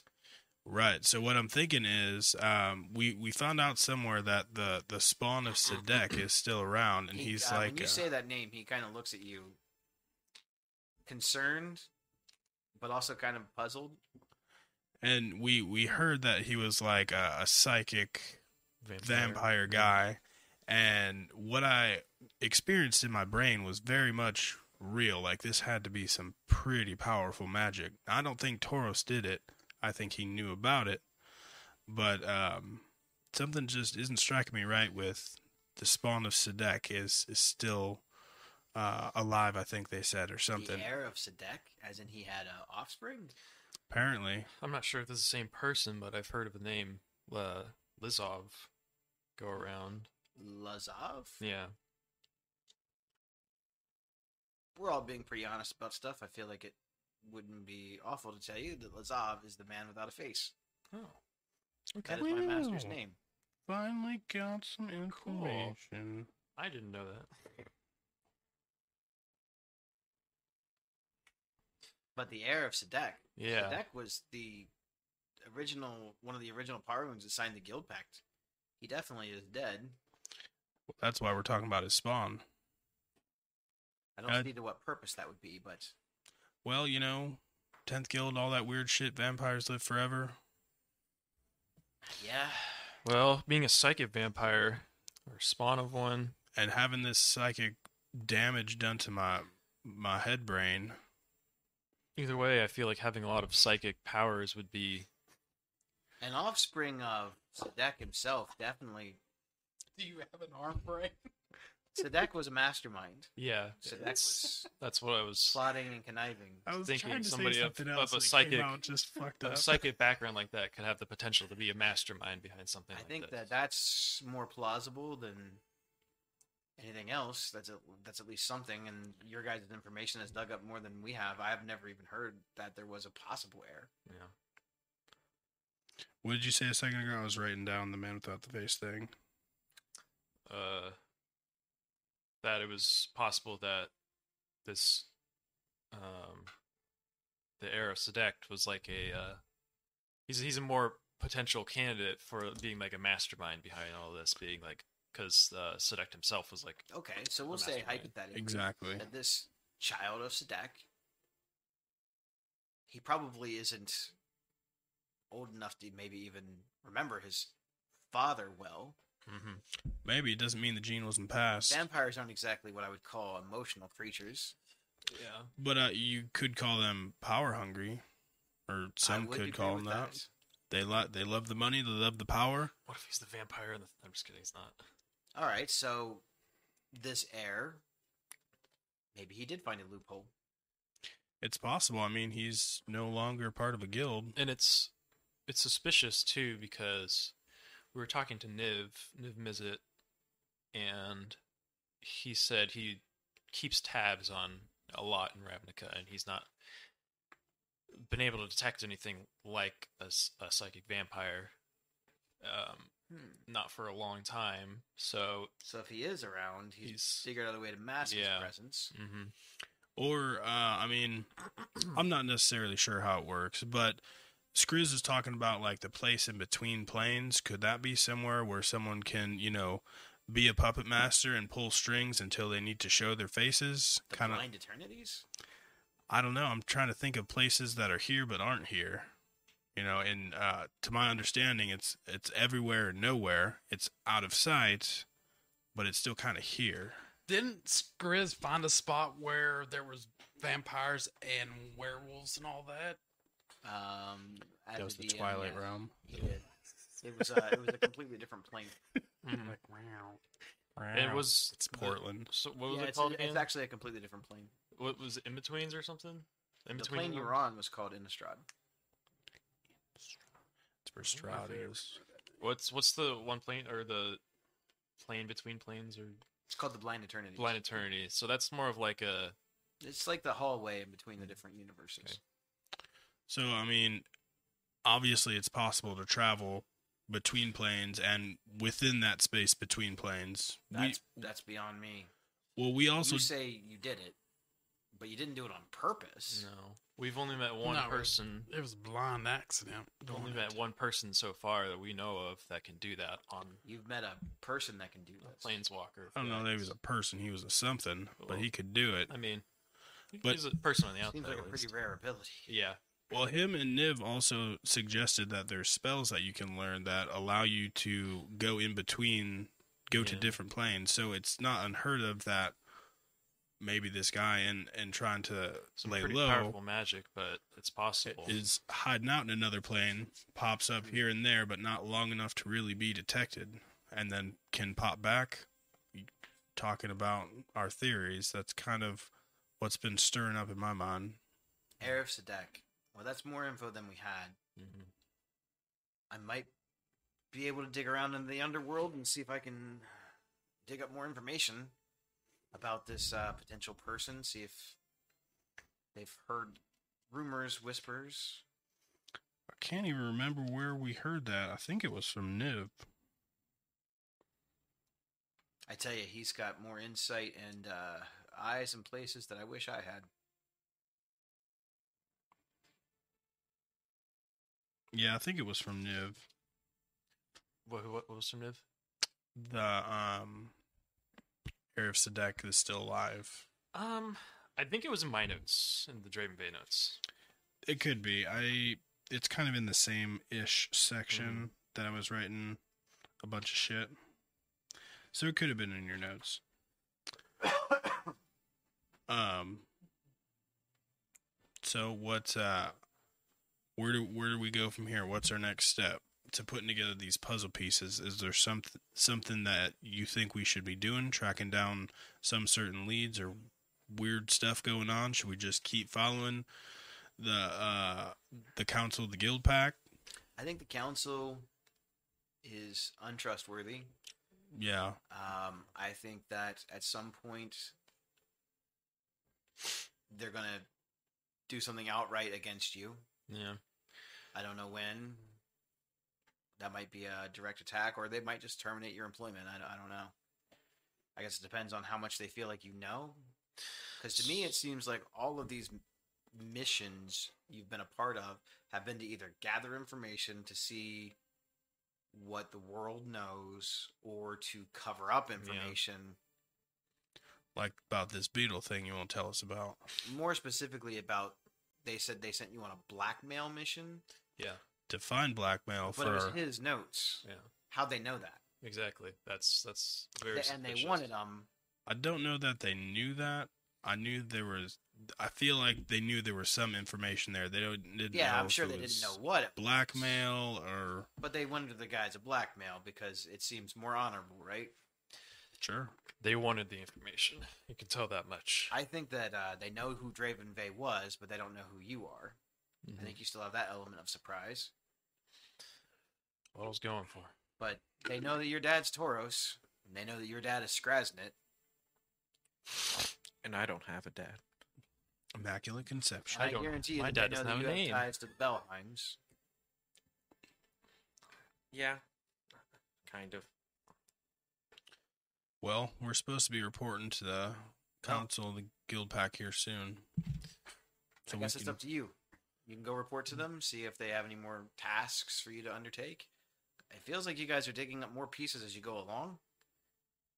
S3: Right. So what I'm thinking is, um, we we found out somewhere that the the spawn of Sadek is still around, and
S2: He-
S3: he's
S2: uh,
S3: like,
S2: when you
S3: uh,
S2: say that name, he kind of looks at you, concerned, but also kind of puzzled.
S3: and we we heard that he was like a, a psychic vampire guy, and what I experienced in my brain was very much real. Like this had to be some pretty powerful magic. I don't think Toros did it. I think he knew about it, but um, something just isn't striking me right with the spawn of Sadek is is still uh, alive. I think they said or something.
S2: The heir of Sadek, as in he had an offspring.
S3: Apparently,
S6: I'm not sure if this is the same person, but I've heard of the name uh, Lizov go around.
S2: Lazov.
S6: Yeah.
S2: We're all being pretty honest about stuff. I feel like it wouldn't be awful to tell you that Lazov is the man without a face.
S6: Oh.
S2: That is my master's name.
S3: finally got some
S6: Cool. I didn't know that.
S2: But the heir of Sadek.
S6: Yeah.
S2: Sadek was the original one of the original Paroons that signed the Guild Pact. He definitely is dead.
S3: That's why we're talking about his spawn.
S2: I don't
S3: Uh,
S2: see to what purpose that would be, but
S3: Well, you know, tenth guild, all that weird shit. Vampires live forever.
S2: yeah.
S6: Well, being a psychic vampire or spawn of one,
S3: and having this psychic damage done to my my head brain
S6: either way, I feel like having a lot of psychic powers would be.
S2: An offspring of Sadek himself definitely.
S4: Do you have an arm break?
S2: Sadek was a mastermind.
S6: Yeah.
S2: Sadek
S6: it's-
S2: was
S6: That's what I was.
S2: plotting and conniving.
S3: i was
S6: Thinking
S3: trying to
S6: somebody
S3: say
S6: of-
S3: something
S6: of
S3: else
S6: a
S3: and it
S6: psychic-
S3: came out just fucked
S6: A
S3: up
S6: psychic background like that could have the potential to be a mastermind behind something
S2: I
S6: like
S2: think
S6: this.
S2: that that's more plausible than anything else. That's a, that's at least something. And your guys' information has dug up more than we have. I have never even heard that there was a possible error.
S6: Yeah.
S3: what did you say a second ago i was writing down the man without the face thing
S6: uh, that it was possible that this um, the heir of Sedect was like a uh, he's he's a more potential candidate for being like a mastermind behind all this, being like because uh, Sedect himself was like
S2: Okay, so we'll say
S6: mastermind.
S2: hypothetically
S3: Exactly.
S2: that this child of Sadak, he probably isn't old enough to maybe even remember his father well.
S6: mm-hmm.
S3: Maybe it doesn't mean the gene wasn't passed,
S2: Vampires aren't exactly what I would call emotional creatures.
S6: yeah.
S3: but uh, you could call them power hungry, or
S2: I
S3: some
S2: would agree
S3: could call them
S2: with
S3: that. They lo- they love the money, they love the power.
S6: What if he's the vampire? And the... I'm just kidding. He's not.
S2: All right, so this heir, maybe he did find a loophole.
S3: It's possible. I mean, he's no longer part of a guild.
S6: and it's it's suspicious too because we were talking to Niv Niv Mizzet, and he said he keeps tabs on a lot in Ravnica, and he's not been able to detect anything like a, s- a psychic vampire, um,
S2: Hmm.
S6: not for a long time. So
S2: So if he is around, he's,
S6: He's-
S2: figured out a way to mask
S6: yeah.
S2: his presence.
S3: Mm-hmm.
S6: mhm.
S3: Or, uh, I mean, I'm not necessarily sure how it works, but Screws is talking about like the place in between planes. Could that be somewhere where someone can, you know, be a puppet master and pull strings until they need to show their faces?
S2: The
S3: Kind of.
S2: blind eternities?
S3: I don't know. I'm trying to think of places that are here but aren't here. You know, and uh, to my understanding, it's it's everywhere and nowhere. It's out of sight, but it's still kind of here.
S4: Didn't Skriz find a spot where there was vampires and werewolves and all that?
S2: Um, as
S3: That was
S2: a
S3: the
S2: DM,
S3: Twilight
S2: yeah,
S3: Realm.
S2: He did. It was, uh, it was a completely different plane. Mm-hmm.
S4: Like, wow.
S6: hmm. it was
S3: it's
S6: the-
S3: Portland.
S6: so what was
S2: yeah,
S6: it
S2: it's,
S6: called
S2: it's
S6: again?
S2: actually a completely different plane.
S6: What was in betweens or something? In
S2: The
S6: between
S2: plane you were on was called Innistrad.
S3: It's where Stroud is.
S6: What's what's the one plane or the plane between planes or
S2: It's called the Blind Eternity.
S6: blind eternity? So that's more of like a
S2: It's like the hallway in between the different universes.
S6: Mm. Okay.
S3: So I mean, obviously it's possible to travel between planes and within that space between planes. We,
S2: That's that's beyond me.
S3: well, we also
S2: you say you did it, but you didn't do it on purpose.
S6: no. We've only met one
S4: No.
S6: person.
S4: It was a blind accident.
S6: We've only met one person so far that we know of that can do that on
S2: You've met a person that can do
S6: a
S2: this.
S6: planeswalker.
S3: I don't know. if He was a person. He was a something, but
S6: Oh.
S3: he could do it.
S6: I mean, but,
S3: But-
S6: he's a person on the outside.
S2: Seems like a
S6: at
S2: pretty
S6: least.
S2: rare ability.
S6: Yeah,
S3: Well, him and Niv also suggested that there's spells that you can learn that allow you to go in between, go to
S6: Yeah.
S3: different planes. So it's not unheard of that maybe this guy and and trying to
S6: some
S3: lay
S6: pretty
S3: low
S6: powerful magic, but it's possible.
S3: is hiding out in another plane, pops up here and there, but not long enough to really be detected, and then can pop back. Talking about our theories, that's kind of what's been stirring up in my mind.
S2: Arif Sadek. Well, that's more info than we had.
S6: Mhm.
S2: I might be able to dig around in the underworld and see if I can dig up more information about this uh, potential person. See if they've heard rumors, whispers.
S3: I can't even remember where we heard that. I think it was from Niv.
S2: I tell you, he's got more insight and uh, eyes in places that I wish I had.
S3: Yeah, I think it was from Niv.
S6: What, what, what was from Niv?
S3: The um Heir of Sedek is still alive.
S6: Um, I think it was in my notes, in the Draven Bay notes.
S3: It could be. I it's kind of in the same ish section that I was writing a bunch of shit. So it could have been in your notes. um so what uh where do where do we go from here? What's our next step to putting together these puzzle pieces? Is there some something that you think we should be doing, tracking down some certain leads or weird stuff going on? Should we just keep following the uh the council of the guild pack?
S2: I think the council is untrustworthy.
S3: Yeah.
S2: Um, I think that at some point they're gonna do something outright against you.
S6: Yeah.
S2: I don't know when. That might be a direct attack, or they might just terminate your employment. I, I don't know. I guess it depends on how much they feel like you know. Because to me, it seems like all of these missions you've been a part of have been to either gather information to see what the world knows or to cover up information.
S3: Like about this beetle thing you won't tell us about.
S2: More specifically, about they said they sent you on a blackmail mission,
S3: To find blackmail
S2: but it was
S3: for
S2: his notes.
S6: Yeah.
S2: How'd they know that?
S6: Exactly. That's that's very.
S2: They- and they
S6: suspicious.
S2: wanted them.
S3: I don't know that they knew that. I knew there was. I feel like they knew there was some information there. They don't, didn't.
S2: Yeah,
S3: know
S2: I'm
S3: if
S2: sure
S3: it
S2: they didn't
S3: was
S2: know what. It,
S3: Blackmail or
S2: but they went under the guise of blackmail because it seems more honorable, right?
S3: sure.
S6: They wanted the information. You can tell that much.
S2: I think that uh, they know who Draven Vey was, but they don't know who you are.
S6: Mm-hmm.
S2: I think you still have that element of surprise.
S6: What I was going for.
S2: But they know that your dad's Tauros, and they know that your dad is Skrasnit.
S5: And I don't have a dad.
S3: Immaculate conception.
S6: I
S2: I,
S6: don't-
S2: guarantee you
S6: my
S2: that
S6: dad
S2: they know
S6: doesn't
S2: that
S6: have a
S2: you have
S6: name.
S2: ties to the Bellheims.
S5: Yeah. Kind of.
S3: Well, we're supposed to be reporting to the council, of the guild pack here soon.
S2: Oh.
S3: So
S2: I
S3: we
S2: guess it's
S3: can-
S2: up to you. You can go report to them, see if they have any more tasks for you to undertake. It feels like you guys are digging up more pieces as you go along.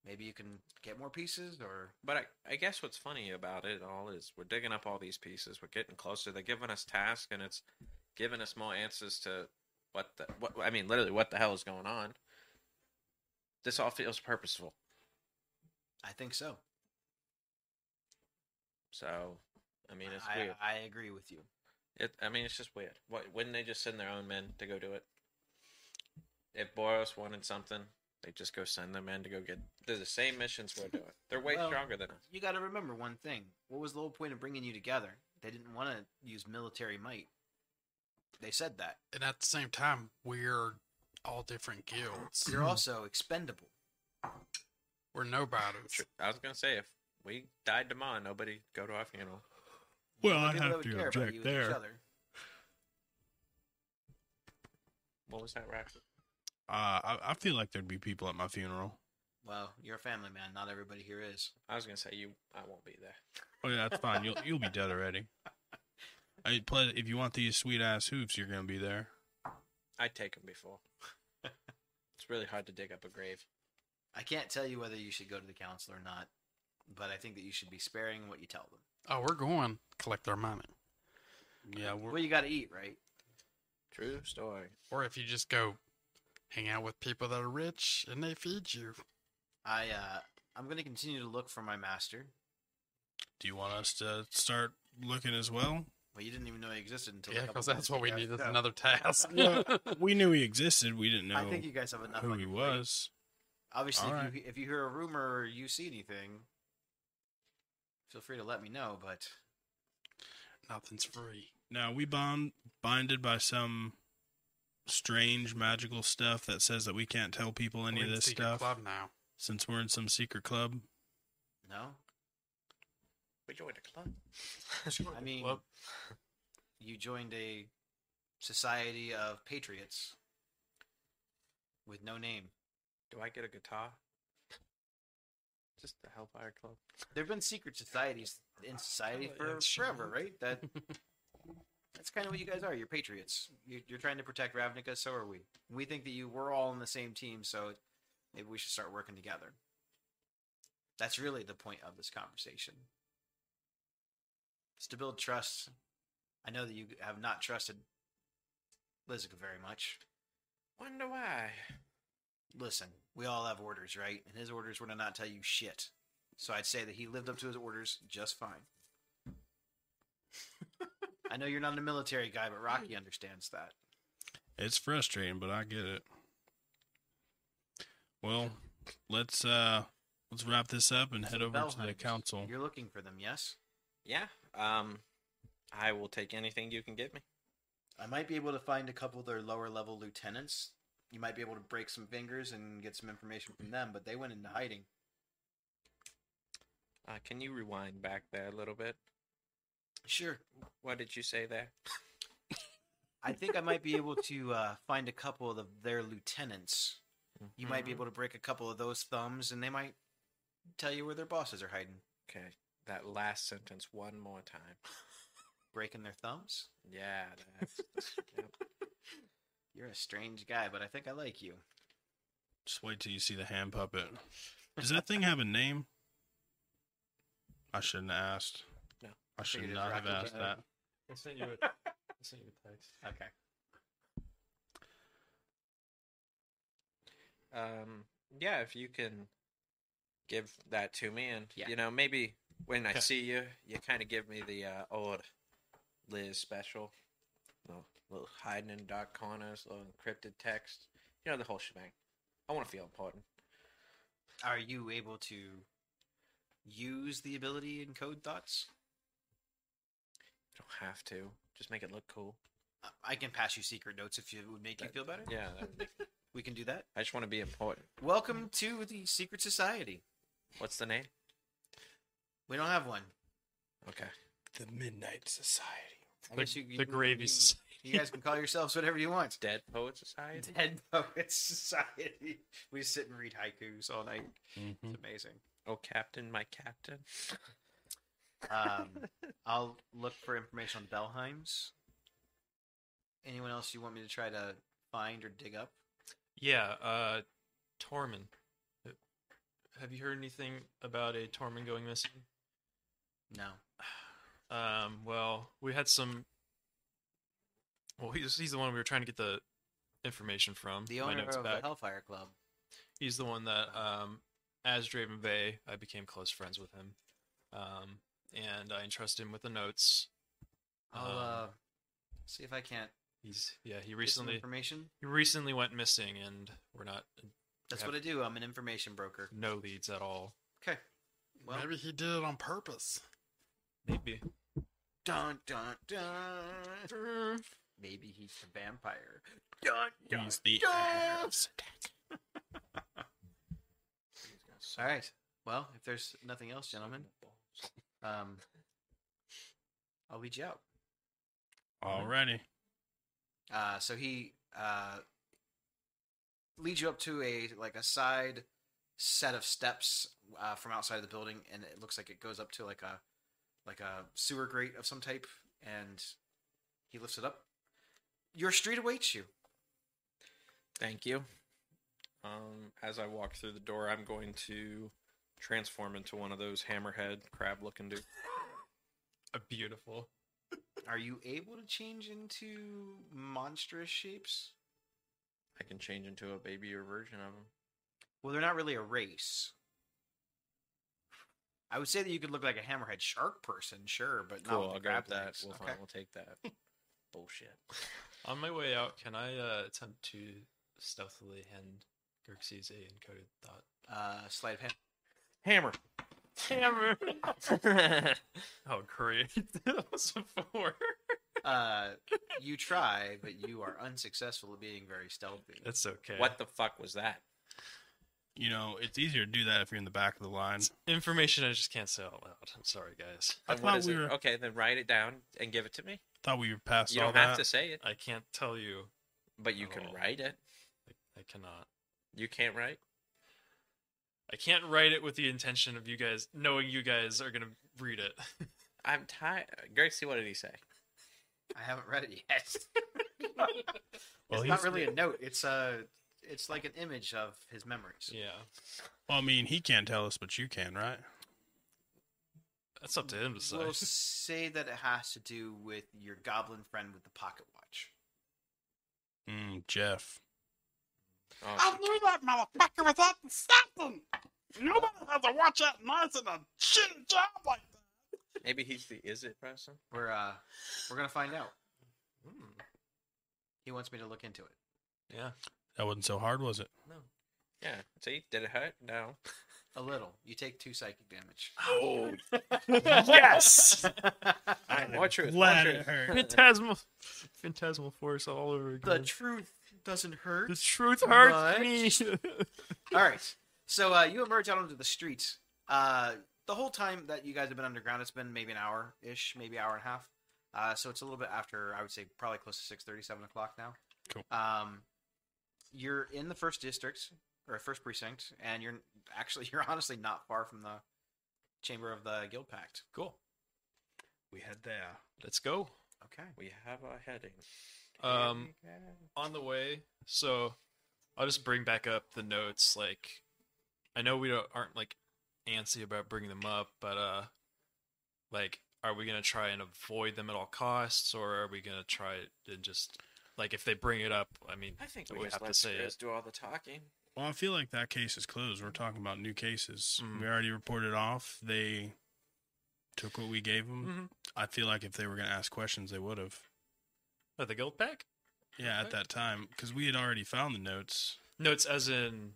S2: Maybe you can get more pieces, or
S5: But I, I guess what's funny about it all is we're digging up all these pieces. We're getting closer. They're giving us tasks, and it's giving us more answers to what the what I mean, literally, what the hell is going on. This all feels purposeful.
S2: I think so.
S5: So, I mean, it's
S2: I,
S5: weird.
S2: I agree with you.
S5: It, I mean, it's just weird. Why wouldn't they just send their own men to go do it? If Boros wanted something, they just go send their men to go get. They're the same missions we're doing. They're way
S2: Well-
S5: stronger than us.
S2: You got to remember one thing. What was the whole point of bringing you together? They didn't want to use military might. They said that.
S4: And at the same time, we're all different guilds.
S2: You're also expendable.
S4: We're nobodies.
S5: Sure. I was gonna say if we died tomorrow, nobody'd go to our funeral.
S3: Well,
S2: The
S3: I
S2: people that
S3: have
S2: would
S3: to
S2: care about
S3: object
S2: you is each
S3: there.
S2: other.
S5: What was that, Rack?
S3: Uh, I, I feel like there'd be people at my funeral.
S2: Well, you're a family man. Not everybody here is.
S5: I was gonna say you. I won't be there.
S3: Oh yeah, that's fine. You'll you'll be dead already. I mean, plus, if you want these sweet ass hooves, you're gonna be there.
S5: I'd take them before. it's really hard to dig up a grave.
S2: I can't tell you whether you should go to the council or not, but I think that you should be sparing what you tell them.
S4: Oh, we're going collect our money.
S3: Yeah, we're
S2: Well, you got to eat, right?
S5: True story.
S4: Or if you just go hang out with people that are rich and they feed you.
S2: I uh, I'm gonna continue to look for my master.
S3: Do you want us to start looking as well?
S2: Well, you didn't even know he existed until a
S4: Yeah,
S2: couple
S4: because
S2: minutes
S4: that's what we
S2: ago,
S4: need is
S2: so
S4: another task.
S3: Well, we knew he existed. We didn't know
S2: I think you guys have enough.
S3: who
S2: on
S3: he
S2: your plate.
S3: was.
S2: Obviously, if,
S3: Alright.
S2: you, if you hear a rumor or you see anything, feel free to let me know. But
S4: Nothing's free.
S3: Now we bound binded by some strange magical stuff that says that we can't tell people any
S4: We're
S3: of
S4: in
S3: this
S4: secret
S3: stuff
S4: Club now.
S3: since we're in some secret club.
S2: no,
S5: We joined a club.
S2: I mean,
S6: Well,
S2: you joined a society of patriots with no name.
S5: Do I get a guitar? Just the Hellfire Club.
S2: There've been secret societies in society
S6: Oh,
S2: for
S6: that's
S2: forever,
S6: right.
S2: right? That that's kind of what you guys are. You're patriots. You're, you're trying to protect Ravnica. So are we. We think that you we're all on the same team. So maybe we should start working together. That's really the point of this conversation. Is to build trust. I know that you have not trusted Lizica very much.
S5: Wonder why.
S2: Listen, we all have orders, right? And his orders were to not tell you shit. So I'd say that he lived up to his orders just fine. I know you're not a military guy, but Rocky understands that.
S3: It's frustrating, but I get it. Well, let's uh let's wrap this up and head over to the
S2: Valheim's.
S3: council.
S2: You're looking for them, yes?
S5: Yeah. Um, I will take anything you can give me.
S2: I might be able to find a couple of their lower level lieutenants. You might be able to break some fingers and get some information from them, but they went into hiding.
S5: Uh, can you rewind back there a little bit?
S2: Sure.
S5: What did you say there?
S2: I think I might be able to uh, find a couple of their lieutenants. You might be
S5: Mm-hmm.
S2: able to break a couple of those thumbs, and they might tell you where their bosses are hiding.
S5: Okay, that last sentence one more time.
S2: breaking their thumbs.
S7: Yeah. That's,
S2: You're a strange guy, but I think I like you.
S3: Just wait till you see the hand puppet. Does that thing have a name? I shouldn't have asked.
S5: No.
S3: I should
S2: Figured it
S3: not have
S2: rocket
S3: asked
S2: jet.
S3: that.
S6: I sent you a, I sent you a text.
S2: Okay.
S5: Um, yeah, if you can give that to me, and
S2: Yeah.
S5: you know, maybe when I
S6: Okay.
S5: see you, you kind of give me the uh, old Liz special, you know, little hiding in dark corners, little encrypted text, you know, the whole shebang. I want to feel important.
S2: Are you able to use the ability in code thoughts?
S5: You don't have to. Just make it look cool.
S2: I- Uh, I can pass you secret notes if it would make you feel better.
S5: Yeah, that-
S2: We can do that.
S5: I just want to be important.
S2: Welcome to the secret society.
S5: What's the name?
S2: We don't have one.
S5: Okay.
S3: The Midnight Society.
S2: I
S6: The-
S2: guess you, you
S6: the
S2: can-
S6: gravy
S2: you-
S6: society.
S2: You guys can call yourselves whatever you want.
S5: Dead Poet Society.
S2: Dead Poets Society. Mm-hmm. We sit and read haikus all night. It's amazing.
S5: Oh, Captain, my Captain.
S2: Um, I'll look for information on Bellheims. Anyone else you want me to try to find or dig up?
S6: Yeah, uh, Tormin. Uh, Have you heard anything about a Tormin going missing?
S2: No.
S6: Um, well, we had some. Well, he's he's the one we were trying to get the information from.
S2: The
S6: My
S2: owner
S6: notes
S2: of
S6: back.
S2: the Hellfire Club.
S6: He's the one that, um, as Draven Vey, I became close friends with him, um, and I entrust him with the notes.
S2: I'll uh,
S6: Um,
S2: see if I can't
S6: He's yeah, he
S2: get some
S6: recently
S2: information.
S6: he recently went missing, and we're not
S2: That's
S6: have-
S2: what I do. I'm an information broker.
S6: no leads at all.
S2: Okay. Well,
S4: Maybe he did it on purpose.
S6: Maybe
S2: dun dun dun. Maybe he's a vampire. Dun dun.
S3: He's the
S2: Yeah.
S3: ass.
S2: All right. Well, if there's nothing else, gentlemen, um, I'll lead you out.
S3: Alrighty.
S2: Uh, so he uh, leads you up to a like a side set of steps uh, from outside of the building, and it looks like it goes up to like a like a sewer grate of some type. And he lifts it up. Your street awaits you.
S5: Thank you. Um, as I walk through the door, I'm going to transform into one of those hammerhead crab looking dudes.
S6: a beautiful.
S2: Are you able to change into monstrous shapes?
S5: I can change into a babier version of him.
S2: Well, they're not really a race. I would say that you could look like a hammerhead shark person, sure, but not
S5: Cool,
S2: with
S5: I'll
S2: the
S5: grab
S2: crab
S5: that.
S2: legs.
S5: We'll,
S2: Okay.
S5: find, we'll take that. Bullshit.
S6: On my way out, can I uh, attempt to stealthily hand Gerxes a encoded thought?
S2: Uh, slide of hand.
S5: Hammer.
S6: Hammer.
S5: I
S6: Oh, great! that was a four.
S2: Uh, you try, but you are unsuccessful at being very stealthy.
S6: That's okay.
S5: What the fuck was that?
S3: You know, it's easier to do that if you're in the back of the line.
S6: information I just can't say out loud. I'm sorry, guys.
S3: I
S5: And what
S3: thought
S5: is
S3: we
S5: it?
S3: were-
S5: Okay, then write it down and give it to me.
S3: Thought we were past
S5: you
S3: all
S5: don't
S3: that.
S5: have to say it,
S6: I can't tell you.
S5: but you can
S6: Oh.
S5: write it.
S6: I, I cannot.
S5: You can't write?
S6: I can't write it with the intention of you guys knowing you guys are gonna read it.
S5: I'm tired. Gracie, what did he say?
S2: I haven't read it yet.
S3: Well,
S2: it's not
S3: he's-
S2: really a note. It's a, it's like an image of his memories.
S6: yeah,
S3: Well, I mean, he can't tell us, but you can, right?
S6: that's up to him to say.
S2: We'll say that it has to do with your goblin friend with the pocket watch.
S3: Mm, Jeff.
S5: Oh,
S4: I knew that motherfucker was out in something. Nobody has to watch that nice in a shitty job like that.
S5: maybe he's the is it person?
S2: We're uh, we're gonna find out.
S6: Hmm.
S2: He wants me to look into it.
S6: Yeah,
S3: That wasn't so hard, was it?
S5: Yeah. See, did it hurt? No.
S2: A little. You take two psychic damage.
S3: Oh,
S6: Yes!
S5: All right, more truth. More
S3: glad it
S5: truth.
S3: hurt.
S6: phantasmal, phantasmal force all over
S2: The
S6: again.
S2: truth doesn't hurt.
S6: The truth
S2: What?
S6: hurts me.
S2: All right. So uh, you emerge out onto the streets. Uh, the whole time that you guys have been underground, it's been maybe an hour ish, maybe hour and a half. Uh, so it's a little bit after, I would say, probably close to six thirty, seven o'clock now.
S3: Cool.
S2: Um, you're in the first district or first precinct, and you're actually you're honestly not far from the chamber of the guild pact.
S6: cool.
S3: We head there.
S6: Let's go.
S2: Okay.
S5: We have our heading.
S6: Um, on the way. So I'll just bring back up the notes. Like, I know we don't aren't like antsy about bringing them up, but uh, like, are we gonna try and avoid them at all costs, or are we gonna try and just like if they bring it up? I mean,
S5: I think
S6: we
S5: we,
S6: would
S5: just
S6: have to
S5: let
S6: say
S5: Skriz do all the talking.
S3: Well, I feel like that case is closed. We're talking about new cases.
S6: Mm.
S3: We already reported off. They took what we gave
S5: Mm.
S3: them.
S6: Mhm.
S3: I feel like if they were going to ask questions, they would have.
S6: oh, the guild pack
S3: Yeah, at
S6: Okay.
S3: that time, because we had already found the notes.
S6: notes, as in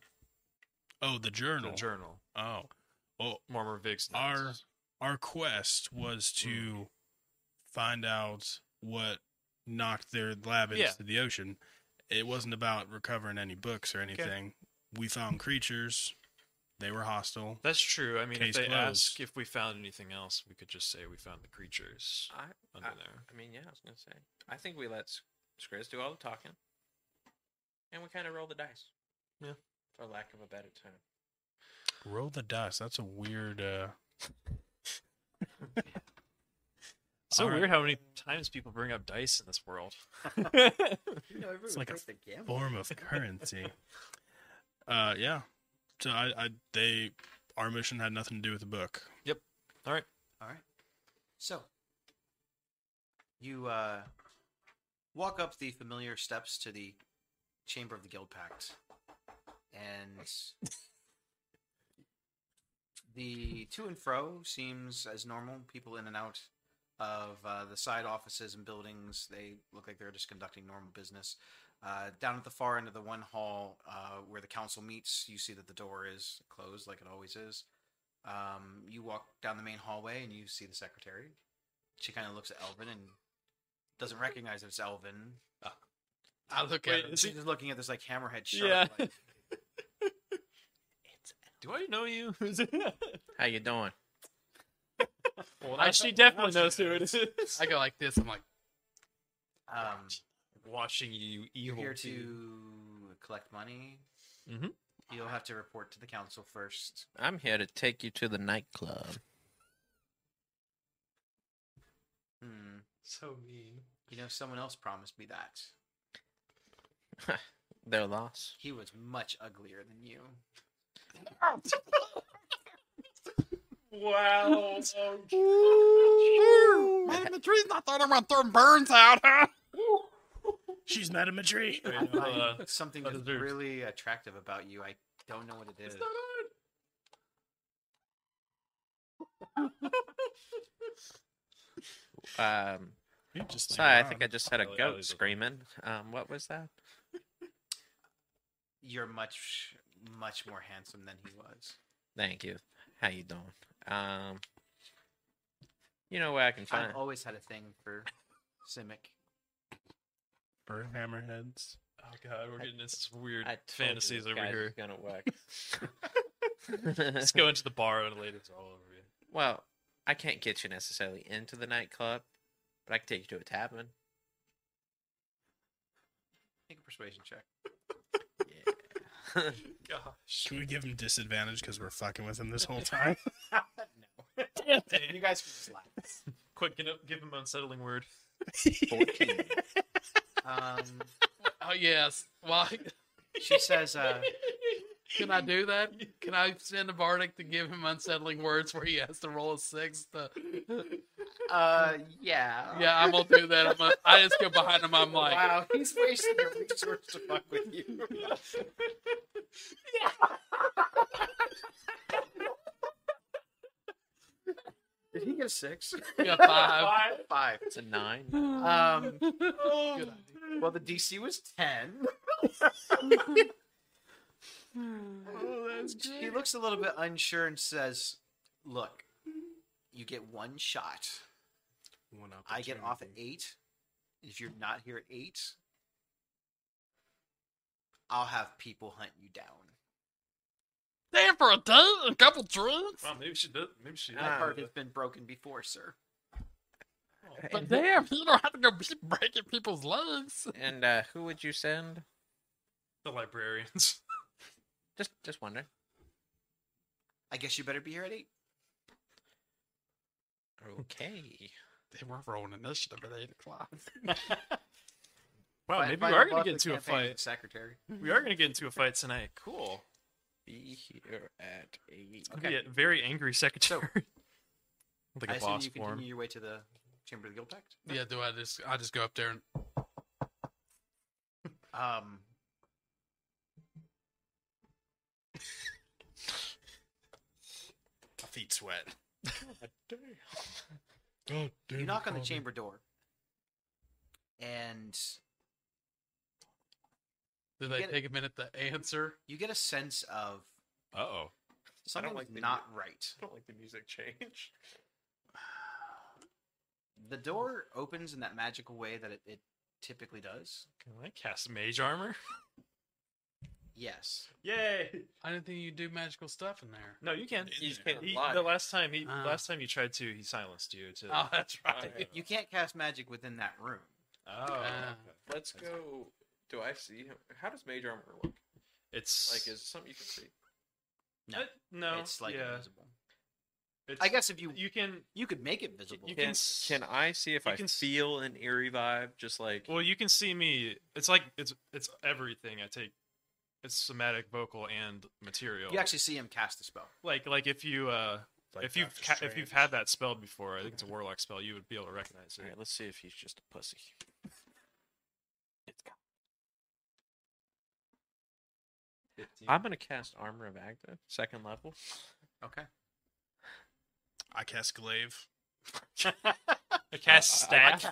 S3: Oh, the journal.
S6: the journal,
S3: Oh, well,
S6: Mormor Vig's notes.
S3: our our quest was to find out what knocked their lab into
S6: Yeah.
S3: the ocean. It wasn't about recovering any books or anything. We found creatures. They were hostile.
S6: That's true. I mean,
S3: Case
S6: if they ask
S3: closed.
S6: if we found anything else, we could just say we found the creatures
S5: I,
S6: under
S5: I-
S6: there.
S5: I mean, yeah, I was gonna say. I think we let S- Skriz do all the talking, and we kind of roll the dice.
S6: Yeah.
S5: For lack of a better term.
S3: Roll the dice. That's a weird. uh
S6: So
S3: All right.
S6: weird how many times people bring up dice in this world.
S2: You know, everyone
S3: It's like a
S2: takes the gamble.
S3: form of currency. uh, yeah. So I, I, they, our mission had nothing to do with the book.
S6: All right.
S2: All right. So you uh, walk up the familiar steps to the chamber of the Guild Pact, and the to and fro seems as normal. People in and out of uh, the side offices and buildings. They look like they're just conducting normal business. Uh, down at the far end of the one hall uh, where the council meets, you see that the door is closed, like it always is. Um, you walk down the main hallway and you see the secretary. She kind of looks at Elvin and doesn't recognize that it's Elvin.
S4: I look
S6: Wait,
S4: at
S6: is
S4: it.
S6: he-
S2: She's just looking at this like hammerhead shark.
S6: Yeah.
S2: like,
S6: Do I know you? well,
S5: How you doing?
S6: now she definitely knows who it is.
S4: I go like this. I'm like,
S2: um,
S6: Watching you,
S2: you're
S6: evil.
S2: here
S6: dude.
S2: to collect money.
S6: Mhm.
S2: You'll have to report to the council first.
S5: I'm here to take you to the nightclub.
S2: Hmm.
S6: So mean.
S2: You know, someone else promised me that.
S5: Their loss.
S2: He was much uglier than you.
S6: Wow.
S4: man, the tree's not throwing around throwing burns out. Huh?
S3: She's Madame Madrid.
S6: Wait, hold on.
S2: Something
S6: uh, that
S2: that's
S6: deserves-
S2: really attractive about you. I don't know what it is.
S5: Um,
S3: You just
S5: sorry, I think I
S3: wow.
S5: just had a
S6: Oh, yeah,
S5: goat
S6: these are-
S5: screaming. Um, what was that?
S2: You're much, much more handsome than he was.
S5: Thank you. How you doing? Um, you know where I can find.
S2: I've always had a thing for Simic.
S3: Burn hammerheads.
S6: Oh god, we're getting this weird
S5: I told you
S6: fantasies
S5: this
S6: over
S5: guy's
S6: here.
S5: Gonna work.
S6: Let's go into the bar and later it's all over you.
S5: Well, I can't get you necessarily into the nightclub, but I can take you to a tavern.
S2: Make a persuasion check.
S5: Yeah.
S6: Gosh.
S3: Can we give him disadvantage because we're fucking with him this whole time?
S2: You guys can just laugh.
S6: Quick, give him- give him unsettling word.
S5: 14.
S2: Um,
S4: Oh yes. Well,
S2: she says, uh,
S4: can I do that? Can I send a bardic to give him unsettling words where he has to roll a six? To...
S2: uh, yeah.
S4: Yeah, I'm gonna do that. I'm gonna, I just go behind him. I'm like,
S2: wow, he's wasting your resource to fuck with you. Did he get a six?
S4: yeah, five.
S2: Five.
S5: It's a 9.
S2: Um,
S4: Good idea.
S2: well, the DC was ten. He looks a little bit unsure and says, "Look, you get one shot.
S3: One
S2: I get off at
S3: opportunity.
S2: eight. If you're not here at eight, I'll have people hunt you down.
S4: Damn for a date, a couple drinks.
S6: Wow, maybe she does. Maybe she.
S2: My heart
S6: does.
S2: has been broken before, sir.
S4: But damn, you don't have to go be breaking people's legs.
S5: And uh, who would you send?
S6: the librarians.
S5: Just just wondering.
S2: I guess you better be here at eight.
S5: Okay.
S4: They were rolling initiative at eight o'clock.
S6: Wow,
S2: Fight-
S6: Oh, maybe
S2: fight
S6: we
S2: the
S6: are gonna
S2: bluff
S6: get
S2: the
S6: into a
S2: campaign
S6: fight.
S2: Secretary.
S6: We are gonna get into a fight tonight. Cool.
S5: Be here at eight.
S6: It's gonna be a very angry secretary.
S5: Like
S2: I
S5: a
S2: assume
S5: boss
S2: you
S5: form.
S2: continue your way to the Chamber of the Guild Pact.
S4: Yeah, do I just I just go up there and
S2: Um,
S3: My feet sweat.
S2: you knock on the chamber door, and
S4: do they
S2: get it.
S4: take a minute to answer?
S2: you get a sense of
S5: Uh oh.
S2: something's
S5: like the-
S2: not right.
S5: I don't like the music change.
S2: The door opens in that magical way that it, it typically does.
S6: Can I cast mage armor?
S2: Yes.
S6: Yay!
S4: I didn't think you do magical stuff in there.
S6: No, you can.
S5: You just can't
S6: He,
S5: lie.
S6: the last time he
S4: Ah.
S6: last time you tried to, he silenced you. To
S4: Oh, that's right.
S5: Alright.
S2: Uh. You Uh, can't cast magic within that room.
S6: oh,
S4: Ah.
S5: Let's go. Do I see him? How does mage armor look?
S6: it's
S5: Like, is it something you can see?
S2: No.
S6: Uh, no,
S2: it's like
S6: yeah.
S2: invisible.
S6: It's-
S2: I guess if you you,
S6: you can.
S2: could make it visible.
S6: you
S5: Can,
S6: s-
S5: can I see if
S6: you
S5: I
S6: can
S5: can
S6: s-
S5: feel an eerie vibe? Just like
S6: Well, you can see me. It's like it's it's everything. I take it's somatic, vocal, and material.
S2: you actually see him cast a spell.
S6: like like if you uh
S3: Like
S6: if you've
S3: Doctor
S6: ca- if you've
S3: Strange.
S6: had that spell before, I think it's a warlock spell. You would be able to recognize
S5: All right,
S6: it.
S5: let's see if he's just a pussy. I'm gonna cast Armor of Agda, second level.
S2: Okay.
S3: I cast glaive.
S6: I cast
S5: I- I- I
S6: staff.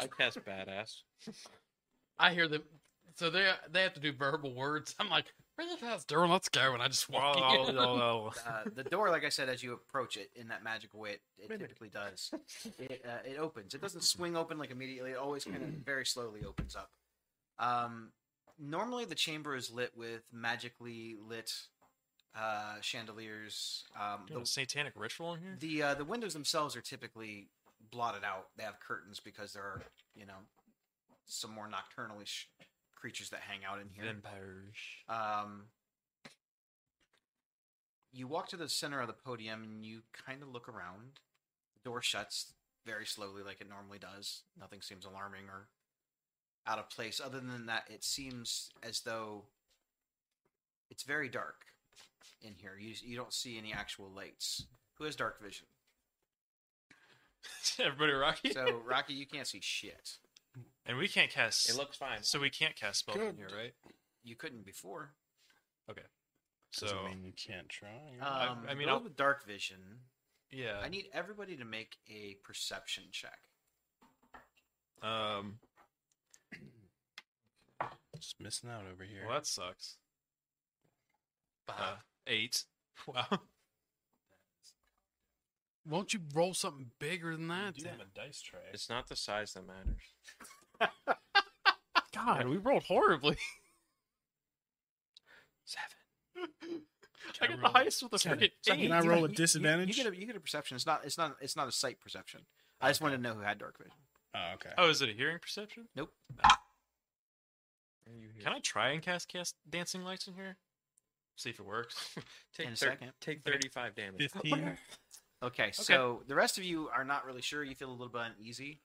S5: I cast Badass.
S4: I hear them. So they they have to do verbal words. I'm like, where the hell's Durham? Let's go. And I just walk
S6: Whoa,
S4: in.
S6: whoa, whoa, whoa.
S2: Uh, the door, like I said, as you approach it in that magical way it, it typically does, it, uh, it opens. It doesn't swing open like immediately. It always kind of very slowly opens up. Um, normally, the chamber is lit with magically lit uh, chandeliers. Um,
S6: Doing a
S2: the
S6: satanic ritual in here.
S2: the, uh, the windows themselves are typically blotted out. They have curtains because there are you know some more nocturnalish creatures that hang out in here.
S6: Vampires.
S2: Um, you walk to the center of the podium and you kind of look around. The door shuts very slowly, like it normally does. Nothing seems alarming or out of place. Other than that, it seems as though it's very dark in here. You you don't see any actual lights. Who has dark vision?
S6: Everybody rocky.
S2: So Rocky, you can't see shit.
S6: and we can't cast.
S5: It looks fine.
S6: so we can't cast spells in here, right?
S2: You couldn't before.
S6: So Uh,
S3: you can't try.
S2: Um,
S6: I
S2: I
S6: mean,
S2: mean,
S6: I'll- Uh,
S2: with dark vision.
S6: yeah.
S2: I need everybody to make a perception check.
S6: Um.
S3: Just missing out over here.
S6: Well, that sucks. Uh,
S4: Five.
S6: eight. Wow.
S4: Won't you roll something bigger than that?
S6: Do
S4: then?
S6: have a dice tray.
S5: It's not the size that matters.
S6: God, we rolled horribly. Seven. I got the highest with a freaking eight.
S3: Can I roll a disadvantage?
S2: You, you get a you get a perception. It's not it's not it's not a sight perception. I just wanted to know who had dark vision.
S3: Oh, okay.
S6: Oh, is it a hearing perception?
S2: Nope.
S6: Can I try and cast cast dancing lights in here? See if it works.
S5: Take
S2: In a
S5: thir-
S2: second.
S5: Take 35 damage.
S3: Fifteen.
S2: Okay, so the rest of you are not really sure. You feel a little bit uneasy.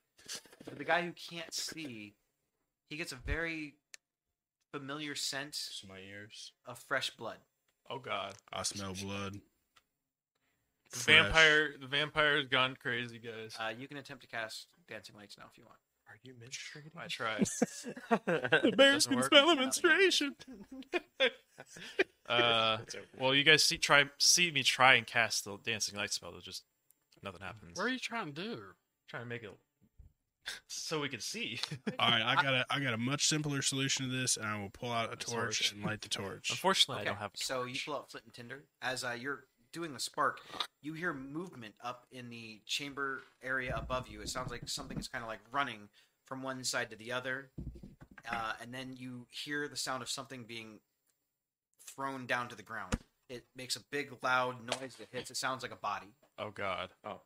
S2: But the guy who can't see, he gets a very familiar scent
S3: It's my ears.
S2: of fresh blood.
S6: oh God,
S3: I smell blood.
S6: the
S3: Fresh.
S6: vampire! The vampire's gone crazy, guys.
S2: Uh, you can attempt to cast dancing lights now if you want.
S5: Are you
S6: I tried.
S5: mistreated?
S3: Bear's
S6: Doesn't work.
S3: menstruation.
S6: Uh, well, you guys see try see me try and cast the dancing light spell. There's just nothing happens.
S4: What are you trying to do?
S6: trying to make it so we can see.
S3: All right, I got a I got a much simpler solution to this, and I will pull out a torch,
S6: torch.
S3: and light the torch.
S6: Unfortunately, I don't have.
S2: So you pull out Flint and Tinder. As uh, you're doing the spark, you hear movement up in the chamber area above you. It sounds like something is kind of like running from one side to the other. Uh, and then you hear the sound of something being thrown down to the ground. It makes a big, loud noise that hits. It sounds like a body.
S6: Oh God.
S5: Oh.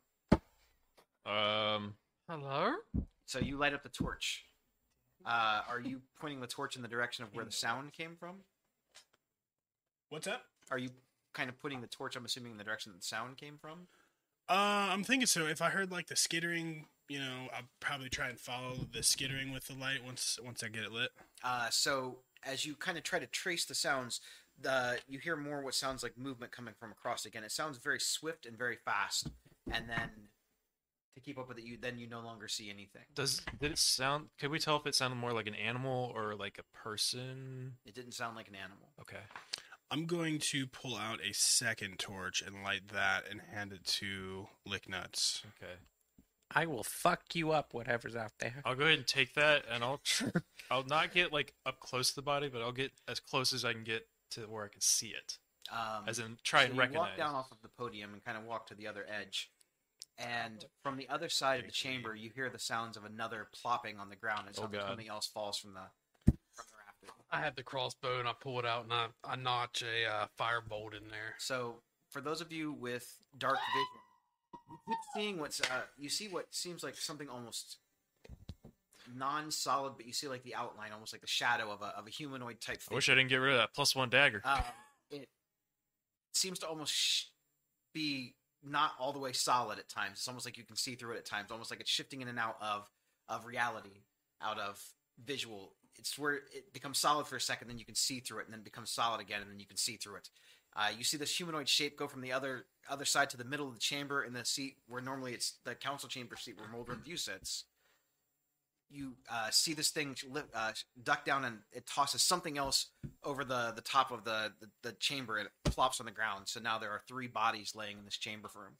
S6: Um.
S4: Hello?
S2: So you light up the torch. Uh, are you pointing the torch in the direction of where the sound came from?
S3: What's up?
S2: Are you kind of putting the torch, I'm assuming, in the direction that the sound came from?
S3: Uh, I'm thinking so. If I heard like the skittering, you know, I'll probably try and follow the skittering with the light once once I get it lit.
S2: Uh, so as you kind of try to trace the sounds, the you hear more what sounds like movement coming from across again. It sounds very swift and very fast, and then to keep up with it, you then you no longer see anything.
S6: Does did it sound? Could we tell if it sounded more like an animal or like a person?
S2: It didn't sound like an animal.
S6: Okay.
S3: I'm going to pull out a second torch and light that and hand it to Licknuts.
S6: Okay.
S9: I will fuck you up, whatever's out there.
S6: I'll go ahead and take that, and I'll tr- I'll not get like up close to the body, but I'll get as close as I can get to where I can see it,
S2: Um,
S6: as in try
S2: so
S6: and
S2: you
S6: recognize.
S2: walk down off of the podium and kind of walk to the other edge. And from the other side of the chamber, you hear the sounds of another plopping on the ground and
S6: Oh,
S2: sounds like
S6: God.
S2: something else falls from the from the rafter.
S4: I have the crossbow and I pull it out and I, I notch a uh, firebolt in there.
S2: So, for those of you with dark vision, you keep seeing what's uh, you see what seems like something almost non-solid, but you see like the outline, almost like the shadow of a of a humanoid type.
S6: I
S2: Thing.
S6: wish I didn't get rid of that plus one dagger.
S2: Um, it seems to almost sh- be not all the way solid at times. It's almost like you can see through it at times, almost like it's shifting in and out of of reality, out of visual. It's where it becomes solid for a second, then you can see through it, and then it becomes solid again, and then you can see through it. Uh, you see this humanoid shape go from the other other side to the middle of the chamber in the seat where normally it's the council chamber seat where Mulder and View sits. You uh, see this thing li- uh, duck down and it tosses something else over the the top of the, the the chamber it plops on the ground so now there are three bodies laying in this chamber for him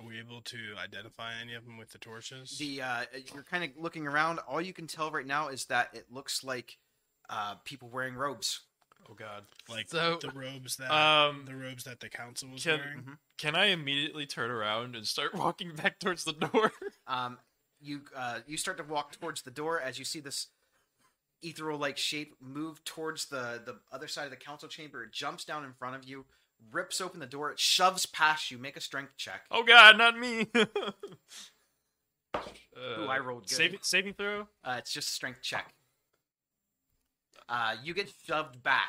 S3: Are we able to identify any of them with the torches?
S2: the uh you're kind of looking around all you can tell right now is that it looks like uh people wearing robes
S6: Oh God.
S3: like
S4: So-
S3: the robes
S2: uh,
S3: that
S6: Um,
S3: the robes that the council was
S6: Can-
S3: wearing.
S6: can I immediately turn around and start walking back towards the door?
S2: um you uh you start to walk towards the door as you see this ethereal like shape move towards the the other side of the council chamber it jumps down in front of you rips open the door it shoves past you make a strength check
S6: Oh God, not me. uh,
S2: Ooh, I rolled good.
S6: Saving, saving throw.
S2: Uh, it's just a strength check. Uh, you get shoved back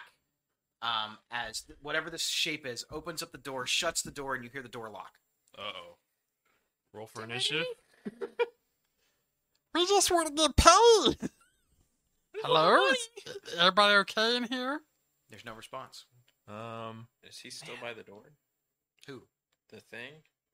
S2: um, as th- whatever this shape is opens up the door, shuts the door, and you hear the door lock.
S6: Uh oh. Roll for initiative.
S4: We just want to get paid. Hello? Everybody okay in here?
S2: There's no response.
S6: Um.
S5: Is he still by the door?
S2: Who?
S5: The thing?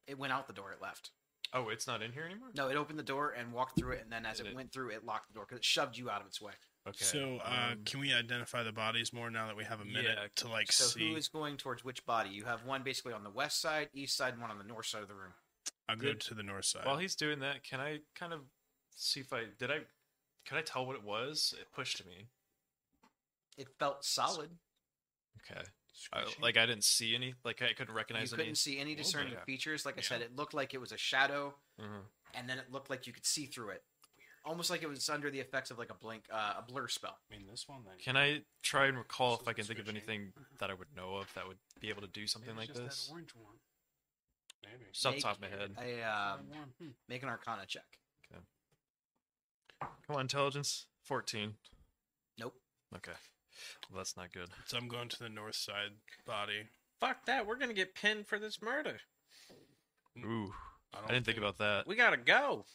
S2: It went out the door. It left.
S6: Oh, it's not in here anymore.
S2: No, it opened the door and walked through it, and then as
S6: Did
S2: it
S6: it-
S2: went through, it locked the door because it shoved you out of its way.
S6: Okay.
S3: So, uh,
S6: um,
S3: can we identify the bodies more now that we have a minute
S6: Yeah,
S3: to like
S2: So
S3: see?
S2: who is going towards which body? You have one basically on the west side, east side, and one on the north side of the room.
S3: I'll go
S6: Good.
S3: to the north side.
S6: While he's doing that, can I kind of see if I did I could I tell what it was? It pushed me.
S2: It felt solid.
S6: Okay. I, like I didn't see any. Like I couldn't recognize
S2: you
S6: any.
S2: couldn't see any
S6: Well,
S2: discerning
S6: yeah.
S2: features. Like I
S3: Yeah.
S2: said, it looked like it was a shadow.
S6: Mhm.
S2: and then it looked like you could see through it, almost like it was under the effects of like a blink, uh, a blur spell.
S3: I mean, this one. Then.
S6: Can I try and recall if
S4: So
S6: I can think of
S4: switching.
S6: anything that I would know of that would be able to do something like this?
S4: orange one. Maybe.
S6: Just off the
S2: Make
S6: top of my head.
S2: A um, make an Arcana check.
S6: Come on, intelligence. Fourteen.
S2: Nope.
S6: Okay. Well, that's not good.
S3: So I'm going to the north side body.
S9: Fuck that. We're gonna get pinned for this murder.
S6: Ooh.
S3: I,
S6: I
S3: don't
S6: didn't think about that.
S9: We gotta go.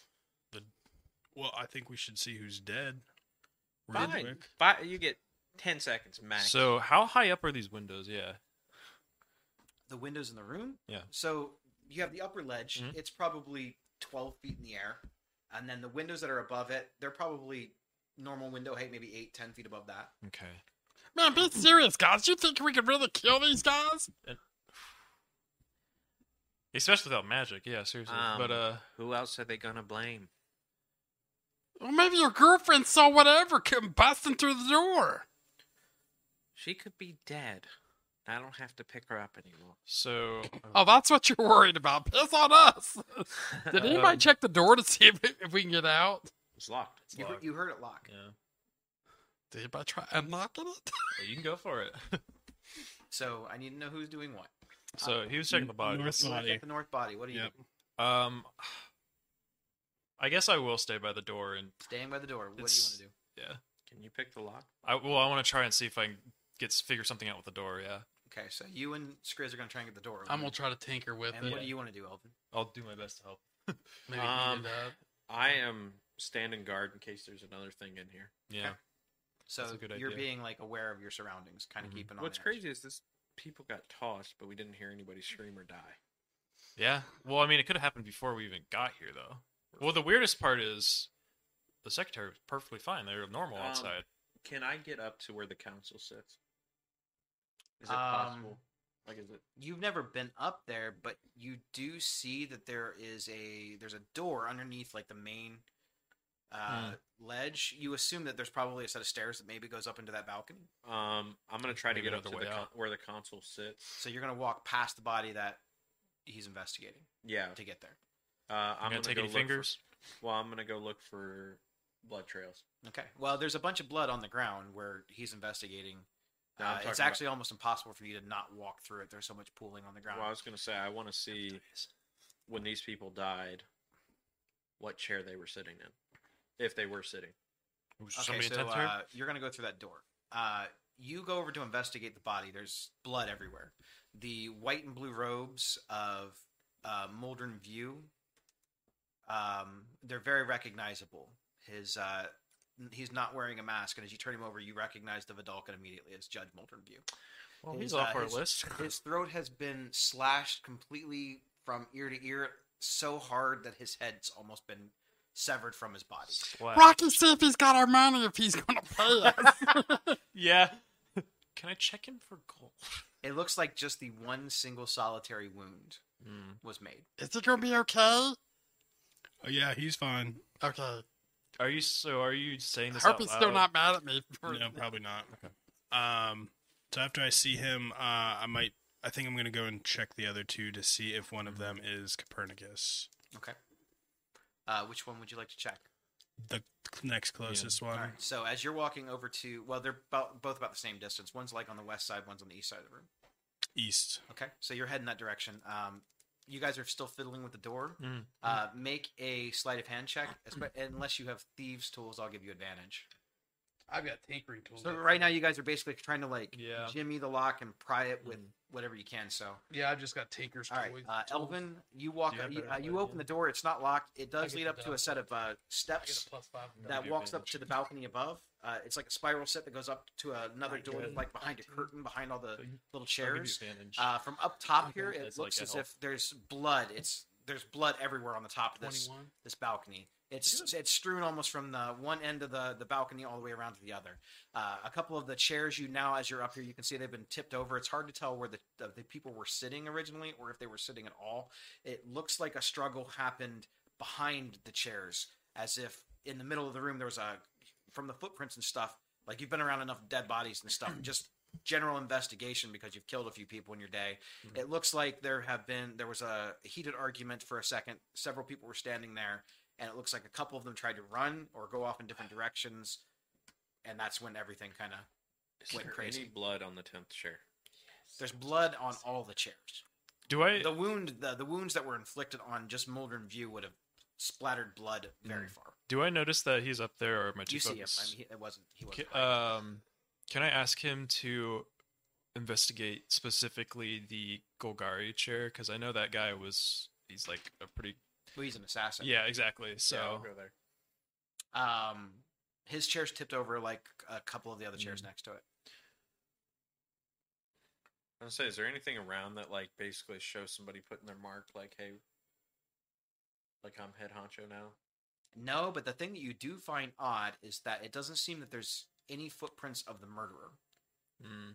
S3: Well, I think we should see who's dead. real
S9: Fine.
S3: quick.
S9: Fi you get ten seconds max.
S6: So how high up are these windows? Yeah.
S2: The windows in the room.
S6: Yeah.
S2: So you have the upper ledge.
S6: Mhm.
S2: It's probably twelve feet in the air, and then the windows that are above it, they're probably normal window height, maybe eight, ten feet above that.
S6: Okay.
S4: Man, be serious, guys. You think we could really kill these guys?
S6: Especially without magic. Yeah. Seriously. but
S9: Um,
S6: uh.
S9: who else are they gonna blame?
S4: Or maybe your girlfriend saw whatever come busting through the door.
S9: She could be dead. I don't have to pick her up anymore.
S6: So.
S4: Oh, that's what you're worried about. Piss on us. Did anybody
S6: Um,
S4: check the door to see if, if we can get out?
S9: It's locked.
S2: You, heard- you heard it lock.
S6: Yeah.
S4: Did anybody try unlocking it?
S6: Well, you can go for it.
S2: So I need to know who's doing what.
S6: so he was checking the body.
S3: North
S2: You looked
S3: body.
S2: at the north body. What are you
S3: Yep.
S2: doing?
S6: Um, I guess I will stay by the door and
S2: staying by the door? What
S6: It's-
S2: do you want to do?
S6: yeah.
S9: Can you pick the lock?
S6: I well, I want to try and see if I can get figure something out with the door. Yeah.
S2: Okay, so you and Skriz are gonna try and get the door open.
S4: I'm gonna try to tinker with
S2: And
S4: it.
S2: what do you want to do, Elvin?
S6: I'll do my best to help.
S4: Maybe heat it
S5: Um,
S4: up.
S5: I am standing guard in case there's another thing in here.
S6: Yeah.
S2: So
S6: a good
S2: you're
S6: idea. Mm-hmm.
S2: being like aware of your surroundings, kind of keeping on.
S5: What's
S2: edge.
S5: crazy is this people got tossed, but we didn't hear anybody scream or die.
S6: Yeah. Well, I mean, it could have happened before we even got here, though. Well, the weirdest part is the secretary was perfectly fine. They were normal
S5: Um,
S6: outside.
S5: Can I get up to where the council sits?
S2: Um,
S5: Is it possible? Like, is it?
S2: You've never been up there, but you do see that there is a there's a door underneath like the main
S6: Hmm.
S2: uh, ledge. You assume that there's probably a set of stairs that maybe goes up into that balcony.
S5: Um, I'm gonna try to
S6: Maybe
S5: get up to
S6: another
S5: the
S6: way
S5: con-
S6: out.
S5: where the console sits.
S2: So you're gonna walk past the body that he's investigating
S5: Yeah,
S2: to get there.
S5: uh, I'm,
S6: I'm
S5: gonna,
S6: gonna take
S5: go
S6: any
S5: look for-
S6: fingers.
S5: well, I'm gonna go look for blood trails.
S2: Okay. Well, there's a bunch of blood on the ground where he's investigating.
S5: No, I'm
S2: Uh,
S5: talking
S2: it's
S5: about-
S2: actually almost impossible for you to not walk through it. There's so much pooling on the ground.
S5: Well, I was gonna say I want to see when these people died, what chair they were sitting in, if they were sitting.
S6: Was there
S2: Okay,
S6: somebody in
S2: so
S6: tenth here?
S2: uh, you're gonna go through that door. Uh, you go over to investigate the body. There's blood everywhere. The white and blue robes of uh, Moldern View. Um, they're very recognizable. His uh, n- he's not wearing a mask, and as you turn him over, you recognize the Vidalcan immediately as Judge Moldern View.
S6: Well,
S2: his,
S6: he's
S2: uh,
S6: off our
S2: his-
S6: list.
S2: His throat has been slashed completely from ear to ear, so hard that his head's almost been severed from his body.
S6: Wow.
S4: Rocky, see if he's got our money. If he's gonna pay us.
S6: Yeah. Can I check him for gold?
S2: It looks like just the one single solitary wound
S6: hmm.
S2: was made.
S4: Is it gonna be okay?
S3: Oh, yeah, he's fine.
S4: Okay.
S6: Are you so? Are you saying
S4: I
S6: this?
S4: hope
S6: out
S4: he's still
S6: loud?
S4: not mad at me. for-
S3: No, probably not. Um, so after I see him, uh, I might. I think I'm gonna go and check the other two to see if one of them is Copernicus,
S2: Okay. Uh, which one would you like to check?
S3: the next closest
S4: Um,
S3: one.
S2: All right. So as you're walking over to, well, they're bo- both about the same distance. One's like on the west side, one's on the east side of the room.
S3: East.
S2: Okay. So you're heading that direction. Um, you guys are still fiddling with the door.
S6: Mm.
S2: Uh, make a sleight of hand check. espe- Unless you have thieves' tools, I'll give you advantage.
S4: I've got tinkering tools.
S2: So right now, you guys are basically trying to like
S6: Yeah.
S2: jimmy the lock and pry it with whatever you can. So
S4: yeah, I've just got tinker's
S2: All right,
S4: Mm. tools.
S2: uh, Elvin, you walk.
S6: Yeah, I
S2: you,
S6: better
S2: uh,
S6: not
S2: you
S6: let
S2: open
S6: you
S2: the door. It's not locked. It does
S4: get
S2: lead
S4: the
S2: up to a
S4: double.
S2: set of uh,
S4: I get
S2: steps
S4: a plus five.
S2: that walks up to the balcony above. Uh, it's like a spiral set that goes up to another door,
S6: uh,
S2: that's, like behind a curtain, behind all the little chairs. Uh, from up top here, it
S6: That's like
S2: looks
S6: a
S2: as
S6: help.
S2: if there's blood. It's there's blood everywhere on the top of this
S4: Twenty-one.
S2: this balcony. It's it's strewn almost from the one end of the, the balcony all the way around to the other. Uh, a couple of the chairs you now, as you're up here, you can see they've been tipped over. It's hard to tell where the uh, the, the people were sitting originally, or if they were sitting at all. It looks like a struggle happened behind the chairs, as if in the middle of the room there was a from the footprints and stuff. Like you've been around enough dead bodies and stuff, just general investigation because you've killed a few people in your day. It looks like there have been there was a heated argument for a second. Several people were standing there, and it looks like a couple of them tried to run or go off in different directions, and that's when everything kind of
S5: Is
S2: Went
S5: there
S2: crazy.
S5: any blood on the tenth chair?
S2: there's blood on all the chairs.
S6: Do I?
S2: The wound the, the wounds that were inflicted on just Moldern View would have splattered blood very far.
S6: Do I notice that he's up there, or am I too
S2: You see him.
S6: focused?
S2: I mean, he, it wasn't he
S6: Ca-
S2: wasn't.
S6: um, can I ask him to investigate specifically the Golgari chair? Because I know that guy was. He's like a pretty.
S2: well, he's an assassin.
S6: Yeah, exactly. So
S5: yeah, I'll go there.
S2: Um, his chair's tipped over like a couple of the other chairs next to it.
S5: I was gonna say, is there anything around that like basically shows somebody putting their mark, like, hey, like I'm head honcho now?
S2: No, but the thing that you do find odd is that it doesn't seem that there's any footprints of the murderer.
S6: Mm.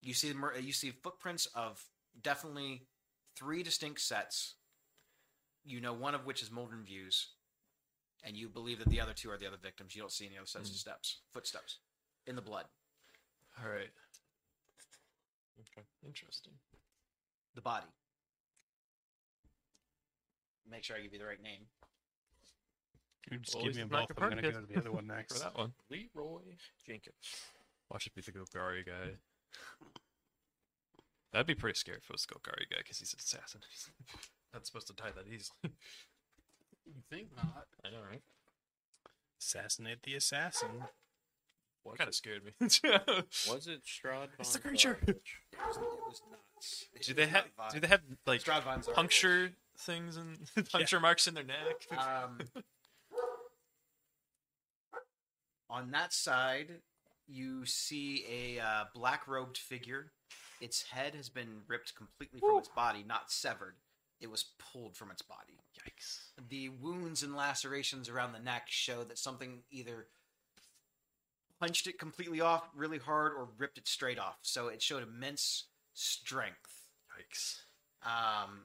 S2: You see, the mur- you see footprints of definitely three distinct sets. You know, one of which is Moldern Views, and you believe that the other two are the other victims. You don't see any other sets of steps, footsteps, in the blood.
S6: All right. Interesting.
S2: the body. Make sure I give you the right name.
S3: Just
S6: Well, he's
S3: give me a
S6: not
S3: buff. I'm gonna go
S6: Copernicus.
S3: to the other one next.
S6: For that one,
S5: Leroy Jenkins.
S6: watch it be the Golgari guy. That'd be pretty scary if it was the Golgari guy, because he's an assassin. He's not supposed to die that easily.
S4: You think not?
S6: I know, right?
S3: Assassinate the assassin.
S5: Was
S6: Kind of
S5: it-
S6: scared me. do
S5: Was it Strahd?
S6: It's the
S5: von
S6: creature.
S5: Blavich?
S2: It was nuts. It
S6: they
S2: was
S6: have?
S2: not
S6: Do
S2: vibe.
S6: they have like
S2: Stradvines are-
S6: puncture things and puncture marks in their neck?
S3: Uh,
S2: Um, on that side, you see a uh, black robed figure. Its head has been ripped completely from its body, not severed. It was pulled from its body.
S6: Yikes!
S2: The wounds and lacerations around the neck show that something either punched it completely off really hard or ripped it straight off. So it showed immense strength.
S6: Yikes!
S2: Um,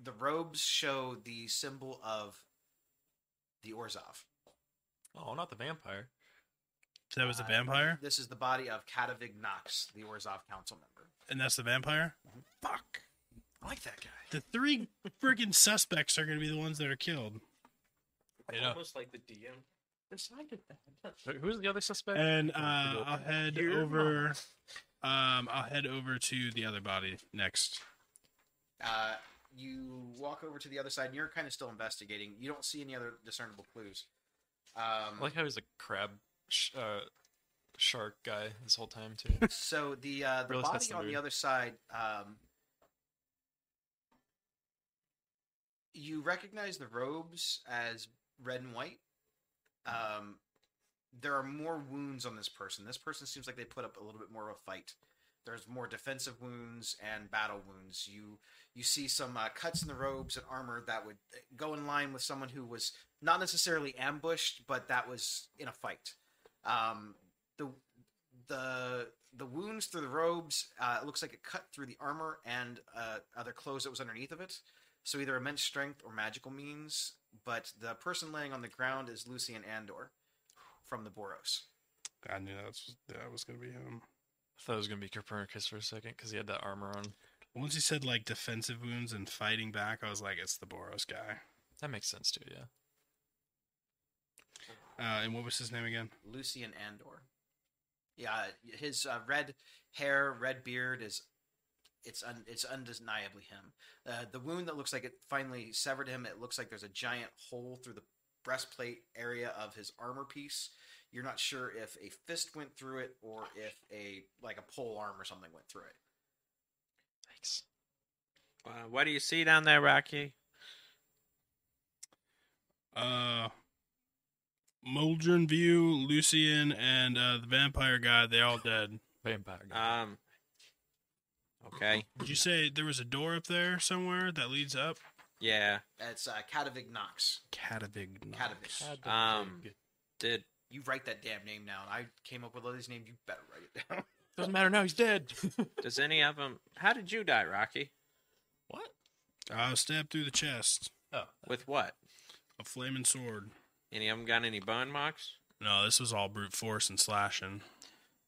S2: the robes show the symbol of the Orzov.
S6: Oh, not the vampire.
S3: That was the
S2: Uh,
S3: vampire,
S2: This is the body of Katavig Knox, the Orzov council member.
S3: and that's the vampire.
S2: Fuck. I like that guy.
S3: The three freaking suspects are going to be the ones that are killed.
S6: You know.
S5: Almost like the DM. Decided that.
S6: Who's the other suspect?
S3: And uh, I'll head over. Um, I'll head over to the other body next.
S2: Uh, you walk over to the other side, and you're kind of still investigating. You don't see any other discernible clues. Um,
S6: I like how he's a crab sh- uh, shark guy this whole time too.
S2: so the uh, the
S6: Really sets
S2: body
S6: the
S2: on the
S6: mood.
S2: other side, um, you recognize the robes as red and white. Um, there are more wounds on this person. This person seems like they put up a little bit more of a fight. There's more defensive wounds and battle wounds. You you see some uh, cuts in the robes and armor that would uh, go in line with someone who was not necessarily ambushed, but that was in a fight. Um, the the the wounds through the robes uh, it looks like it cut through the armor and uh, other clothes that was underneath of it so either immense strength or magical means but the person laying on the ground is lucian andor from the boros
S3: I knew that was that was going to be him.
S6: I thought it was gonna be Copernicus for a second because he had that armor on.
S3: Once he said like defensive wounds and fighting back, I was like, it's the Boros guy.
S6: That makes sense too. Yeah.
S3: Uh, and what was his name again?
S2: lucian andor yeah his uh, red hair red beard is it's un, it's undeniably him uh, the wound that looks like it finally severed him it looks like there's a giant hole through the breastplate area of his armor piece you're not sure if a fist went through it or if a like a pole arm or something went through it
S6: Thanks.
S9: Uh, what do you see down there, Rocky?
S3: Uh, Moldrin View, Lucian, and uh, the vampire guy. They all dead.
S6: Vampire. guy.
S5: Uh,
S9: Um. Okay.
S3: Did you say there was a door up there somewhere that leads up?
S9: Yeah.
S2: it's uh, Katavig Knox.
S3: Catavig.
S2: Katavig.
S9: Um. Did
S2: You write that damn name now. and I came up with all these names. You better write it down.
S6: Doesn't matter now. He's dead.
S9: does any of them? How did you die, Rocky?
S6: what?
S3: I was stabbed through the chest.
S6: Oh,
S9: With what?
S3: A flaming sword.
S9: Any of them got any bone marks?
S3: No, this was all brute force and slashing.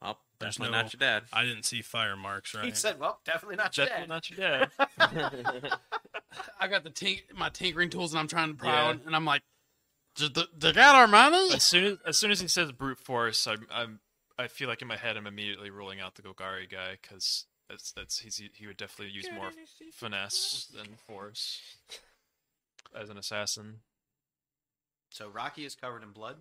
S9: Well,
S3: There's
S9: definitely
S3: no-
S9: not your dad.
S3: I didn't see fire marks,
S2: He
S3: right?
S2: said, "Well, definitely not your
S6: definitely
S2: dad."
S6: not your dad.
S4: I got the tink, my tinkering tools and I'm trying to pry
S6: Yeah.
S4: on, and I'm like, "Did the, they got our money?
S6: as soon as, as soon as he says brute force, I'm I'm I feel like in my head I'm immediately ruling out the Golgari guy because that's that's he's he would definitely use more finesse than force as an assassin.
S2: So Rocky is covered in blood.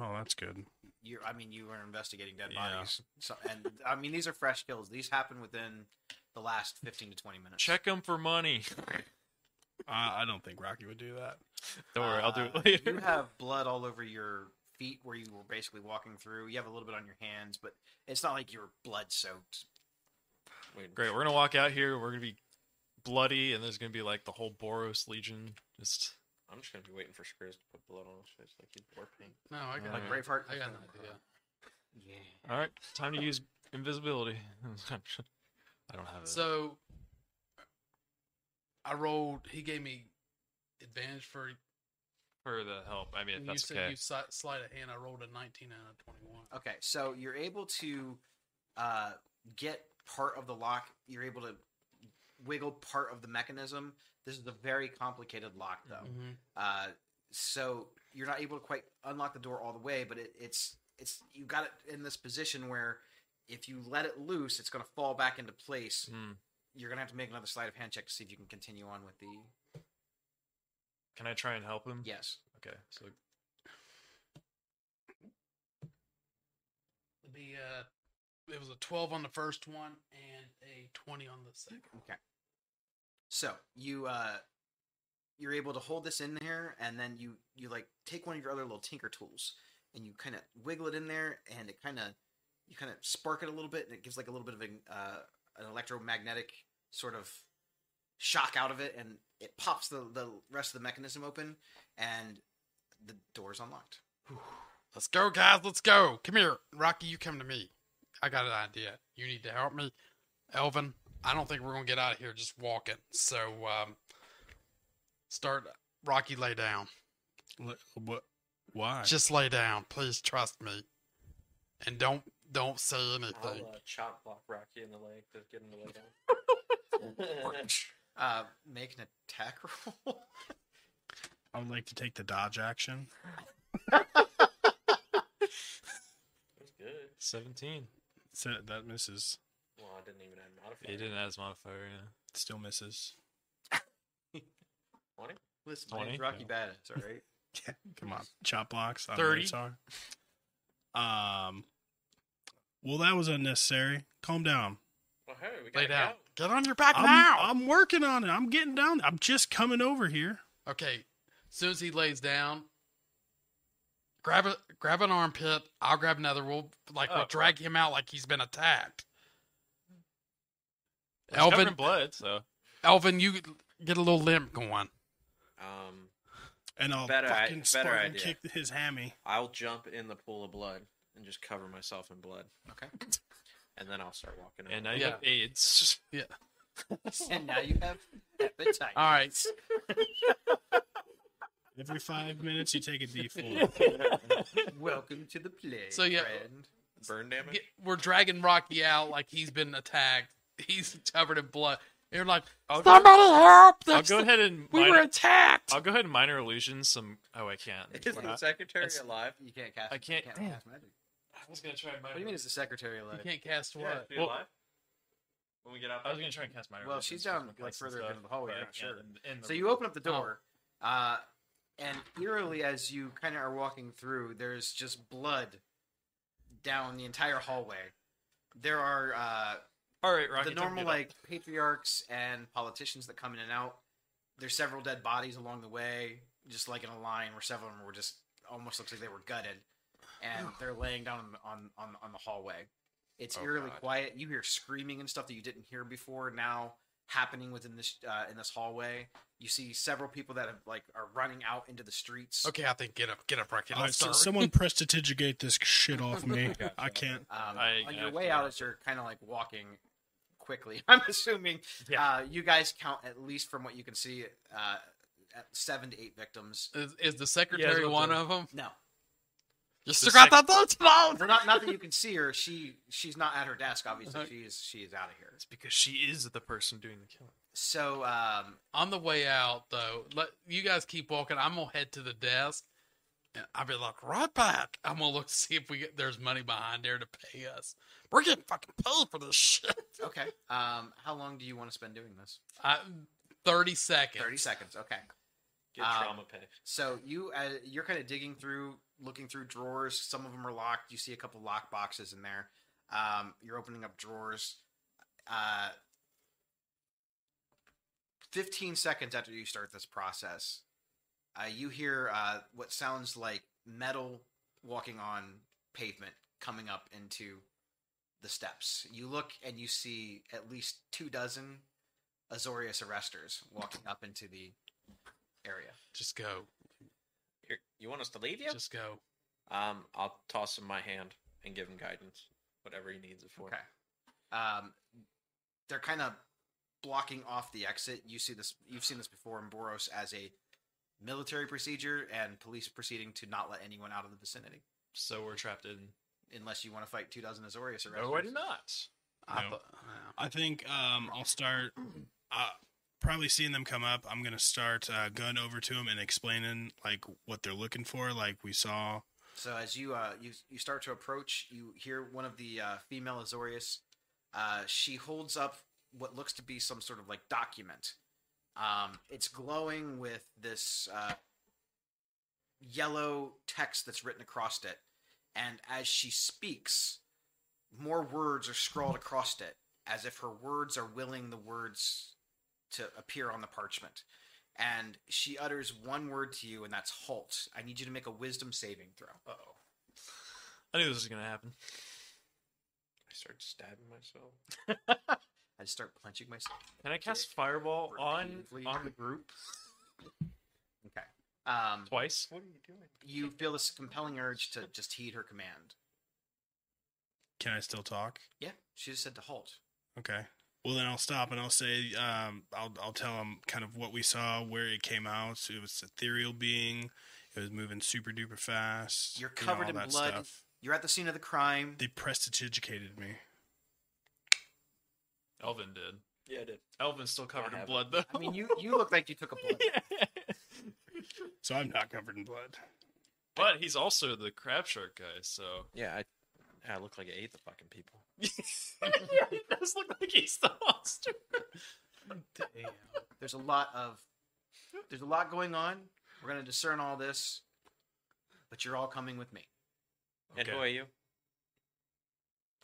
S3: oh, that's good.
S2: You're, I mean, you were investigating dead
S3: Yeah.
S2: bodies. So, and I mean, these are fresh kills. These happen within the last fifteen to twenty minutes.
S6: Check him for money.
S3: I, I don't think Rocky would do that.
S6: Don't worry, I'll do
S2: Uh,
S6: it later.
S2: You have blood all over your feet where you were basically walking through. You have a little bit on your hands, but it's not like you're blood soaked.
S6: Great, we're gonna walk out here. We're gonna be bloody, and there's gonna be like the whole Boros Legion. Just
S5: I'm just gonna be waiting for Skriz to put blood on his face like he's war paint.
S4: No, I got,
S2: Like
S6: Mm.
S2: Braveheart.
S4: I got an idea.
S2: Yeah.
S6: all right, time to use invisibility. I don't have it.
S4: So I rolled. He gave me advantage for.
S6: for the help, I mean, if
S4: and
S6: that's
S4: you said
S6: okay.
S4: you si- slide a hand. I rolled a 19 out of 21.
S2: Okay, so you're able to uh, get part of the lock. You're able to wiggle part of the mechanism. This is a very complicated lock, though.
S6: Mm-hmm.
S2: Uh, so you're not able to quite unlock the door all the way, but it, it's it's you got it in this position where if you let it loose, it's going to fall back into place.
S6: Hmm.
S2: You're going to have to make another sleight of hand check to see if you can continue on with the
S6: Can I try and help him?
S2: yes.
S6: Okay, so
S4: the uh, it was a twelve on the first one and a twenty on the second.
S2: So you uh you're able to hold this in there and then you you like take one of your other little tinker tools and you kind of wiggle it in there and it kind of you kind of spark it a little bit and it gives like a little bit of an uh, an electromagnetic sort of shock out of it and it pops the the rest of the mechanism open and the door's unlocked.
S4: Let's go, guys. Let's go. Come here, Rocky. You come to me. I got an idea. You need to help me, Elvin. I don't think we're gonna get out of here just walking. So, um, start. Rocky, lay down.
S3: What? what why?
S4: Just lay down, please. Trust me, and don't don't say
S5: I'll
S4: anything.
S5: uh, chop block Rocky in the leg to get him to lay down.
S2: Uh make an attack roll.
S3: I would like to take the dodge action.
S5: That's good.
S6: 17.
S3: So that misses.
S5: Well, I didn't even add modifier.
S6: He didn't add his modifier, yeah.
S3: Still misses.
S2: Listen, my name's
S6: 20?
S2: Rocky Badass, all right?
S3: Come on, chop blocks. I don't know what it's are. Um. Well, that was unnecessary. Calm down.
S5: Well, hey, we
S4: Lay
S5: gotta
S4: down.
S5: go.
S4: Get on your back
S3: I'm,
S4: now.
S3: I'm working on it. I'm getting down. I'm just coming over here.
S4: Okay. As soon as he lays down, grab a grab an armpit. I'll grab another. We'll like
S6: Oh.
S4: we'll drag him out like he's been attacked.
S6: It's covered
S4: Elvin-
S6: in blood, so.
S4: Elvin, you get a little limp going.
S5: Um,
S3: And I'll
S5: Better i-
S3: fucking
S5: better
S3: Spartan
S5: idea.
S3: kick his hammy.
S5: I'll jump in the pool of blood and just cover myself in blood.
S2: Okay.
S5: And then I'll start walking.
S6: And
S5: over.
S6: now you have AIDS.
S2: and now you have appetite.
S4: All right.
S3: Every five minutes, you take a D4.
S2: Welcome to the play.
S4: So, yeah,
S2: friend.
S5: burn damage.
S4: Get- we're dragging Rocky out like he's been attacked. He's covered in blood. You're like,
S6: I'll go,
S4: somebody help!
S6: I'll
S4: That's
S6: go
S4: the-
S6: ahead and
S4: we
S6: minor,
S4: were attacked.
S6: I'll go ahead and minor illusion some. Oh, I can't.
S5: Is
S6: We're
S5: the
S6: not-
S5: secretary
S6: it's-
S5: alive?
S2: You can't cast.
S6: I can't-
S2: You
S6: damn.
S2: cast magic.
S6: I was gonna try minor.
S2: What do you mean? Is the secretary
S4: you
S2: alive?
S4: can't cast
S5: Yeah,
S4: what?
S5: is she
S6: Well-
S5: alive? When we get out,
S6: I was gonna try and cast minor.
S2: Well,
S6: illusion,
S2: she's
S6: so
S2: down,
S6: my
S2: like,
S6: cuts and
S2: further up
S6: stuff,
S2: into the hallway,
S6: but
S2: I'm sure.
S6: in- in the
S2: So you
S6: room.
S2: open up the
S4: Oh.
S2: door, uh, and eerily, as you kind of are walking through, there's just blood down the entire hallway. There are uh,
S6: All right, Rocky.
S2: the
S6: don't
S2: normal
S6: do that.
S2: like patriarchs and politicians that come in and out. There's several dead bodies along the way, just like in a line where several of them were just almost looks like they were gutted, and they're laying down on the- on on, on the hallway. It's
S5: Oh,
S2: eerily
S5: God.
S2: quiet. You hear screaming and stuff that you didn't hear before now happening within this uh, in this hallway. You see several people that have like are running out into the streets.
S4: Okay, I think get up, get up, Rocky.
S3: All right,
S4: Let's
S3: so
S4: start.
S3: someone prestidigate this shit off me. I can't.
S2: Um,
S6: I-
S2: on
S6: I
S2: your
S6: feel
S2: way
S6: that.
S2: out, as you're kind of like walking quickly, I'm assuming
S6: Yeah.
S2: uh, you guys count at least from what you can see uh, at seven to eight victims.
S4: Is, is the secretary
S6: what
S4: one
S6: the-
S4: of them?
S2: No,
S4: You
S6: still
S4: still
S6: got
S4: got that
S2: well, not not that you can see her. She she's not at her desk. Obviously, she is she is out of here.
S6: It's because she is the person doing the killing.
S2: So um,
S4: On the way out, though, let you guys keep walking. I'm gonna head to the desk, and I'll be like, right back. I'm gonna look to see if we get there's money behind there to pay us. We're getting fucking paid for this shit.
S2: okay, um, how long do you want to spend doing this?
S4: I, Thirty seconds.
S2: Thirty seconds. Okay.
S5: get
S2: um,
S5: trauma pay.
S2: So you uh, you're kind of digging through, looking through drawers. Some of them are locked. You see a couple lock boxes in there. Um, you're opening up drawers. Uh, Fifteen seconds after you start this process, uh, you hear uh, what sounds like metal walking on pavement coming up into the steps. You look and you see at least two dozen Azorius arresters walking up into the area.
S4: Just go.
S5: Here, you want us to leave you?
S4: Just go.
S5: Um, I'll toss him my hand and give him guidance, whatever he needs it for.
S2: Okay. Um, they're kind of blocking off the exit. You see this. You've seen this before in Boros as a military procedure and police proceeding to not let anyone out of the vicinity
S6: So we're trapped in.
S2: unless you want to fight two dozen Azorius arresters.
S6: No, I do not.
S4: I
S3: No.
S4: thought-
S3: I think um, I'll start. Uh, probably seeing them come up, I'm gonna start uh, gun over to them and explaining like what they're looking for. Like we saw.
S2: So as you uh, you you start to approach, you hear one of the uh, female Azorius. Uh, she holds up what looks to be some sort of like document. Um, it's glowing with this uh, yellow text that's written across it, and as she speaks, more words are scrawled across it, as if her words are willing the words to appear on the parchment. And she utters one word to you, and that's halt. I need you to make a wisdom saving throw.
S6: oh. I knew this was gonna happen.
S5: I start stabbing myself.
S2: I just start punching myself.
S6: Can I cast Fireball on
S2: Repeatedly.
S6: on the group
S2: Um,
S6: twice?
S5: What are you doing?
S2: you feel this compelling urge to just heed her command.
S3: Can I still talk?
S2: Yeah, she just said to halt.
S3: Okay. Well, then I'll stop and I'll say, um, I'll I'll tell him kind of what we saw, where it came out. It was ethereal being. It was moving super duper fast.
S2: You're
S3: you know,
S2: covered
S3: all
S2: in
S3: that
S2: blood.
S3: stuff.
S2: You're at the scene of the crime.
S3: They prestidigitated me.
S6: Elvin did.
S5: Yeah, I did.
S6: Elvin's still covered
S5: I
S6: in blood though.
S2: I mean, you you look like you took a bullet.
S3: So I'm not covered in blood.
S6: but he's also the crab shark guy, so
S5: Yeah, I, I look like I ate the fucking people.
S6: yeah, he does look like he's the monster.
S2: There's a lot of there's a lot going on. We're gonna discern all this, but you're all coming with me.
S5: And who
S6: Okay.
S5: are you?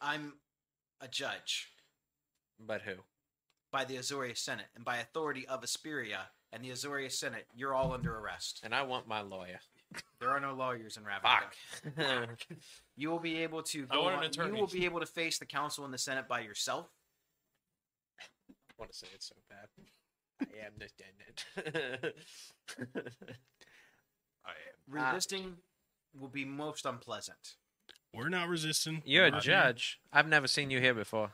S2: I'm a judge
S5: But who?
S2: by the Azoria Senate and by authority of Asperia and the Azoria Senate. You're all under arrest.
S5: And I want my lawyer.
S2: There are no lawyers in Ravnica.
S5: Fuck.
S2: You will be able to.
S6: I
S2: Go
S6: want an
S2: on-
S6: attorney.
S2: You will be able to face the council and the Senate by yourself.
S5: I want to say it so bad. I am the dead.
S2: Resisting will be most unpleasant.
S3: We're not resisting.
S5: You're
S3: We're
S5: a
S3: not-
S5: judge. I've never seen you here before.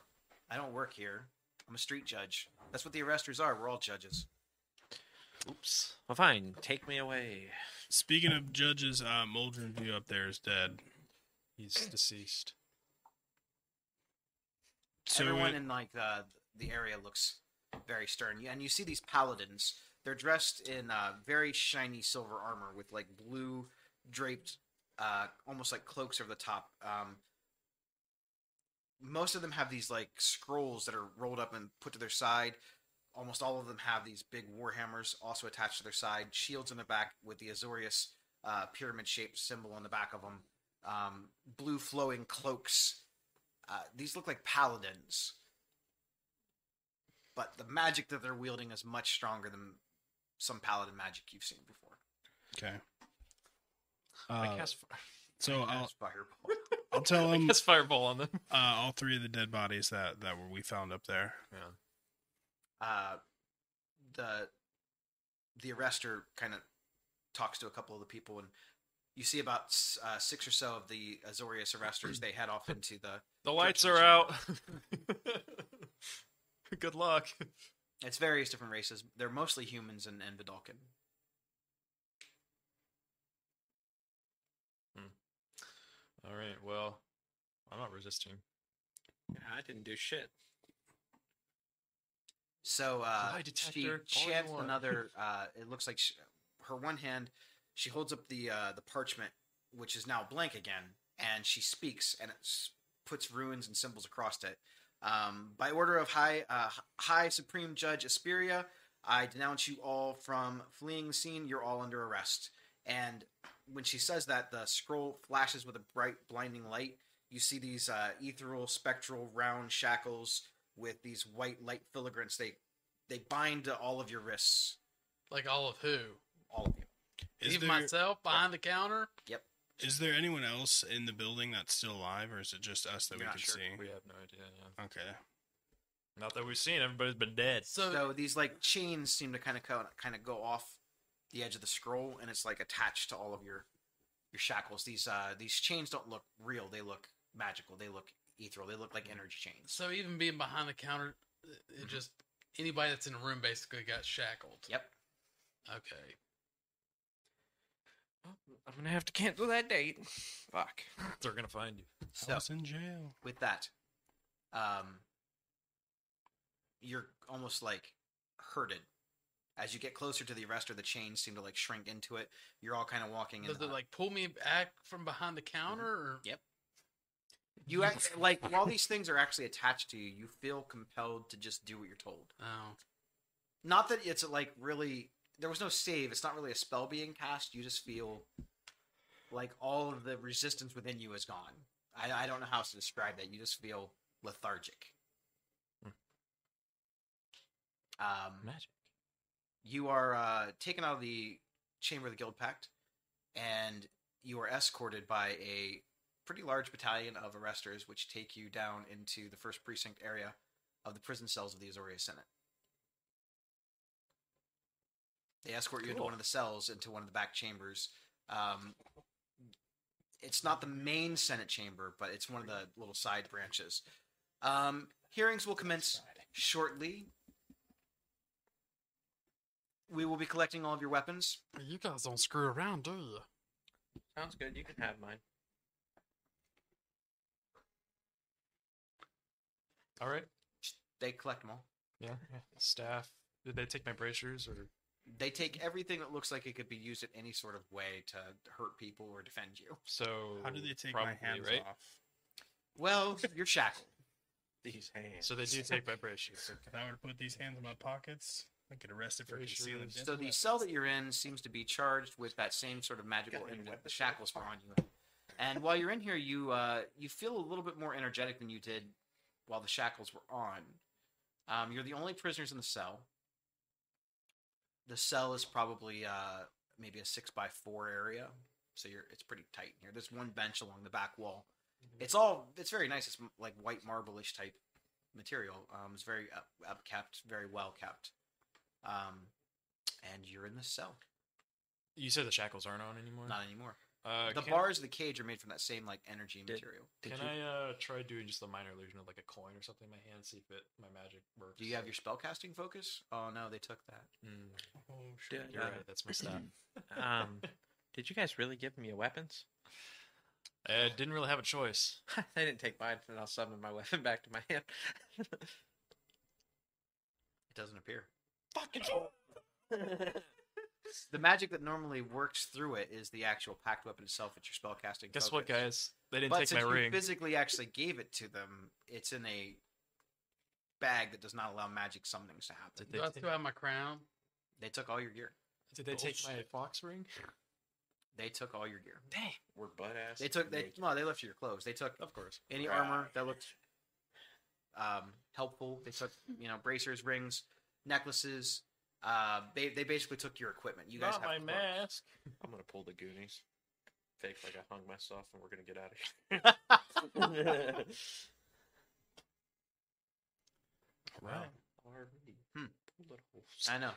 S2: I don't work here. I'm a street judge. That's what the arresters are. We're all judges.
S6: Oops.
S5: Well, fine. Take me away.
S3: Speaking of judges, uh, Muldren View up there is dead.
S6: He's deceased.
S3: So
S2: Everyone
S3: it-
S2: in like uh, the area looks very stern. Yeah, And you see these paladins. They're dressed in uh, very shiny silver armor with like blue draped, uh, almost like cloaks over the top. Um, most of them have these like scrolls that are rolled up and put to their side. Almost all of them have these big warhammers also attached to their side, shields on the back with the Azorius uh, pyramid shaped symbol on the back of them, um, blue flowing cloaks. Uh, these look like paladins, but the magic that they're wielding is much stronger than some paladin magic you've seen before.
S3: okay.
S6: I
S3: Uh,
S6: cast, fi-
S3: so I'll
S2: That's fireball.
S3: I'll tell
S6: I
S3: him uh,
S6: cast fireball on them.
S3: all three of the dead bodies that that were we found up there.
S2: uh, the the arrestor kind of talks to a couple of the people, and you see about s- uh, six or so of the Azorius arrestors. they head off into the.
S6: The lights are
S2: Judgment
S6: out. Good luck.
S2: It's various different races. They're mostly humans and, and Vidalcan.
S6: All right. Well, I'm not resisting.
S5: I didn't do shit.
S2: So uh,
S6: Lie
S2: she
S6: detector, all you
S2: chants
S6: want.
S2: another. Uh, it looks like she, her one hand. She holds up the uh, the parchment, which is now blank again, and she speaks, and it s- puts runes and symbols across it. Um, by order of High uh, High Supreme Judge Asperia, I denounce you all from fleeing the scene. You're all under arrest. And when she says that, the scroll flashes with a bright, blinding light. You see these uh, ethereal, spectral, round shackles with these white light filigrants. They they bind to all of your wrists,
S4: Like all of who?
S2: all of you.
S3: Is
S4: Even
S3: there,
S4: myself behind the counter?
S3: is there anyone else in the building that's still alive, or is it just us that we
S2: Not
S3: can
S2: sure.
S3: see?
S6: We have no idea. Yeah.
S3: Okay.
S6: Not that we've seen. Everybody's been dead.
S4: So,
S2: So these like chains seem to kind of kind of go off the edge of the scroll, and it's like attached to all of your your shackles. These uh these chains don't look real; they look magical. They look ethereal. They look like energy chains.
S4: so even being behind the counter, it- it just anybody that's in the room basically got shackled.
S2: Yep.
S4: Okay.
S5: I'm gonna have to cancel that date. Fuck.
S6: They're gonna find you.
S3: I
S2: So
S3: was in jail.
S2: with that, um, you're almost like herded. As you get closer to the arrestor, the chains seem to like shrink into it. You're all kind of walking.
S4: Does
S2: in
S4: it
S2: the-
S4: like pull me back from behind the counter or?
S2: Yep. you act, like while these things are actually attached to you, you feel compelled to just do what you're told.
S4: Oh.
S2: not that it's like really there was no save it's not really a spell being cast you just feel like all of the resistance within you is gone I, I don't know how else to describe that. You just feel lethargic. Um,
S9: Magic.
S2: you are uh, taken out of the chamber of the guild pact and you are escorted by a pretty large battalion of arresters which take you down into the first precinct area of the prison cells of the azoria senate they escort you into one of the cells into one of the back chambers um, it's not the main senate chamber but it's one of the little side branches um, hearings will commence shortly we will be collecting all of your weapons
S4: You guys don't screw around, do you?
S5: Sounds good. You can have mine.
S6: All right.
S2: they collect them all
S6: Yeah. yeah. Staff. Did they take my bracers or?
S2: they take everything that looks like it could be used in any sort of way to hurt people or defend you.
S6: So
S3: How do they take
S6: probably,
S3: my hands
S6: right?
S3: off?
S2: Well, you're shackled.
S5: These hands.
S6: So they do take my bracers.
S3: If I were to put these hands in my pockets, I'd get arrested for
S6: Braces.
S3: concealing.
S2: So the cell that you're in seems to be charged with that same sort of magical
S5: Got any
S2: end that the
S5: weapons?
S2: shackles were on you. And while you're in here, you uh, you feel a little bit more energetic than you did while the shackles were on. Um, you're the only prisoners in the cell. The cell is probably uh, maybe a six by four area, so you're it's pretty tight in here. There's one bench along the back wall. It's all it's very nice. It's m- like white marble-ish type material. Um, it's very up, up kept, very well kept. Um, and you're in the cell.
S6: You said the shackles aren't on anymore.
S2: Not anymore.
S6: Uh,
S2: the
S6: can,
S2: bars of the cage are made from that same like energy material.
S6: Can I uh, try doing just a minor illusion of like a coin or something in my hand, see if it my magic works?
S2: Do you have your spellcasting focus? Oh no, they took that.
S6: Mm,
S5: Did,
S6: you're right. That's my staff.
S5: uh, um, did you guys really give me your weapons?
S6: I didn't really have a choice.
S5: they didn't take mine, and I'll summon my weapon back to my hand.
S2: It doesn't appear.
S5: Fucking
S2: The magic that normally works through it is the actual packed weapon itself. It's your spellcasting.
S6: Guess
S2: focus.
S6: what, guys? They didn't
S2: but
S6: take my
S2: since you
S6: ring.
S2: physically actually gave it to them, it's in a bag that does not allow magic summonings to happen.
S6: Did
S4: Do
S6: they,
S4: I
S6: take,
S4: still have my crown?
S2: They took all your gear.
S6: did they take my fox ring?
S2: They took all your gear.
S5: We're butt ass.
S2: They took they no, they left your clothes. They took
S6: Of course.
S2: any armor that looked um, helpful. They took you know bracers, rings, necklaces. Uh, they they basically took your equipment. You guys
S6: Not
S2: have
S6: my
S2: clothes.
S6: mask.
S5: I'm gonna pull the Goonies, fake like I hung myself, and we're gonna get out of here.
S6: Wow.
S5: Already.
S2: Hmm.
S5: Pull it all.
S2: I know,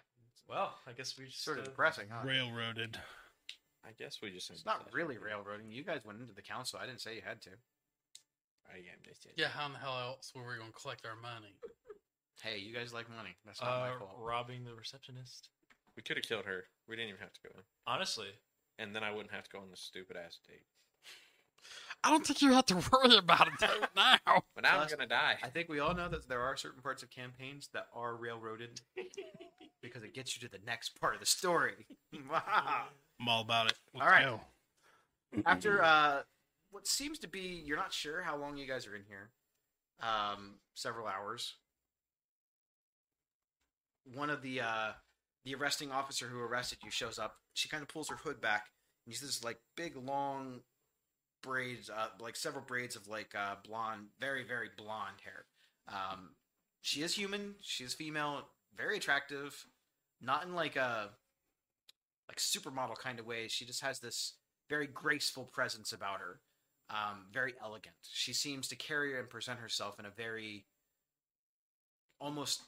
S6: Well, I guess we just
S2: sort of
S6: uh,
S2: depressing, huh?
S3: Railroaded.
S5: I guess we just.
S2: It's not really railroading. You guys went into the council. I didn't say you had to.
S5: I am. They said.
S4: Yeah, how in the hell else were we gonna collect our money?
S2: Hey, you guys like money. That's not
S6: uh,
S2: my fault.
S6: robbing the receptionist.
S5: We could have killed her. We didn't even have to go in,
S6: Honestly,
S5: and then I wouldn't have to go on this stupid ass date.
S4: I don't think you have to worry about it though now.
S5: But now
S2: Plus,
S5: I'm gonna die.
S2: I think we all know that there are certain parts of campaigns that are railroaded because it gets you to the next part of the story. Wow.
S3: I'm all about it.
S2: All right. After uh, what seems to be, you're not sure how long you guys are in here. Um, several hours. One of the uh, the arresting officer who arrested you shows up. She kind of pulls her hood back, and you see this like big long braids, uh, like several braids of like uh, blonde, very very blonde hair. Um, she is human. She is female. Very attractive. Not in like a like supermodel kind of way. She just has this very graceful presence about her, um, very elegant. She seems to carry and present herself in a very almost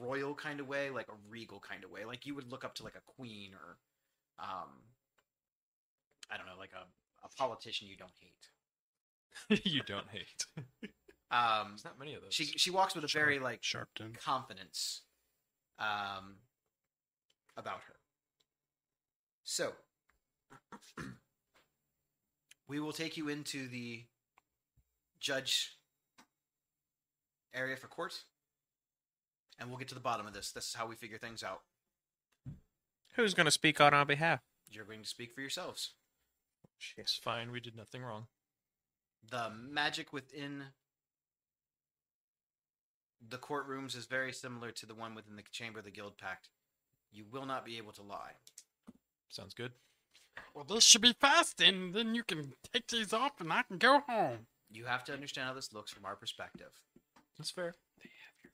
S2: royal kind of way, like a regal kind of way, like you would look up to like a queen or, um, I don't know, like a, a politician you don't hate.
S6: you don't hate.
S2: Um,
S6: There's not many of those.
S2: she she walks with a very like
S3: Sharpton.
S2: confidence um, about her. So, we will take you into the judge area for court, and we'll get to the bottom of this. This is how we figure things out.
S5: Who's gonna speak on our behalf?
S2: You're going to speak for yourselves.
S6: It's fine. We did nothing wrong.
S2: the magic within the courtrooms is very similar to the one within the chamber of the guild pact you will not be able to lie
S6: Sounds good.
S4: Well, this should be fast, and then you can take these off, and I can go home.
S2: You have to understand how this looks from our perspective.
S6: That's fair.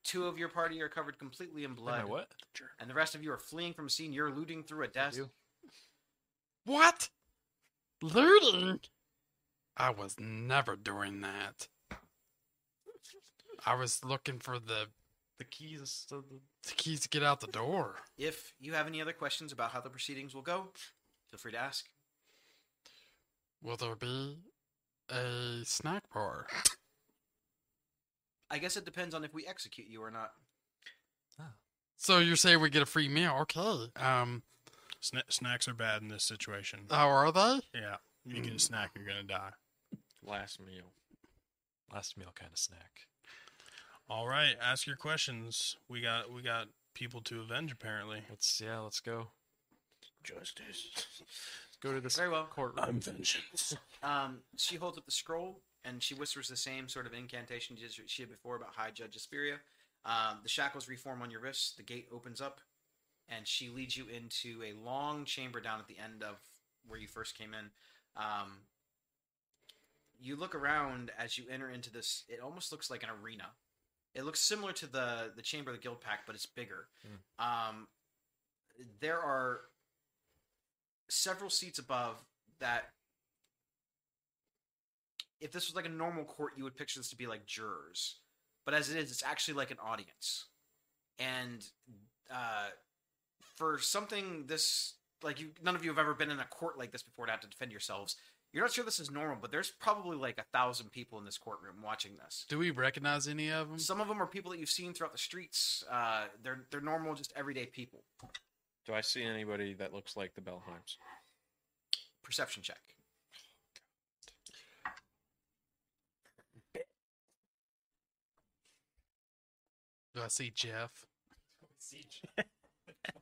S2: Two of your party are covered completely in
S6: Am I
S2: blood,
S6: what?
S2: and the rest of you are fleeing from scene. You're looting through a desk.
S4: What? Looting? I was never doing that. I was looking for the,
S6: The keys. to the-
S4: the keys to get out the door.
S2: If you have any other questions about how the proceedings will go, feel free to ask.
S4: Will there be a snack bar?
S2: I guess it depends on if we execute you or not.
S4: So you're saying we get a free meal? Okay. Um.
S3: Sna- snacks are bad in this situation.
S4: How are they?
S3: Yeah, you get a snack, you're gonna die.
S5: Last meal.
S6: Last meal kind of snack.
S3: All right, ask your questions. We got we got people to avenge apparently.
S6: Let's yeah. Let's go.
S5: Justice.
S6: Go to this
S2: Very well.
S6: courtroom.
S5: vengeance.
S2: Um, she holds up the scroll and she whispers the same sort of incantation she did- she had before about High Judge Asperia. Um, the shackles reform on your wrists. The gate opens up, and she leads you into a long chamber down at the end of where you first came in. Um, you look around as you enter into this. It almost looks like an arena. It looks similar to the the chamber of the guild pack, but it's bigger.
S6: Hmm.
S2: Um, there are several seats above that if this was like a normal court, you would picture this to be like jurors. But as it is, it's actually like an audience. And uh, for something this like you none of you have ever been in a court like this before to have to defend yourselves. You're not sure this is normal, but there's probably like a thousand people in this courtroom watching this.
S4: Do we recognize any of them?
S2: Some of them are people that you've seen throughout the streets. Uh, they're they're normal, just everyday people.
S5: Do I see anybody that looks like the Bellheims?
S2: Perception check.
S4: Do I see Jeff?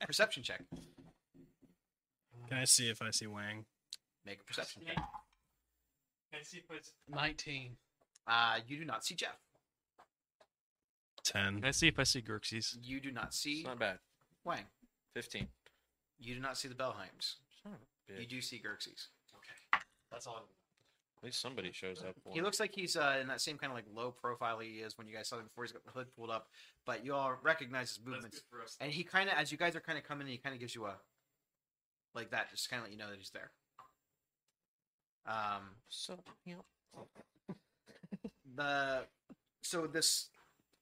S2: Perception check.
S3: Can I see if I see Wang?
S2: Make a perception check.
S4: Nineteen.
S2: Uh, you do not see Jeff.
S3: Ten.
S6: Can I see if I see Gurkses?
S2: You do not see
S5: It's not bad.
S2: Wang.
S5: Fifteen.
S2: You do not see the Bellheims.
S5: Son of a
S2: You
S5: bitch.
S2: do see Xerxes.
S5: At least somebody shows up.
S2: He looks like he's uh, in that same kind of like low profile he is when you guys saw him before. He's got the hood pulled up, but you all recognize his movements. And he kind of, as you guys are kind of coming in, he kind of gives you a like that, just kind of let you know that he's there. Um,
S5: So, you know,
S2: the so this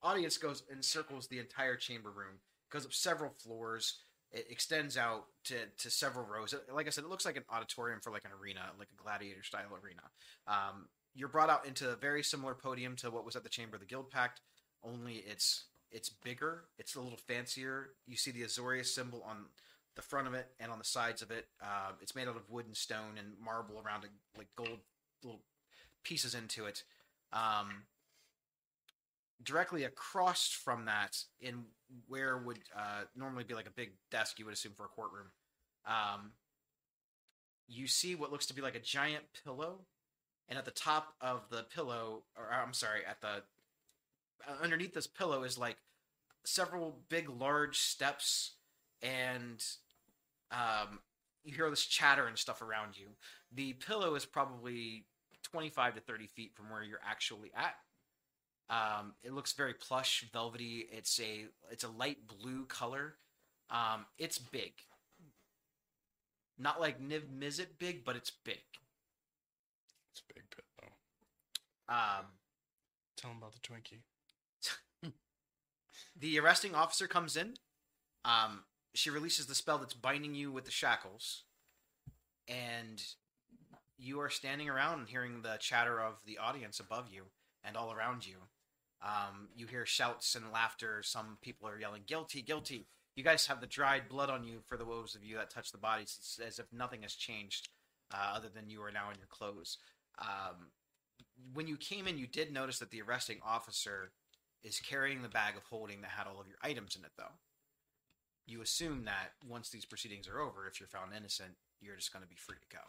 S2: audience goes and circles the entire chamber room goes up several floors it extends out to, to several rows Uh, like i said it looks like an auditorium for like an arena like a gladiator style arena um, you're brought out into a very similar podium to what was at the chamber of the guild pact only it's it's bigger it's a little fancier you see the azorius symbol on the front of it and on the sides of it uh, it's made out of wood and stone and marble around it like gold little pieces into it um, directly across from that, in where would uh, normally be like a big desk, you would assume for a courtroom, um, you see what looks to be like a giant pillow, and at the top of the pillow, or I'm sorry, at the uh, underneath this pillow is like several big, large steps, and um, you hear all this chatter and stuff around you. The pillow is probably 25 to 30 feet from where you're actually at. Um, it looks very plush, velvety. It's a it's a light blue color. Um, it's big. Not like Niv Mizzet big, but it's big.
S3: It's a big pillow.
S2: Um,
S3: Tell him about the Twinkie.
S2: the arresting officer comes in. Um, she releases the spell that's binding you with the shackles, and you are standing around and hearing the chatter of the audience above you and all around you. Um, you hear shouts and laughter. Some people are yelling "guilty, guilty." You guys have the dried blood on you for the woes of you that touch the bodies. It's as if nothing has changed, uh, other than you are now in your clothes. Um, when you came in, you did notice that the arresting officer is carrying the bag of holding that had all of your items in it, though. You assume that once these proceedings are over, if you're found innocent, you're just going to be free to go.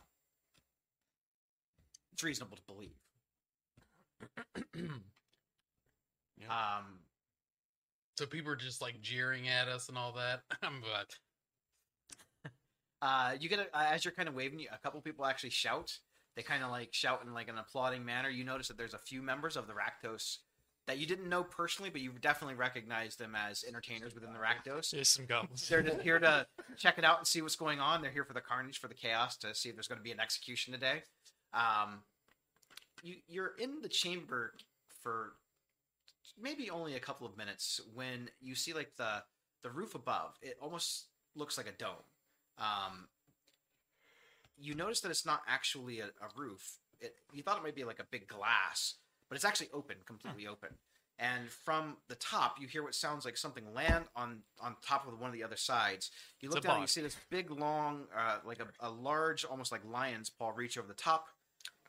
S2: It's reasonable to believe. Um,
S4: So people are just like jeering at us and all that. I'm like,
S2: uh, you get a, as you're kind of waving, you- a couple people actually shout. They kind of like shout in like an applauding manner. You notice that there's a few members of the Rakdos that you didn't know personally, but you definitely recognize them as entertainers within the Rakdos.
S6: There's some goblins.
S2: They're just here to check it out and see what's going on. They're here for the carnage, for the chaos, to see if there's going to be an execution today. Um, you, you're in the chamber for maybe only a couple of minutes when you see like the the roof above. It almost looks like a dome. Um, you notice that it's not actually a, a roof. It, you thought it might be like a big glass, but it's actually open,
S6: Hmm.
S2: completely open. And from the top, you hear what sounds like something land on on top of one of the other sides. You
S6: It's
S2: look
S6: a
S2: down, and you
S6: bog.
S2: see this big, long, uh, like a, a large, almost like lion's paw reach over the top.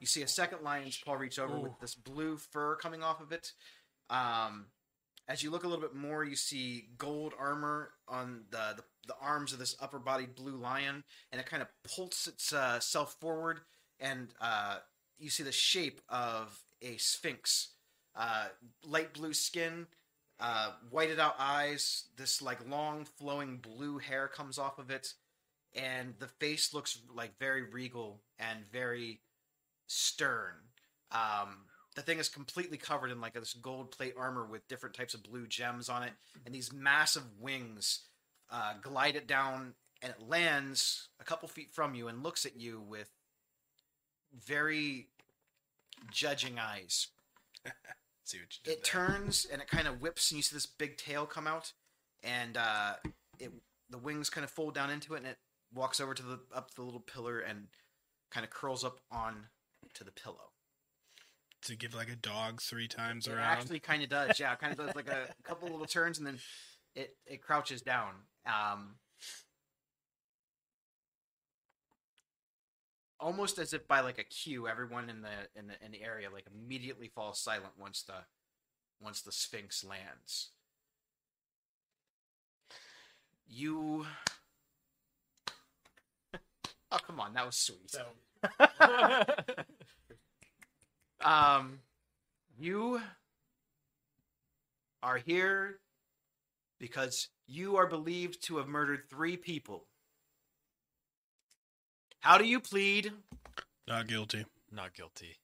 S2: You see a second lion's paw reach over with this blue fur coming off of it. Um, as you look a little bit more, you see gold armor on the the, the arms of this upper bodied blue lion, and it kind of pulls itself forward, and uh, you see the shape of a sphinx. Uh, light blue skin, uh, whited out eyes, this like long flowing blue hair comes off of it, and the face looks like very regal and very stern. Um, the thing is completely covered in like this gold plate armor with different types of blue gems on it, and these massive wings uh, glide it down, and it lands a couple feet from you and looks at you with very judging eyes
S3: See what you did.
S2: it turns and it kind of whips and you see this big tail come out and uh it the wings kind of fold down into it and it walks over to the up the little pillar and kind of curls up on to the pillow
S3: to give like a dog three times
S2: it
S3: around.
S2: actually kind of does yeah it kind of does like a couple little turns and then it it crouches down um almost as if by like a cue everyone in the in the in the area like immediately falls silent once the once the sphinx lands you oh come on that was sweet um you are here because you are believed to have murdered three people how do you plead
S3: Not guilty.
S6: Not guilty.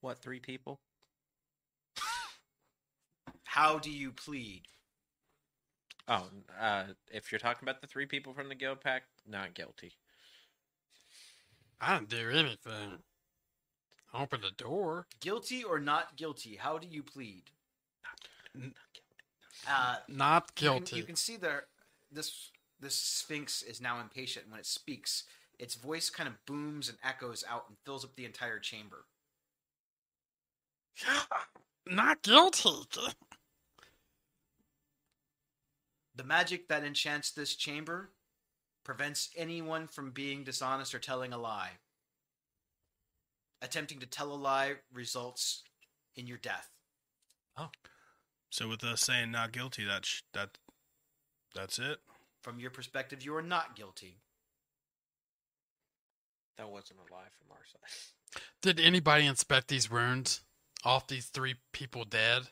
S9: What, three people?
S2: how do you plead
S9: Oh, uh, if you're talking about the three people from the guild pack, not guilty.
S4: I didn't do anything. I opened the door.
S2: guilty or not guilty how do you plead uh
S4: Not
S2: you can-
S4: guilty.
S2: You can, see there this this sphinx is now impatient and when it speaks. Its voice kind of booms and echoes out and fills up the entire chamber.
S4: Not guilty.
S2: The magic that enchants this chamber prevents anyone from being dishonest or telling a lie. Attempting to tell a lie results in your death.
S3: So with us saying not guilty, that's that. That's it.
S2: From your perspective, you are not guilty.
S9: That wasn't a lie from our side.
S4: Did anybody inspect these wounds off these three people dead?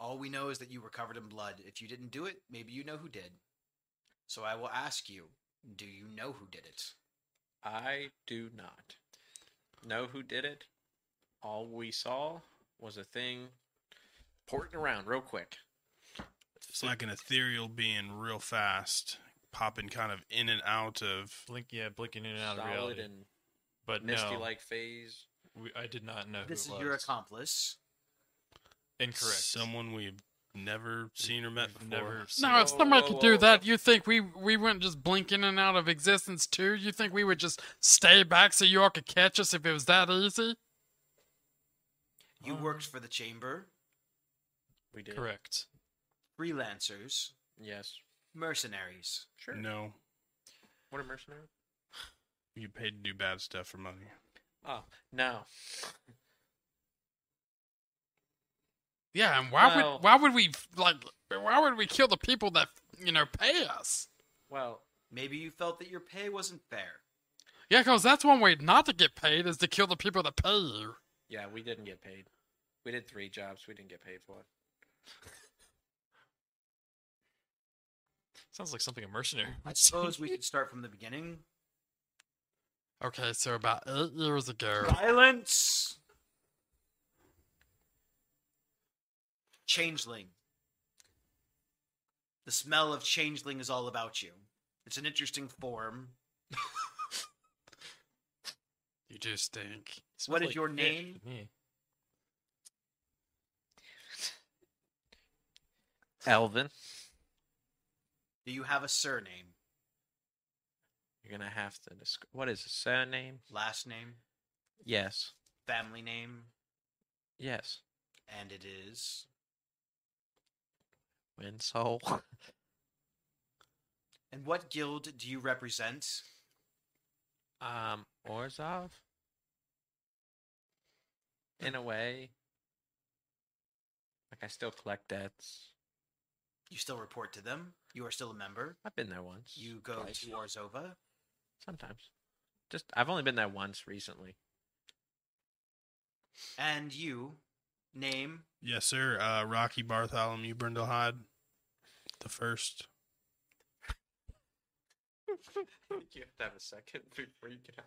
S2: All we know is that you were covered in blood. If you didn't do it, maybe you know who did. So I will ask you, do you know who did it?
S9: I do not know who did it. All we saw was a thing porting around real quick.
S3: It's like an ethereal being, real fast, popping kind of in and out of.
S6: Blink, yeah, blinking in and out of
S9: Solid
S6: reality.
S9: and
S6: but
S9: misty
S6: no,
S9: like phase.
S6: we, I did not know
S2: This is
S6: who it was.
S2: your accomplice.
S6: Incorrect.
S3: Someone we've never seen or met before.
S6: We've never seen-
S4: No, if
S9: Whoa,
S4: somebody
S9: whoa,
S4: could
S9: whoa,
S4: do
S9: whoa.
S4: that, you think we we wouldn't just blink in and out of existence too? You think we would just stay back so y'all could catch us if it was that easy?
S2: You
S6: Oh.
S2: worked for the chamber,
S9: We did.
S6: Correct.
S2: freelancers,
S9: Yes.
S2: mercenaries.
S9: Sure.
S3: No,
S9: What a mercenary.
S3: you paid to do bad stuff for money.
S9: Oh, no.
S4: Yeah, and why
S9: Well-
S4: would why would we like why would we kill the people that you know pay us?
S9: Well,
S2: Maybe you felt that your pay wasn't fair.
S4: Yeah, because that's one way not to get paid is to kill the people that pay you.
S9: yeah, we didn't get paid. We did three jobs. We didn't get paid for it.
S6: Sounds like something a mercenary.
S2: I
S6: would say.
S2: suppose we could start from the beginning.
S4: Okay, so about uh, eight years ago,
S2: Silence. Changeling. The smell of changeling is all about you. It's an interesting form.
S4: you do stink.
S6: Smells
S2: What is
S6: like
S2: your
S6: fish
S2: name?
S6: to me.
S5: Elvin.
S2: Do you have a surname,
S5: You're gonna have to desc- what is his surname?
S2: last name,
S5: Yes.
S2: family name?
S5: Yes.
S2: And it is.
S5: Winsol.
S2: And what guild do you represent?
S5: Um, Orzov? In a way. Like I still collect debts.
S2: You still report to them. You are still a member.
S5: I've been there once.
S2: You go
S5: twice,
S2: to Orzova.
S5: sometimes. Just I've only been there once recently.
S2: And you, name,
S3: Yes, sir. Uh, Rocky Bartholomew Brindlehide, the first.
S5: you have to have a second before you get out.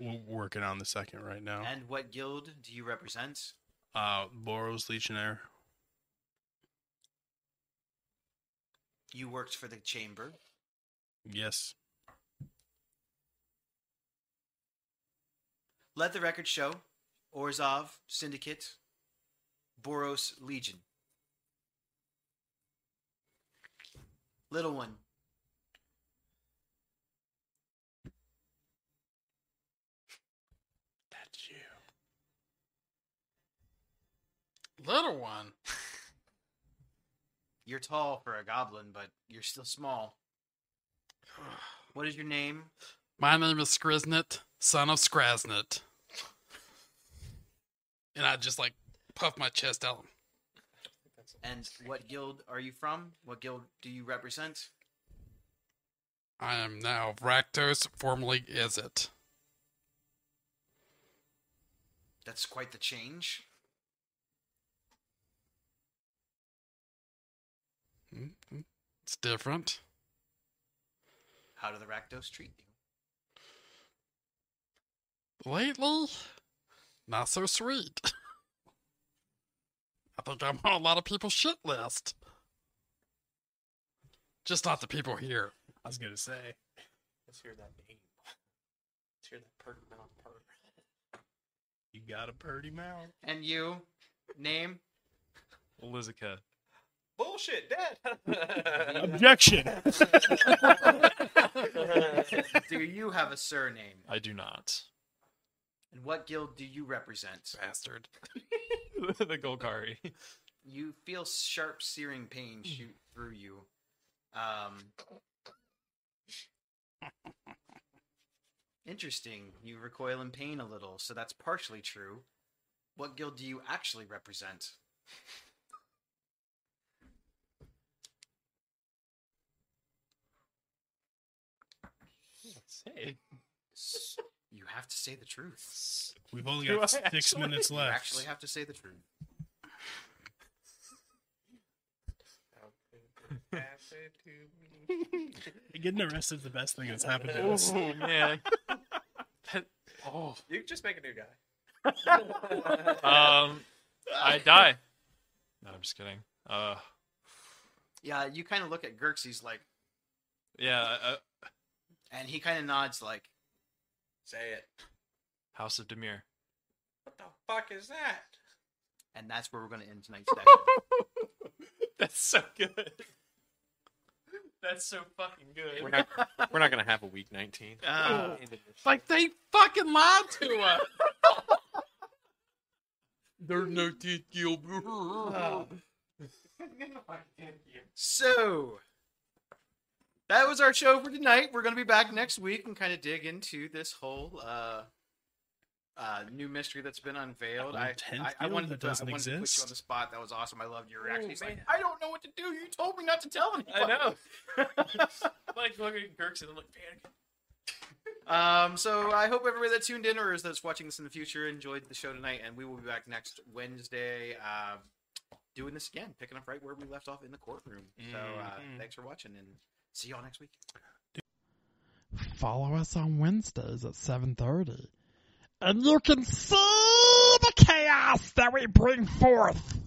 S3: We're working on the second right now.
S2: and what guild do you represent?
S3: Uh, Boros Legionnaire.
S2: You worked for the chamber.
S3: Yes.
S2: Let the record show Orzov Syndicate, Boros Legion. Little one,
S3: That's you.
S4: Little one.
S2: you're tall for a goblin, but you're still small. What is your name?
S4: My name is Skriznit, son of Skraznit. And I just like puff my chest out.
S2: And what guild are you from? What guild do you represent?
S4: I am now Rakdos, formerly is it.
S2: That's quite the change.
S4: It's different.
S2: How do the Rakdos treat you?
S4: Lately, not so sweet. I think I'm on a lot of people's shit list. Just not the people here.
S3: I was gonna say.
S9: Let's hear that name. Let's hear that purr mouth purr.
S3: You got a purty mouth.
S2: And you, name?
S6: Lizica.
S9: Bullshit, Dad.
S3: Objection.
S2: do you have a surname?
S6: I do not.
S2: And what guild do you represent?
S4: Bastard.
S6: the Golgari.
S2: You feel sharp, searing pain shoot through you. Um, interesting. You recoil in pain a little, so that's partially true. What guild do you actually represent?
S6: Say.
S2: You have to say the truth.
S3: We've only
S6: Do
S3: got
S6: I
S3: six
S6: actually?
S3: minutes
S2: You
S3: left.
S2: actually have to say the truth.
S3: Getting arrested is the best thing that's happened to us.
S6: Oh man. oh.
S9: you just make a new guy.
S6: Um, I die. No, I'm just kidding. Uh,
S2: Yeah, you kind of look at Gerxes like,
S6: yeah. Uh,
S2: and he kind of nods like,
S9: Say it.
S6: House of Demir.
S9: What the fuck is that?
S2: and that's where we're going to end tonight's session.
S6: That's so good. That's so fucking good.
S5: We're not we're not gonna have a week nineteen.
S2: Uh,
S4: Like they fucking lied to us. There's no teeth, Gilbert.
S2: So that was our show for tonight. We're going to be back next week and kind of dig into this whole uh, uh, new mystery that's been unveiled.
S3: That
S2: I,
S3: intense
S2: I, I
S3: feeling
S2: wanted,
S3: that
S2: to, I
S3: doesn't
S2: wanted to put you on
S3: exist.
S2: the spot. That was awesome. I loved your reaction. He's like,
S6: Oh, man.
S2: I don't know what to do. You told me not to tell anyone.
S6: I know. like looking at Kirk's and I'm like panicking.
S2: Um, so I hope everybody that tuned in or is that's watching this in the future enjoyed the show tonight, and we will be back next Wednesday, uh, doing this again, picking up right where we left off in the courtroom. So uh,
S6: Mhm.
S2: thanks for watching, and See y'all next week.
S1: Follow us on Wednesdays at 7:30, and you can see the chaos that we bring forth.